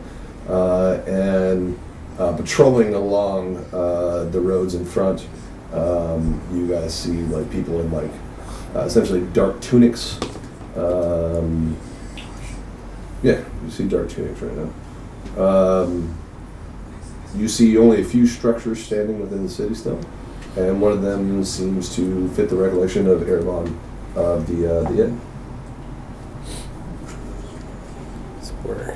Speaker 3: Uh, and uh, patrolling along uh, the roads in front, um, you guys see like people in like uh, essentially dark tunics. Um, yeah, you see dark tunics right now. Um, you see only a few structures standing within the city still, and one of them seems to fit the recollection of Erevon of the uh, the inn.
Speaker 10: We're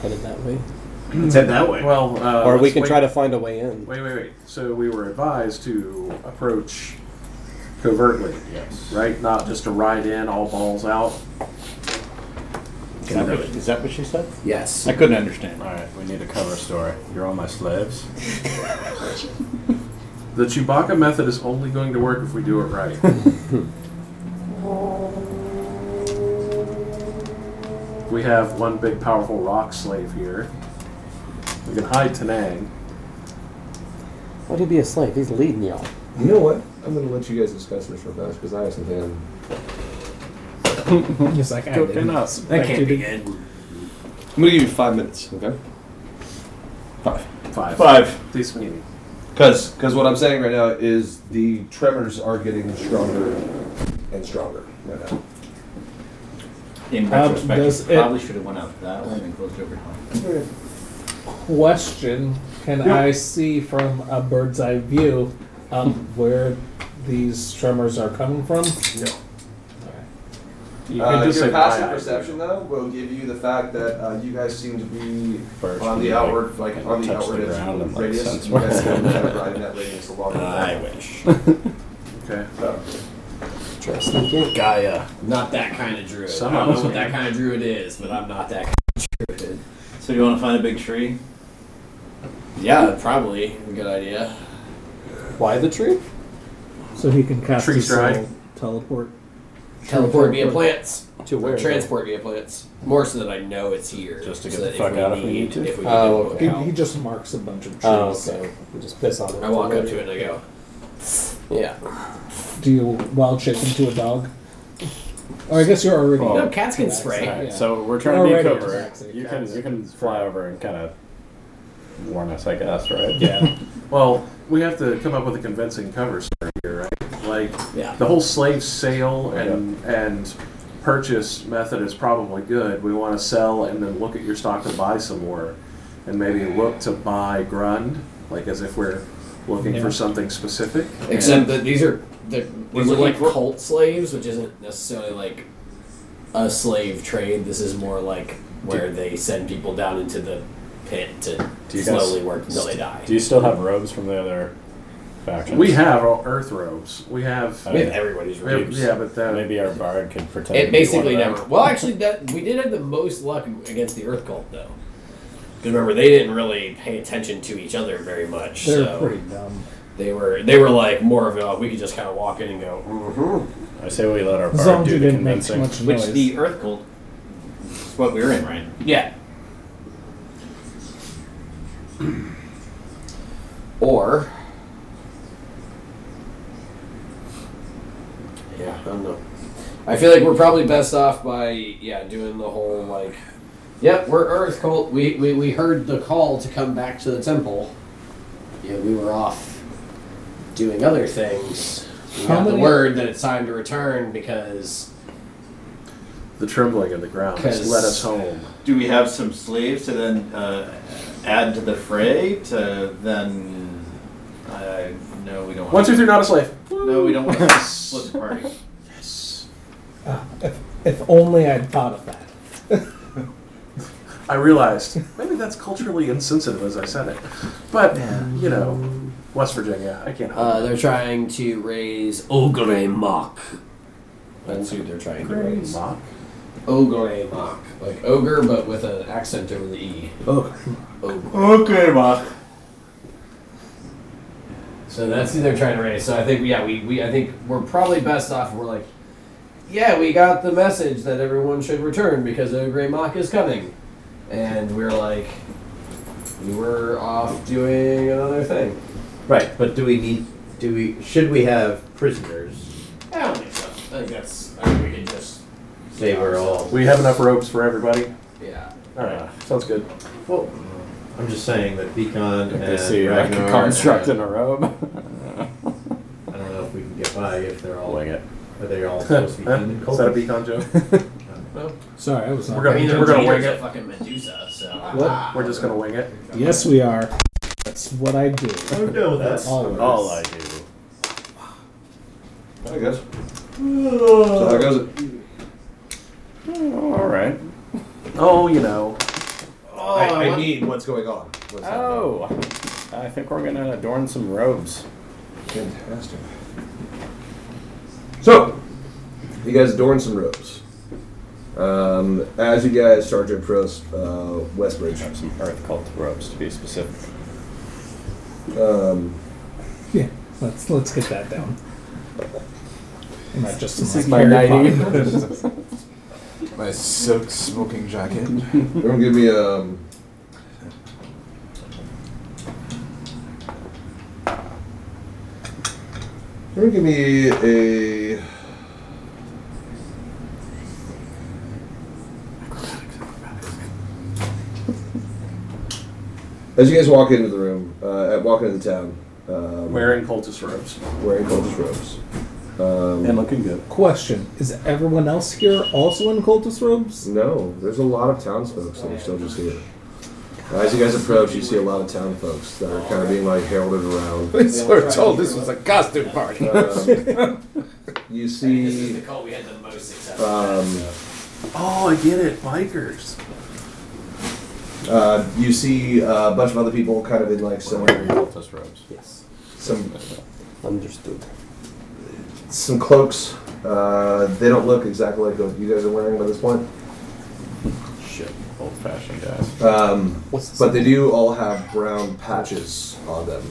Speaker 10: headed that way.
Speaker 22: Let's head that way.
Speaker 7: Well, uh,
Speaker 10: or we
Speaker 7: let's
Speaker 10: can
Speaker 7: wait-
Speaker 10: try to find a Oh, way in.
Speaker 7: Wait, wait, wait. So we were advised to approach covertly, yes, right? Not just to ride in all balls out.
Speaker 22: Is that, what, is that what she said?
Speaker 6: Yes.
Speaker 22: I couldn't understand. All right, we need a cover story. You're all my slaves.
Speaker 7: The Chewbacca method is only going to work if we do it right. we have one big powerful rock slave here. We can hide Tanang.
Speaker 10: Why'd he be a slave? He's leading y'all.
Speaker 3: You know what? I'm going to let you guys discuss this real fast because I have something. I'm-
Speaker 17: Just like I
Speaker 22: Go
Speaker 17: didn't
Speaker 22: pin up.
Speaker 17: expect you to-
Speaker 23: I'm gonna give you five minutes, okay? Five.
Speaker 7: Five.
Speaker 23: Five.
Speaker 7: Please, meeting.
Speaker 3: Because because what I'm saying right now is the tremors are getting stronger and stronger right now.
Speaker 2: In
Speaker 17: Um,
Speaker 2: retrospect,
Speaker 17: does
Speaker 2: you
Speaker 17: it-
Speaker 2: probably should have went out that way and closed over time.
Speaker 17: Question Can
Speaker 2: Yeah.
Speaker 17: I see from a bird's eye view um, where these tremors are coming from? No.
Speaker 7: You
Speaker 3: Uh,
Speaker 7: can just
Speaker 3: your
Speaker 7: say
Speaker 3: passive
Speaker 7: bye.
Speaker 3: perception, though, will give you the fact that uh, you guys seem to be
Speaker 22: First,
Speaker 3: on
Speaker 22: we,
Speaker 3: the
Speaker 22: like,
Speaker 3: outward, like, on
Speaker 22: touch
Speaker 3: the
Speaker 22: the
Speaker 3: outward edge
Speaker 22: ground and,
Speaker 3: of
Speaker 22: like, sense
Speaker 3: radius. You
Speaker 22: where-
Speaker 3: guys seem to have arrived in that radius a long
Speaker 22: I
Speaker 3: way.
Speaker 22: wish.
Speaker 7: Okay.
Speaker 6: Gaia. Not that kind of druid.
Speaker 7: Some
Speaker 6: I
Speaker 7: of
Speaker 6: don't know
Speaker 7: us
Speaker 6: what
Speaker 7: are.
Speaker 6: that kind of druid is, but I'm not that kind of druid.
Speaker 2: So you want to find a big tree?
Speaker 6: Yeah, probably a good idea.
Speaker 10: Why the tree?
Speaker 17: So he can cast
Speaker 6: Tree
Speaker 17: his
Speaker 6: stride.
Speaker 17: soul teleport.
Speaker 6: Teleport via plants.
Speaker 10: To where?
Speaker 6: Transport via plants. More so that I know it's here. Just
Speaker 10: to
Speaker 6: so
Speaker 10: get the
Speaker 6: that
Speaker 10: fuck
Speaker 6: we
Speaker 10: out if we need to?
Speaker 6: If we
Speaker 10: Oh,
Speaker 6: need to
Speaker 10: okay.
Speaker 17: He,
Speaker 6: book out.
Speaker 17: he just marks a bunch of trees.
Speaker 10: Oh, okay. We just piss on it.
Speaker 6: I walk up to it and I go,
Speaker 10: Yeah.
Speaker 17: Do you wild shape into a dog? Or I guess you're already.
Speaker 6: No, cats can spray.
Speaker 22: All right,
Speaker 17: Yeah.
Speaker 22: So we're trying to be
Speaker 17: Already
Speaker 22: cover.
Speaker 17: relaxing.
Speaker 22: You can you can fly over and kind of warn us, I guess, right?
Speaker 17: Yeah.
Speaker 7: Well, we have to come up with a convincing cover story here, right? Like
Speaker 6: Yeah.
Speaker 7: the whole slave sale
Speaker 22: Oh,
Speaker 7: and and purchase method is probably good. We want to sell and then look at your stock to buy some more, and maybe look to buy Grund, like as if we're looking
Speaker 6: Yeah.
Speaker 7: for something specific.
Speaker 6: Except that these are they're,
Speaker 7: These
Speaker 6: these
Speaker 7: are
Speaker 6: are like
Speaker 7: like-
Speaker 6: cult slaves, which isn't necessarily like a slave trade. This is more like where they send people down into the pit to
Speaker 22: Do you guys-
Speaker 6: slowly work until they die.
Speaker 22: Do you still have robes from the other factions?
Speaker 7: We have all Earth robes. We have
Speaker 6: We have everybody's
Speaker 7: we have-
Speaker 6: robes.
Speaker 7: Yeah, but that
Speaker 22: Maybe our bard could pretend. to
Speaker 6: It
Speaker 22: be
Speaker 6: basically
Speaker 22: one of them.
Speaker 6: never. Well, actually, that we did have the most luck against the Earth cult though. 'Cause remember, they didn't really pay attention to each other very much.
Speaker 17: They're
Speaker 6: so
Speaker 17: pretty dumb.
Speaker 6: They were they were like more of a we could just kind of walk in and go. Mm-hmm.
Speaker 22: I say we let our
Speaker 17: As long
Speaker 22: bard
Speaker 17: as
Speaker 22: do
Speaker 17: you
Speaker 22: the
Speaker 17: didn't make too
Speaker 22: convincing.
Speaker 17: much
Speaker 2: Which
Speaker 17: noise.
Speaker 2: the Earth Cult is what we were in, right?
Speaker 6: Yeah. Or. Yeah, I don't know. I feel like we're probably best off by yeah doing the whole like Yep, we're Earth Colt. We, we we heard the call to come back to the temple. Yeah, we were off doing other things. We
Speaker 1: How
Speaker 6: got the
Speaker 1: many-
Speaker 6: word that it's time to return because
Speaker 7: The trembling of the ground has
Speaker 6: 'Cause-
Speaker 7: led us home.
Speaker 24: Do we have some slaves to then uh, add to the fray? To then, I no, we don't.
Speaker 7: One, two, three, not a slave.
Speaker 24: No, we don't want to split the party.
Speaker 1: If, if only I'd thought of that.
Speaker 7: I realized maybe that's culturally insensitive as I said it, but you know, West Virginia, I can't. help
Speaker 6: uh, they're trying to raise Ogre Mach. That's who they're trying to
Speaker 7: Ogre
Speaker 6: raise.
Speaker 7: Mach?
Speaker 6: Ogre Mach. Like ogre, but with an accent over the E.
Speaker 25: Ogre.
Speaker 6: Ogre Mach. So that's who they're trying to raise. So I think, yeah, we, we I think we're probably best off. if We're like, yeah, we got the message that everyone should return because Ogre Mach is coming, and we're like, we were off doing another thing.
Speaker 2: Right, but do we need? Do we? Should we have prisoners?
Speaker 6: I don't think so. I think that's. I think we can just.
Speaker 2: They were all.
Speaker 7: it. We have enough ropes for everybody.
Speaker 6: Yeah.
Speaker 7: All right, sounds good.
Speaker 2: Well, I'm just saying that Beacon
Speaker 7: If they
Speaker 2: and
Speaker 7: see, like,
Speaker 2: Ragnar
Speaker 7: a construct
Speaker 2: and-
Speaker 7: in a
Speaker 10: robe.
Speaker 2: I don't know if we can get by if they're all.
Speaker 10: Wing it.
Speaker 2: Are they all supposed to be
Speaker 7: Huh?
Speaker 2: human?
Speaker 7: Is that a Beacon joke?
Speaker 1: Sorry, I was not.
Speaker 7: We're gonna-
Speaker 1: paying
Speaker 7: we're gonna
Speaker 1: attention.
Speaker 7: wing it.
Speaker 6: Fucking Medusa. So. ah.
Speaker 1: What?
Speaker 7: We're just gonna wing it.
Speaker 1: Yes, we are. That's what I do.
Speaker 2: Oh no, that's
Speaker 1: Always.
Speaker 2: all I do.
Speaker 3: I guess.
Speaker 7: So
Speaker 3: how goes it?
Speaker 10: All right.
Speaker 7: Oh, you know.
Speaker 10: Oh,
Speaker 3: I, I need what's going on. What's happening.
Speaker 10: Oh, I think we're gonna adorn some robes.
Speaker 3: Fantastic. So, you guys adorn some robes. Um, as you guys start to approach uh, Westbridge,
Speaker 10: some earth cult robes to be specific.
Speaker 3: Um,
Speaker 1: Yeah, let's let's get that down. I'm not just
Speaker 26: This
Speaker 1: in,
Speaker 26: is
Speaker 1: like,
Speaker 26: my
Speaker 1: Harry
Speaker 26: nightie.
Speaker 1: Potter.
Speaker 4: My silk smoking jacket.
Speaker 3: Everyone give me um. Everyone give me a. As you guys walk into the room, uh, walk into the town, um,
Speaker 7: Wearing cultist robes.
Speaker 3: wearing cultist robes, um,
Speaker 10: And looking good.
Speaker 1: Question: Is everyone else here also in cultist robes?
Speaker 3: No, there's a lot of townsfolk that are still just here. As you guys approach, you see a lot of town folks that are kind of being like heralded around.
Speaker 4: We were told this was a costume party.
Speaker 3: Um, you see,
Speaker 6: call we had the most success.
Speaker 3: um,
Speaker 7: Oh, I get it. Bikers.
Speaker 3: uh, you see uh, a bunch of other people kind of in like some
Speaker 10: Cultist robes. Yes.
Speaker 3: some
Speaker 10: Understood.
Speaker 3: some cloaks. Uh, they don't look exactly like what you guys are wearing by this point.
Speaker 10: Shit, old fashioned guys.
Speaker 3: Um,
Speaker 10: What's this?
Speaker 3: but they do all have brown patches on them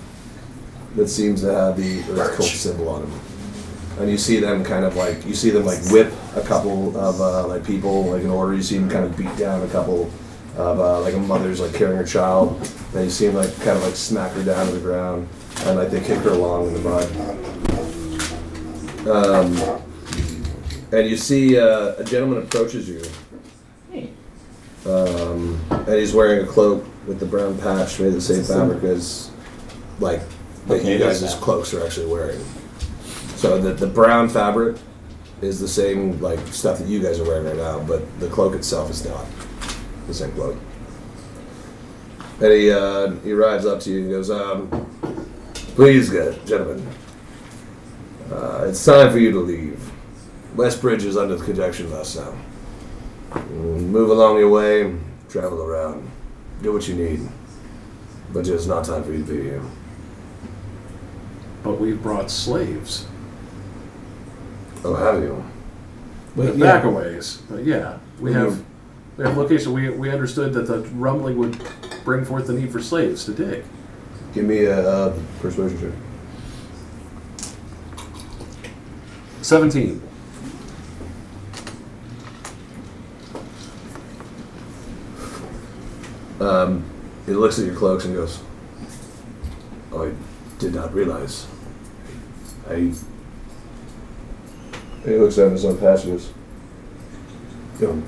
Speaker 3: that seems to have the Earth cult symbol on them. And you see them kind of like you see them like whip a couple of uh, like people like in order. You see them kind of beat down a couple of uh, like a mother's like carrying her child. Then you see them like kind of like smack her down to the ground and like they kick her along in the mud. Um, and you see uh, a gentleman approaches you. Um, and he's wearing a cloak with the brown patch made of the same fabric as, like, that
Speaker 10: Okay,
Speaker 3: you
Speaker 10: there's
Speaker 3: guys'
Speaker 10: that.
Speaker 3: cloaks are actually wearing. So the, the brown fabric is the same, like, stuff that you guys are wearing right now, but the cloak itself is not the same cloak. And he, uh, he rides up to you and goes, um, Please, good gentlemen, uh, it's time for you to leave. Westbridge is under the protection of us now. Move along your way, travel around, do what you need. But it's not time for you to be here.
Speaker 7: But we've brought slaves.
Speaker 3: Oh, have you?
Speaker 7: the back a ways. But yeah, we
Speaker 2: Mm-hmm.
Speaker 3: Mhm.
Speaker 7: have we have location. We we understood that the rumbling would bring forth the need for slaves to dig.
Speaker 3: Give me a uh, persuasion check.
Speaker 7: Seventeen.
Speaker 3: Um, he looks at your cloaks and goes, "Oh, I did not realize. I. He looks at his own patches. Um,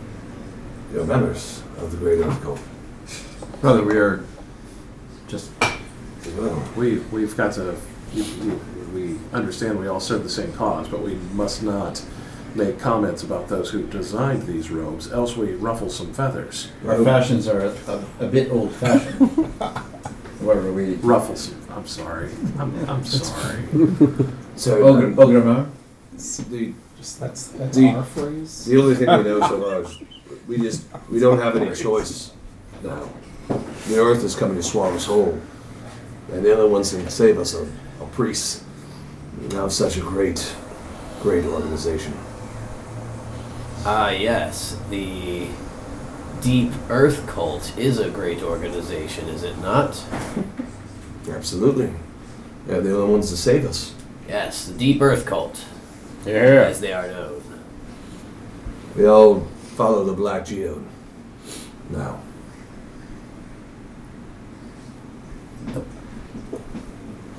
Speaker 27: You are members of the Great Earth
Speaker 2: Brother, we are just.
Speaker 7: We, we've got to, you- you- we understand we all serve the same cause, but we must not make comments about those who designed these robes, else we ruffle some feathers.
Speaker 2: Our fashions are a, a bit old fashioned. However, we.
Speaker 7: Ruffle some. I'm sorry. I'm, I'm sorry.
Speaker 2: So, Ogre,
Speaker 3: um,
Speaker 2: Ogre
Speaker 1: that's that's
Speaker 3: The-
Speaker 1: our phrase.
Speaker 3: The only thing we know so far is we just we don't have any choice now. The Earth is coming to swallow us whole, and the only ones that can save us are, are priests. We now have such a great, great organization.
Speaker 6: Ah, yes. The Deep Earth Cult is a great organization, is it not?
Speaker 3: Absolutely, they're the only ones to save us.
Speaker 6: Yes, the Deep Earth Cult.
Speaker 3: Yeah.
Speaker 6: As they are known.
Speaker 3: We all follow the Black Geode now.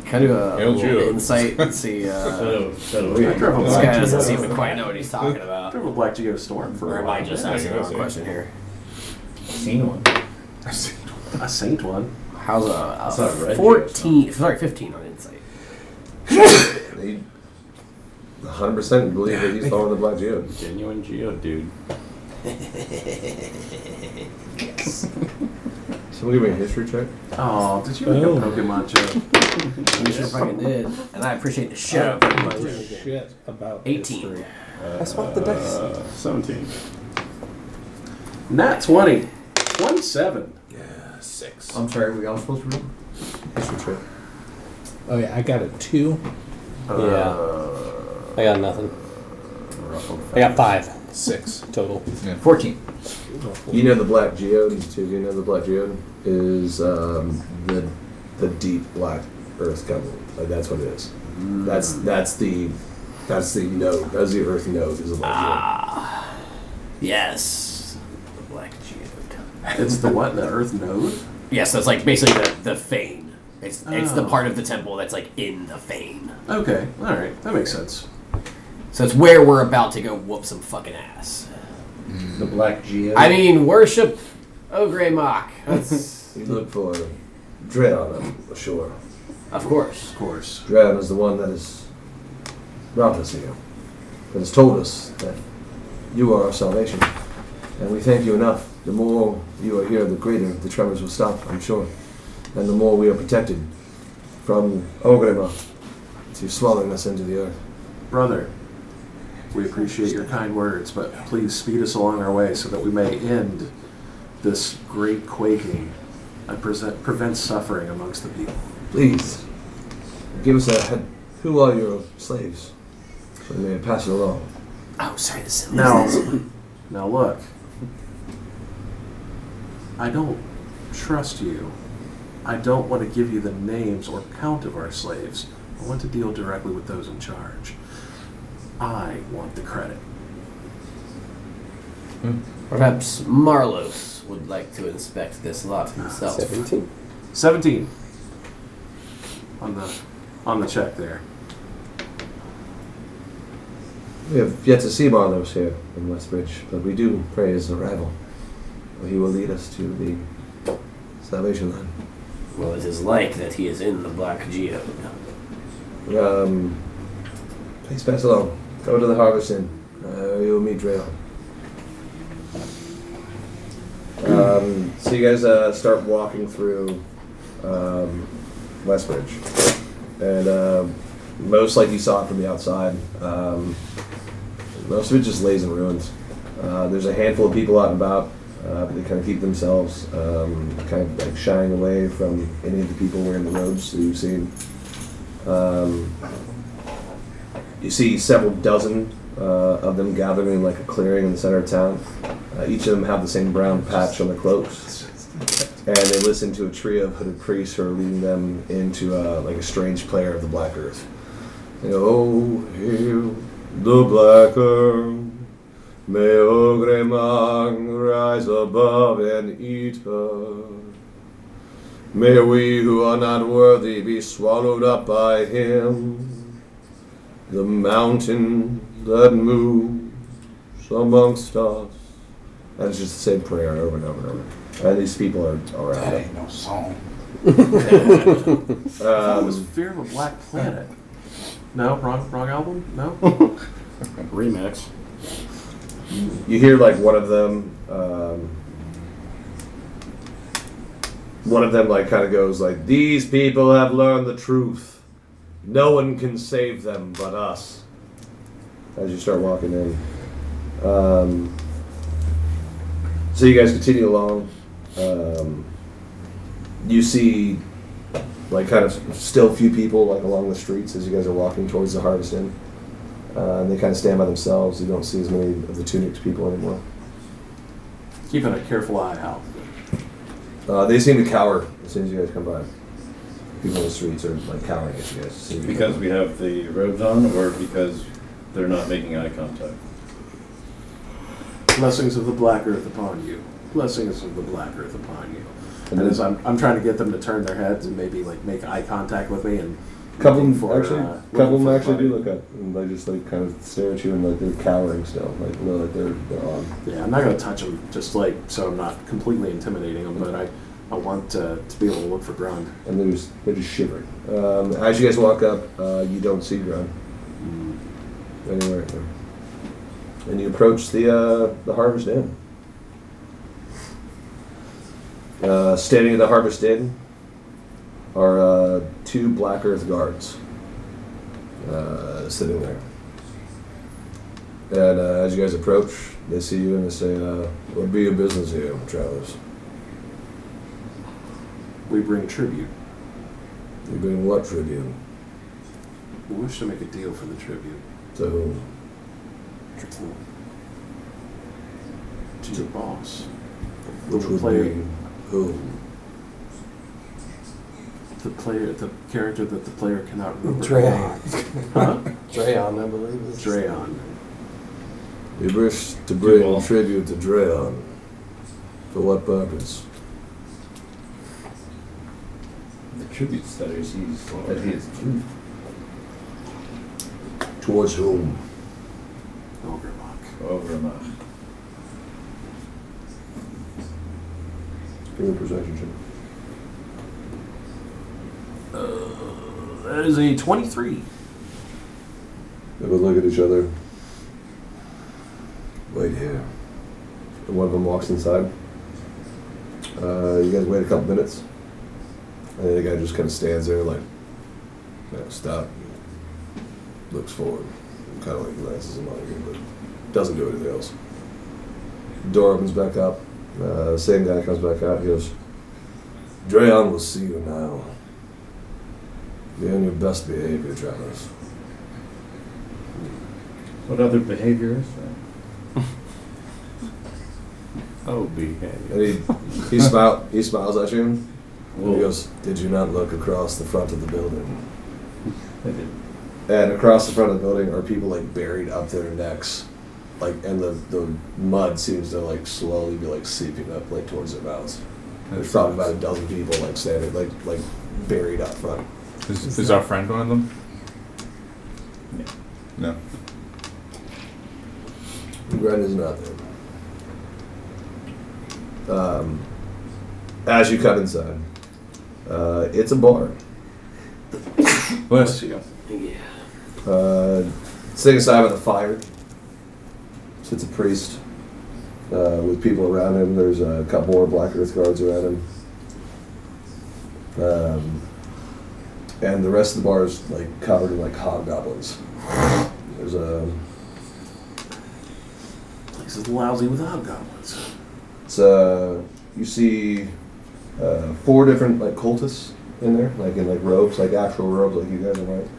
Speaker 6: Kind of a
Speaker 3: El
Speaker 6: little
Speaker 3: Geo.
Speaker 6: insight. Let's see. Uh,
Speaker 3: So- so-
Speaker 6: this
Speaker 7: Black
Speaker 6: guy doesn't
Speaker 7: Geo.
Speaker 6: seem to quite know what he's talking about.
Speaker 7: Drove a black Geo Storm for
Speaker 6: Or
Speaker 7: a
Speaker 6: am
Speaker 7: while.
Speaker 6: I just asking the wrong question here?
Speaker 2: Seen one.
Speaker 7: I seen one.
Speaker 6: How's a, a
Speaker 2: It's not a red
Speaker 6: fourteen? Sorry, fifteen on insight.
Speaker 3: They 100% believe that he's following the Black Geode.
Speaker 2: Genuine Geo dude.
Speaker 3: Somebody give me a history check.
Speaker 7: Oh, did you make a
Speaker 3: Oh.
Speaker 7: Pokemon joke?
Speaker 6: You sure fucking did, and I appreciate the shit out of Pokemon.
Speaker 1: Shit about
Speaker 6: Eighteen.
Speaker 1: That's what the dice.
Speaker 2: 17.
Speaker 7: Nat 20. 27.
Speaker 2: Yeah, 6.
Speaker 28: I'm sorry, we all supposed to read?
Speaker 3: History check.
Speaker 1: Oh yeah, I got a two.
Speaker 10: Uh, I got nothing. I got five. Six. Total.
Speaker 2: Yeah. 14.
Speaker 3: You know the Black Geode, these two of you know the Black Geode is um, the the deep black earth covenant. Like that's what it is. That's that's the that's the node. That's the earth node is the Black
Speaker 6: Yes, the Black Geode.
Speaker 7: It's the what? The Earth Node?
Speaker 6: Yeah, so it's like basically the the fane. It's it's the
Speaker 7: Oh.
Speaker 6: part of the temple that's like in the fane.
Speaker 7: Okay, alright. That makes sense.
Speaker 6: So it's where we're about to go whoop some fucking ass.
Speaker 2: The black Geo.
Speaker 6: I mean, worship oh, Ogre Mach. That's
Speaker 3: Geode. You look for Dreon ashore.
Speaker 6: of course.
Speaker 7: Of course.
Speaker 3: Dreon is the one that has brought us here. That has told us that you are our salvation. And we thank you enough. The more you are here, the greater the tremors will stop, I'm sure. And the more we are protected from Ogrema to swallowing us into the earth.
Speaker 7: Brother, we appreciate your kind words, but please speed us along our way so that we may end this great quaking and present, prevent suffering amongst the people.
Speaker 3: Please, give us a head. Who are your slaves? So we may pass it along.
Speaker 6: Oh, sorry. This is
Speaker 7: Now, now look. I don't trust you. I don't want to give you the names or count of our slaves. I want to deal directly with those in charge. I want the credit.
Speaker 6: Perhaps Marlos would like to inspect this lot himself.
Speaker 10: 17.
Speaker 7: 17 on the on the check there.
Speaker 3: We have yet to see Marlowe's here in Westbridge, but we do pray his arrival. For he will lead us to the Salvation Land.
Speaker 6: Well, it is like that he is in the Black Geode.
Speaker 3: Um, please pass along. Go to the Harvest Inn. Uh, you will meet Draylon. Um, so you guys uh, start walking through um, Westbridge, and uh, most like you saw it from the outside. Um, most of it just lays in ruins. Uh, there's a handful of people out and about. Uh, but they kind of keep themselves um, kind of like shying away from any of the people wearing the robes that you've seen. Um, you see several dozen uh, of them gathered in like a clearing in the center of town. Uh, each of them have the same brown patch on their cloaks, and they listen to a trio of hooded priests who are leading them into uh, like a strange player of the Black Earth. They go, "Oh, hail the Black Earth, may Ogremang rise above and eat her." May we who are not worthy be swallowed up by him. The mountain that moves amongst us That is just the same prayer over and over and over. And these people are, are
Speaker 8: That
Speaker 3: out.
Speaker 8: ain't no song.
Speaker 7: That was
Speaker 3: um,
Speaker 7: Fear of a Black Planet. No, wrong, wrong album. No.
Speaker 23: Remix.
Speaker 3: you hear like one of them, um, one of them like kind of goes like, "These people have learned the truth. No one can save them but us." As you start walking in, um, so you guys continue along. Um, you see like kind of still few people like along the streets as you guys are walking towards the harvest inn. Uh, and they kind of stand by themselves. You don't see as many of the tunicked people anymore.
Speaker 7: Keeping a careful eye out.
Speaker 3: Uh, they seem to cower as soon as you guys come by. People on the streets are like cowering at you guys. as soon as you
Speaker 29: Because
Speaker 3: come
Speaker 29: we have the robes on, or because they're not making eye contact?
Speaker 7: Blessings of the Black Earth upon you. Blessings of the Black Earth upon you.
Speaker 3: And
Speaker 7: And,
Speaker 3: then-
Speaker 7: as I'm, I'm trying to get them to turn their heads and maybe like make eye contact with me and
Speaker 3: by. couple of them
Speaker 7: looking for,
Speaker 3: actually,
Speaker 7: uh,
Speaker 3: couple of
Speaker 7: looking
Speaker 3: them
Speaker 7: for
Speaker 3: actually
Speaker 7: funny.
Speaker 3: do look up and they just like kind of stare at you and like they're cowering still, like you know, like they're, they're on.
Speaker 7: Yeah, I'm not gonna touch them just like so I'm not completely intimidating them, but I, I want uh, to be able to look for ground.
Speaker 3: and they're just they're just shivering. Um, as you guys walk up, uh, you don't see Grun anywhere. And you approach the uh, the harvest inn. Uh, standing at the harvest inn are uh, two Black Earth guards uh, sitting there. And uh, as you guys approach, they see you and they say, uh, "What be your business here, Travis?"
Speaker 7: We bring tribute.
Speaker 3: You bring what tribute?
Speaker 7: We wish to make a deal for the tribute.
Speaker 3: To whom?
Speaker 7: To your boss.
Speaker 3: Which
Speaker 7: The
Speaker 3: would
Speaker 7: player,
Speaker 3: be who?
Speaker 7: the player, the character that the player cannot remember.
Speaker 10: Drayon.
Speaker 7: Huh?
Speaker 10: Drayon, I believe. is-
Speaker 7: Drayon.
Speaker 3: We wish to bring tribute to Dreon. For what purpose?
Speaker 29: The tributes that he's, that he is due.
Speaker 3: Towards whom?
Speaker 7: Ogremock.
Speaker 29: Ogremock.
Speaker 3: Give me a perception check.
Speaker 7: That is a 23.
Speaker 3: They would look at each other. Wait here. And one of them walks inside. Uh, you guys wait a couple minutes. And the guy just kind of stands there, like, kind of stop. Looks forward. Kind of like glances him out again, but doesn't do anything else. Door opens back up. Uh, same guy comes back out. He goes, Drayon will see you now. Be on your best behavior, Travis.
Speaker 29: What other behavior is that?
Speaker 23: Oh, behave.
Speaker 3: And he, he, smile, he smiles at you. and
Speaker 29: Whoa.
Speaker 3: He goes, Did you not look across the front of the building?
Speaker 29: I did.
Speaker 3: And across the front of the building are people like buried up their necks. Like and the, the mud seems to like slowly be like seeping up like towards their mouths. There's probably about a dozen people like standing like like buried up front.
Speaker 4: Is, is our friend one of them? No.
Speaker 3: Gren is not there. Um, as you come inside, uh, it's a bar.
Speaker 4: Bless
Speaker 7: you.
Speaker 3: Uh, sitting aside by the fire sits a priest uh, with people around him. There's a couple more Black Earth guards around him. Um, and the rest of the bar is like covered in like hobgoblins. There's a
Speaker 7: This is lousy with hobgoblins.
Speaker 3: It's uh, you see uh, four different like cultists in there, like in like robes, like actual robes, like you guys are wearing.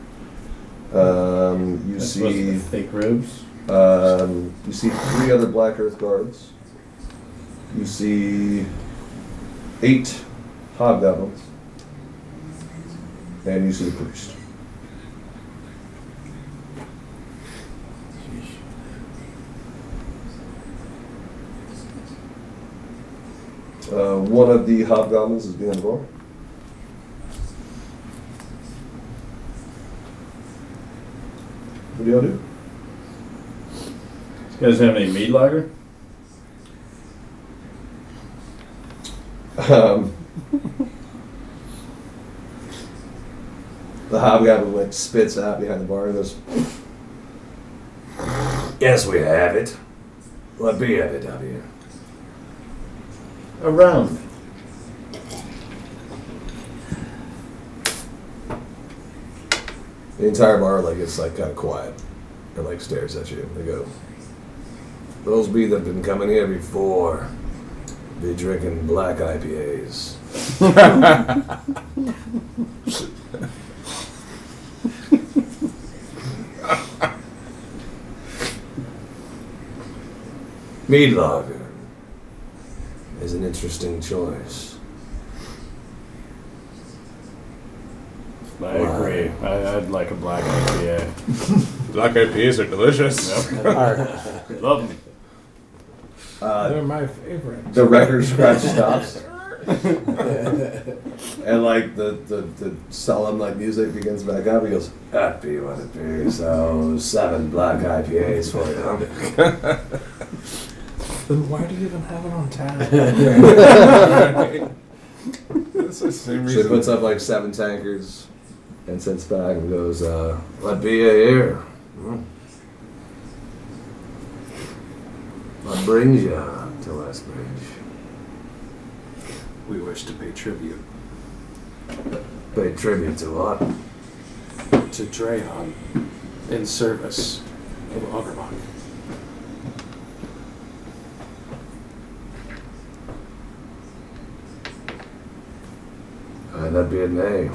Speaker 3: Um, you
Speaker 29: That's supposed to
Speaker 3: see
Speaker 29: be fake robes.
Speaker 3: Um, you see three other Black Earth guards. You see eight hobgoblins, and you see the priest. Uh, one of the hobgoblins is behind the bar. What do y'all do?
Speaker 29: You guys have any meat lager?
Speaker 3: Um, the hobgoblin like spits out behind the bar and goes,
Speaker 30: Yes, we have it. What be of it up here?
Speaker 31: Around.
Speaker 3: The entire bar like is like kind of quiet, and like stares at you. They go,
Speaker 30: Those be that been coming here before be drinking black IPAs. Mead lager is an interesting choice.
Speaker 22: I agree. I, I'd like a black IPA.
Speaker 4: Black IPAs are delicious.
Speaker 22: Yep.
Speaker 4: Alright.
Speaker 22: Love them.
Speaker 1: They're my favorite.
Speaker 3: The record scratch stops. and like the, the, the solemn like music begins back up. He goes,
Speaker 30: Happy what it be. So seven black IPAs for you.
Speaker 1: Then why do you even have it on tap?
Speaker 3: That's the same So he puts up like seven tankers and sits back and goes, uh,
Speaker 30: What be you here? Hmm? What brings you to Westbridge?
Speaker 8: We wish to pay tribute
Speaker 30: Pay tribute to what?
Speaker 7: to Drehan in service of Ogremok.
Speaker 30: Aye, that be it nay.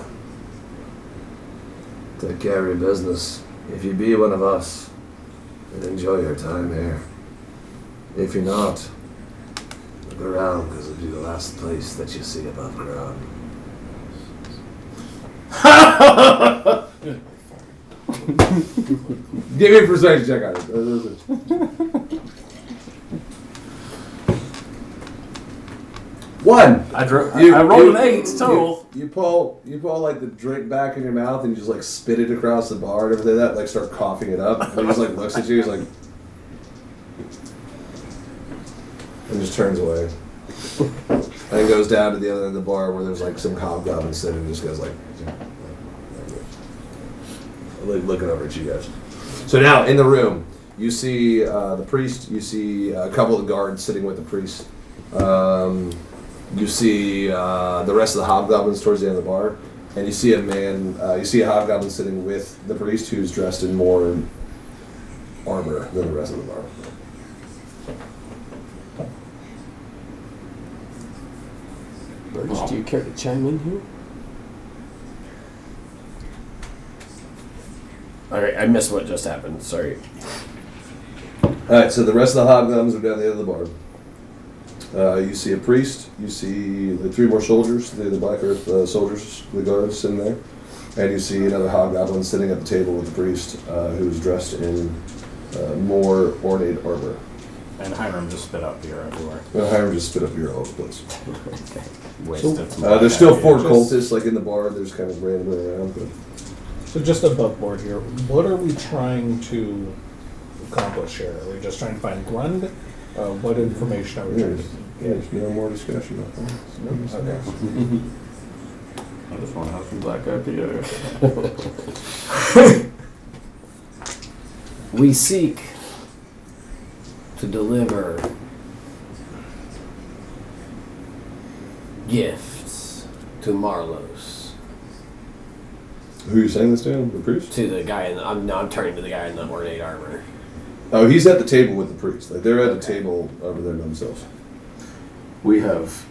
Speaker 30: Take care of your business. If you be one of us, then enjoy your time here. If you're not, look around, because it'll be the last place that you see above ground.
Speaker 3: Give me a perception check on it. One.
Speaker 7: I dro- I- I rolled an eight total.
Speaker 3: You, you pull, you pull like the drink back in your mouth, and you just like spit it across the bar and everything like that. Like start coughing it up. And he just like looks at you. He's like, and just turns away. and goes down to the other end of the bar where there's like some hobgoblin sitting, and just goes like, like looking over at you guys. So now in the room, you see uh, the priest. You see a couple of guards sitting with the priest. Um, you see uh, the rest of the hobgoblins towards the end of the bar, and you see a man. Uh, you see a hobgoblin sitting with the priest, who's dressed in more armor than the rest of the bar.
Speaker 10: Birch, do you care to chime in here?
Speaker 6: All right, I missed what just happened. Sorry.
Speaker 3: All right, so the rest of the hobgoblins are down the end of the bar. Uh, you see a priest. You see the three more soldiers, the, the Black Earth uh, soldiers, the guards sitting there, and you see another hobgoblin sitting at the table with the priest, uh, who's dressed in uh, more ornate armor.
Speaker 22: And Hiram just spit out beer everywhere.
Speaker 3: Well, Hiram just spit up your all over the place.
Speaker 22: Waste of some
Speaker 3: Uh, there's still four
Speaker 22: ideas.
Speaker 3: cultists like in the bar. There's kind of randomly around, but
Speaker 17: So just above board here, what are we trying to accomplish here? Are we just trying to find Grund? Uh, what information are we trying
Speaker 3: there's,
Speaker 17: to?
Speaker 3: yeah, there's no more discussion about that.
Speaker 22: I just want to have some black IPA.
Speaker 32: We seek to deliver gifts to Marlos.
Speaker 3: Who are you saying this to? The priest?
Speaker 32: To the guy in the, I'm, no, I'm turning to the guy in the ornate armor.
Speaker 3: Oh, he's at the table with the priest. Like they're at a table over there themselves.
Speaker 7: We have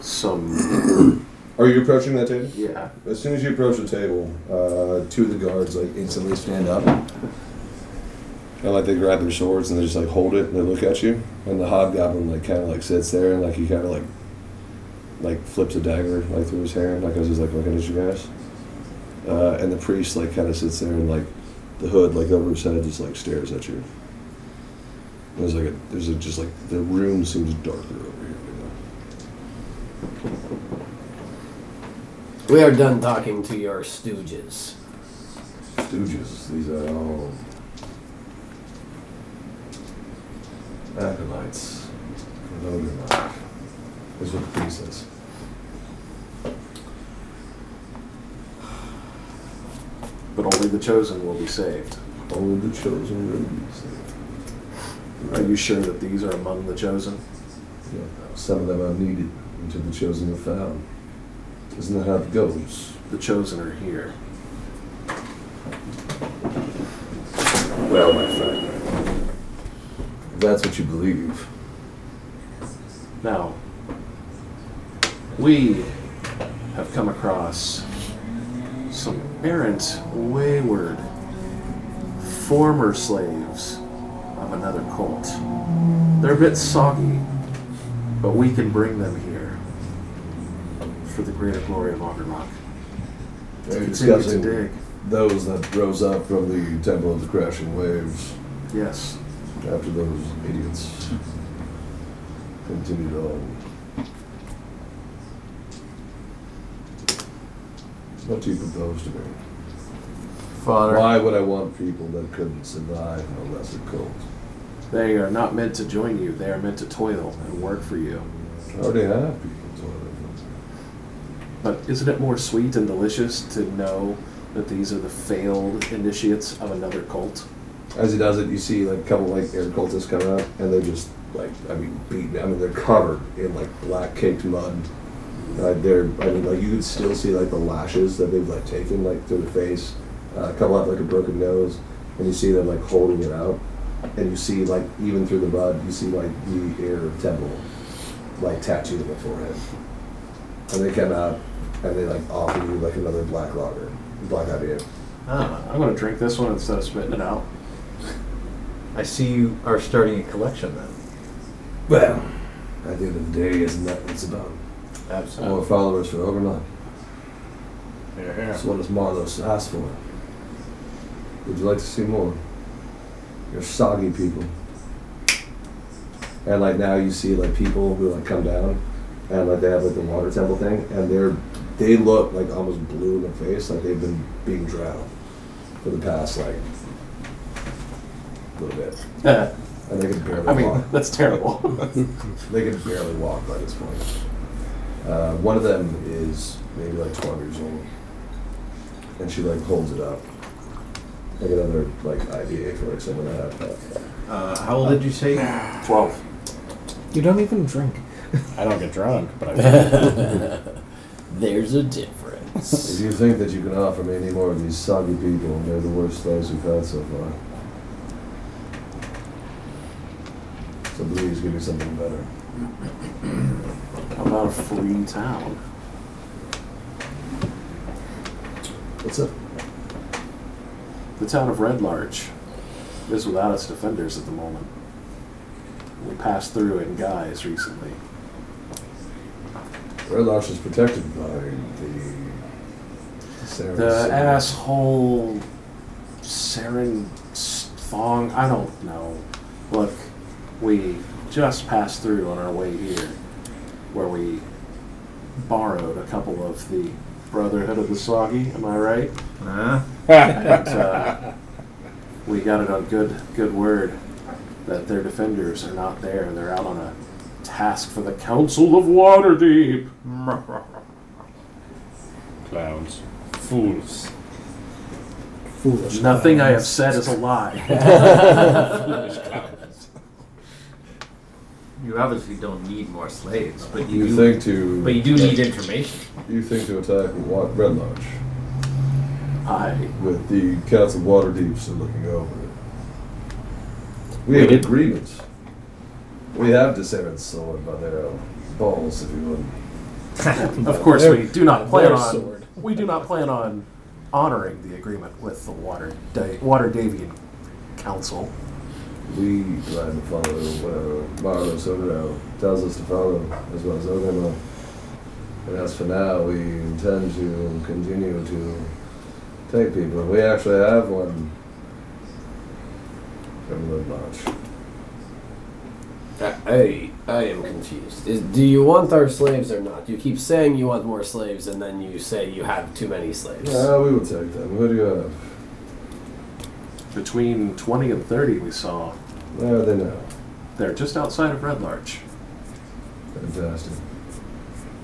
Speaker 7: some.
Speaker 3: Are you approaching that table?
Speaker 7: yeah.
Speaker 3: As soon as you approach the table, uh, two of the guards like instantly stand up.
Speaker 30: And like they grab their swords and they just like hold it and they look at you. And the hobgoblin like kind of like sits there and like he kind of like like flips a dagger like through his hair like I was just like looking at you guys. Uh, and the priest like kind of sits there and like the hood like over his head just like stares at you. There's like a there's a just like the room seems darker over here.
Speaker 32: We are done talking to your stooges.
Speaker 30: Stooges, these are all acolytes. of Odin.
Speaker 3: is what the priest says.
Speaker 7: But only the chosen will be saved.
Speaker 3: Only the chosen will be saved.
Speaker 7: Are you sure that these are among the chosen?
Speaker 3: Yeah. Some of them are needed until the chosen are found. Isn't that how it goes?
Speaker 7: The chosen are here.
Speaker 3: Well, my friend. That's what you believe.
Speaker 7: Now, we have come across some errant, wayward, former slaves of another cult. They're a bit soggy, but we can bring them here for the greater glory of Augurlock.
Speaker 3: They're
Speaker 7: To continue to
Speaker 3: discussing
Speaker 7: dig.
Speaker 3: those that rose up from the temple of the crashing waves.
Speaker 7: Yes.
Speaker 3: After those idiots continued on. What do you propose to me?
Speaker 7: Father.
Speaker 3: Why would I want people that couldn't survive in a lesser cult?
Speaker 7: They are not meant to join you. They are meant to toil and work for you.
Speaker 3: I already have people toiling.
Speaker 7: But isn't it more sweet and delicious to know that these are the failed initiates of another cult?
Speaker 3: As he does it, you see like a couple like air cultists come out, and they're just like I mean beaten. I mean they're covered in like black caked mud. Uh, they're I mean like you could still see like the lashes that they've like taken like through the face. Uh, a couple have like a broken nose, and you see them like holding it out, and you see like even through the mud, you see like the air temple like tattooed on the forehead, and they come out and they like offer you like another black lager, black IPA.
Speaker 7: Ah, I'm going to drink this one instead of spitting it out.
Speaker 2: I see you are starting a collection then.
Speaker 3: Well, at the end of the day, isn't that what it's about?
Speaker 2: Absolutely.
Speaker 3: More followers for overnight.
Speaker 2: Here,
Speaker 3: That's what is Marlos asked for. Would you like to see more? You're soggy people. And like now you see like people who like come down and like they have like the water temple thing and they're they look like almost blue in the face, like they've been being drowned for the past like little bit. and they can barely
Speaker 7: I mean,
Speaker 3: walk.
Speaker 7: that's terrible.
Speaker 3: they can barely walk by this point. Uh, one of them is maybe like 12 years old, and she like holds it up. Like another like IBA for like someone that had that.
Speaker 33: Uh, how old did you say?
Speaker 7: 12.
Speaker 1: You don't even drink.
Speaker 34: I don't get drunk, but I.
Speaker 3: There's a difference. If you think that you can offer me any more of these soggy people, they're the worst slaves we've had so far. So please give me something better.
Speaker 7: How about a free town?
Speaker 3: What's up?
Speaker 7: The town of Red Larch is without its defenders at the moment. We passed through in Guise recently.
Speaker 3: Red Lodge is protected by the. Sarah
Speaker 7: The
Speaker 3: Sarah.
Speaker 7: asshole Saren Thong, I don't know. Look, we just passed through on our way here where we borrowed a couple of the Brotherhood of the Soggy, am I right?
Speaker 35: Huh?
Speaker 7: and, uh, we got it on good good word that their defenders are not there. They're out on a task for the Council of Waterdeep.
Speaker 34: Clowns. Fools.
Speaker 1: Foolish.
Speaker 7: Nothing I have said is a lie.
Speaker 2: You obviously don't need more slaves, but you,
Speaker 3: You
Speaker 2: do,
Speaker 3: think to-
Speaker 2: But you do need information.
Speaker 3: You think to attack Wa- Red Lodge?
Speaker 7: I.
Speaker 3: With the Council of Waterdeep still looking over it. We
Speaker 34: We
Speaker 3: have
Speaker 34: did-
Speaker 3: agreements. We have dissevered sword by their own balls, if you would.
Speaker 7: of course, we do not plan
Speaker 3: Their
Speaker 7: on
Speaker 3: sword.
Speaker 7: we do not plan on honoring the agreement with the Water da- Water Davian Council.
Speaker 3: We plan to follow whatever Marlo Sotero tells us to follow, as well as Ogama. And as for now, we intend to continue to take people. We actually have one from Red Lodge.
Speaker 6: I, I am confused. Is, do you want our slaves or not? You keep saying you want more slaves, and then you say you have too many slaves.
Speaker 3: Yeah, we will take them. Who do you have?
Speaker 7: Between twenty and thirty, we saw
Speaker 3: Where are they now?
Speaker 7: they're just outside of Red Larch.
Speaker 3: Fantastic.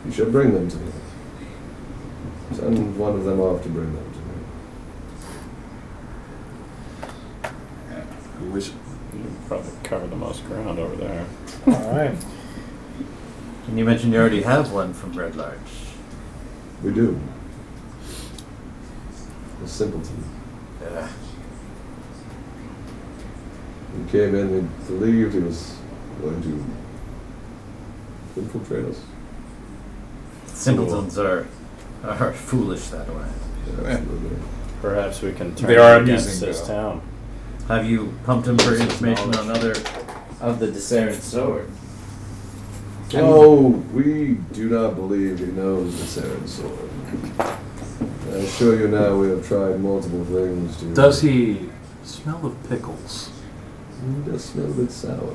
Speaker 3: You should bring them to me. Send one of them off to bring them to me.
Speaker 36: Which you probably cover the most ground over there.
Speaker 10: All right.
Speaker 2: And you mentioned you already have one from Red Larch.
Speaker 3: We do. The simpleton.
Speaker 2: Yeah.
Speaker 3: He came in, he believed he was going to infiltrate us.
Speaker 2: Uh, Simpletons are are foolish that way.
Speaker 36: Perhaps we can turn
Speaker 2: They are
Speaker 36: it against
Speaker 2: amusing,
Speaker 36: this
Speaker 2: though.
Speaker 36: town.
Speaker 2: Have you pumped him for information on other of the disparate sword?
Speaker 3: No, we do not believe he knows the Saren sword. I assure you now, we have tried multiple things to.
Speaker 7: Does he smell of pickles?
Speaker 3: He does smell a bit sour.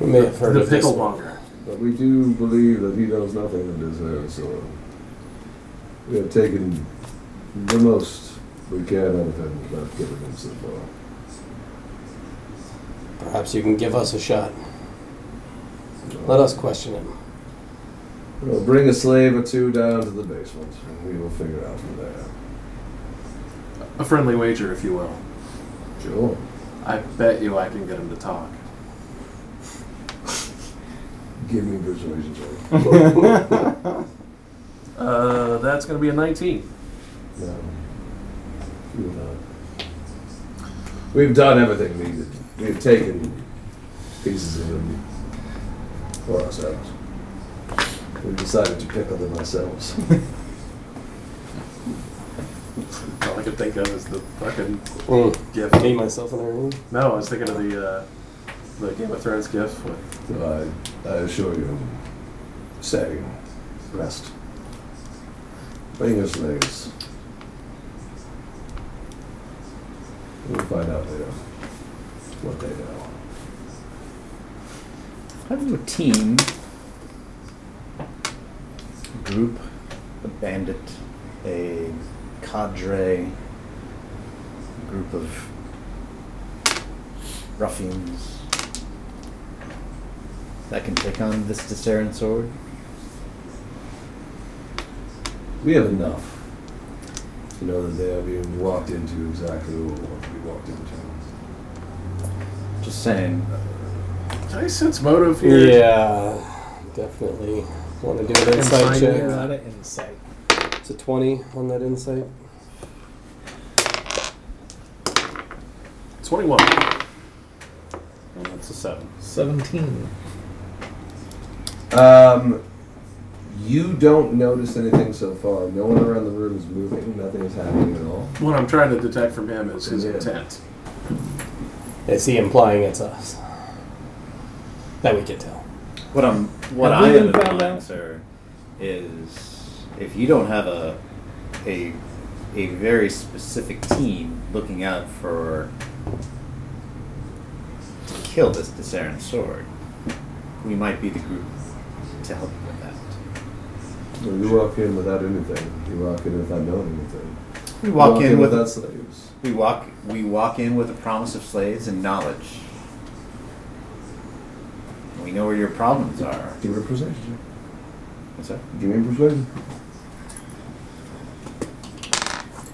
Speaker 10: We may have heard
Speaker 7: The
Speaker 10: of this
Speaker 7: pickle
Speaker 10: one.
Speaker 7: monger.
Speaker 3: But we do believe that he knows nothing of this Saren sword. We have taken the most we can out of him without giving him uh, so far.
Speaker 10: Perhaps you can give us a shot. Let us question him.
Speaker 3: We'll bring a slave or two down to the basement, and we will figure out from there.
Speaker 7: A friendly wager, if you will.
Speaker 3: Sure.
Speaker 7: I bet you I can get him to talk.
Speaker 3: Give me persuasion check.
Speaker 7: Uh, that's going to be a 19.
Speaker 3: No. You will not. We've done everything needed. We've taken pieces of him for ourselves. We've decided to pick on them ourselves.
Speaker 7: All I can think of is the fucking
Speaker 10: Mm.
Speaker 7: gift.
Speaker 10: Me, myself, and everyone.
Speaker 7: No, I was thinking of the uh, the Game of Thrones gift. with-
Speaker 3: I, I assure you, saying, rest. Bring us slaves. We'll find out later what they know.
Speaker 2: Have your team,
Speaker 37: group, a bandit, a cadre, a group of ruffians that can take on this Desaran sword.
Speaker 3: We have enough to know that they are being walked into exactly what we walked into.
Speaker 37: Just saying.
Speaker 7: Can I sense motive here?
Speaker 10: Yeah, definitely. Want to do an insight
Speaker 7: Insight,
Speaker 10: check?
Speaker 7: yeah.
Speaker 1: Not an insight.
Speaker 10: It's a 20 on that insight.
Speaker 7: 21.
Speaker 36: And that's a seven.
Speaker 1: 17.
Speaker 3: Um, you don't notice anything so far. No one around the room is moving. Nothing is happening at all.
Speaker 7: What I'm trying to detect from him is his intent.
Speaker 10: Is he implying it's us? That we could tell.
Speaker 2: What I'm, what
Speaker 10: Have
Speaker 2: I
Speaker 10: we
Speaker 2: am
Speaker 10: been found
Speaker 2: implying, sir, is if you don't have a, a, a very specific team looking out for to kill this Desaran sword, we might be the group to help you with that.
Speaker 3: Well, you walk in without anything. You walk in without knowing anything.
Speaker 2: We walk, in, with
Speaker 3: without slaves.
Speaker 2: We walk, we walk in with a promise of slaves and knowledge. We know where your problems are.
Speaker 3: Give me a persuasion.
Speaker 2: What's that?
Speaker 3: Give me a persuasion.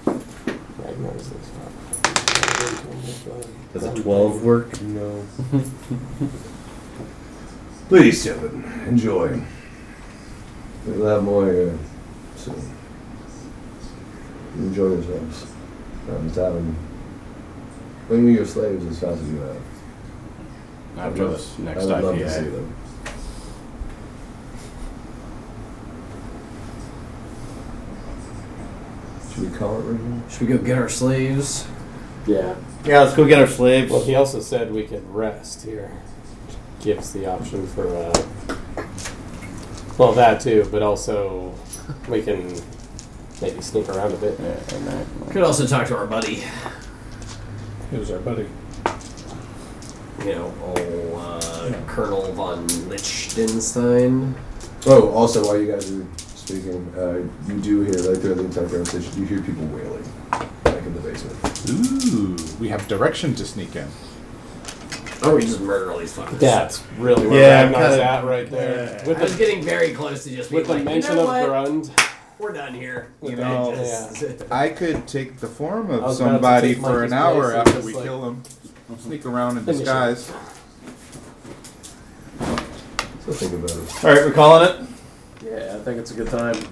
Speaker 10: Ragnar's this
Speaker 37: Does a 12 work?
Speaker 3: No. Please, Stephen, enjoy. We'll have more here soon. Enjoy yourselves. Um, I'm tavern. Bring me your slaves as fast as you have. I'd
Speaker 36: After
Speaker 3: love-
Speaker 36: this next
Speaker 3: I would love to see
Speaker 36: IPA.
Speaker 3: them. Should we call it right now?
Speaker 6: Should we go get our slaves?
Speaker 10: Yeah.
Speaker 2: Yeah, let's go get our slaves.
Speaker 10: Well, he also said we could rest here. Gives the option for, uh, well, that too, but also we can maybe sneak around a bit.
Speaker 6: Could also talk to our buddy.
Speaker 1: Who's our buddy?
Speaker 6: You know, old uh, Colonel von Lichtenstein.
Speaker 3: Oh, also, while you guys are speaking, uh, you do hear, like, throughout the entire conversation, you hear people wailing, like in the basement.
Speaker 4: Ooh, we have direction to sneak in.
Speaker 6: Or we just Oh, murder all these fuckers.
Speaker 10: That's really where
Speaker 6: Yeah,
Speaker 10: Ragnar's
Speaker 6: kinda.
Speaker 10: at right there.
Speaker 6: I was getting very close to just
Speaker 10: with the
Speaker 6: being like,
Speaker 10: mention
Speaker 6: you know what?
Speaker 10: of Grund.
Speaker 6: We're done here. You
Speaker 3: With
Speaker 6: may
Speaker 3: all-
Speaker 6: just-
Speaker 3: I could take the form
Speaker 10: I
Speaker 3: of
Speaker 10: was about to
Speaker 3: somebody
Speaker 10: take
Speaker 3: for
Speaker 10: Mikey's
Speaker 3: an hour
Speaker 10: place and
Speaker 3: after
Speaker 10: just,
Speaker 3: we
Speaker 10: like- Mm-hmm.
Speaker 3: kill him. Sneak around in
Speaker 10: Finish him.
Speaker 3: disguise.
Speaker 38: So think about it.
Speaker 10: All right, we're calling it. Yeah, I think it's a good time.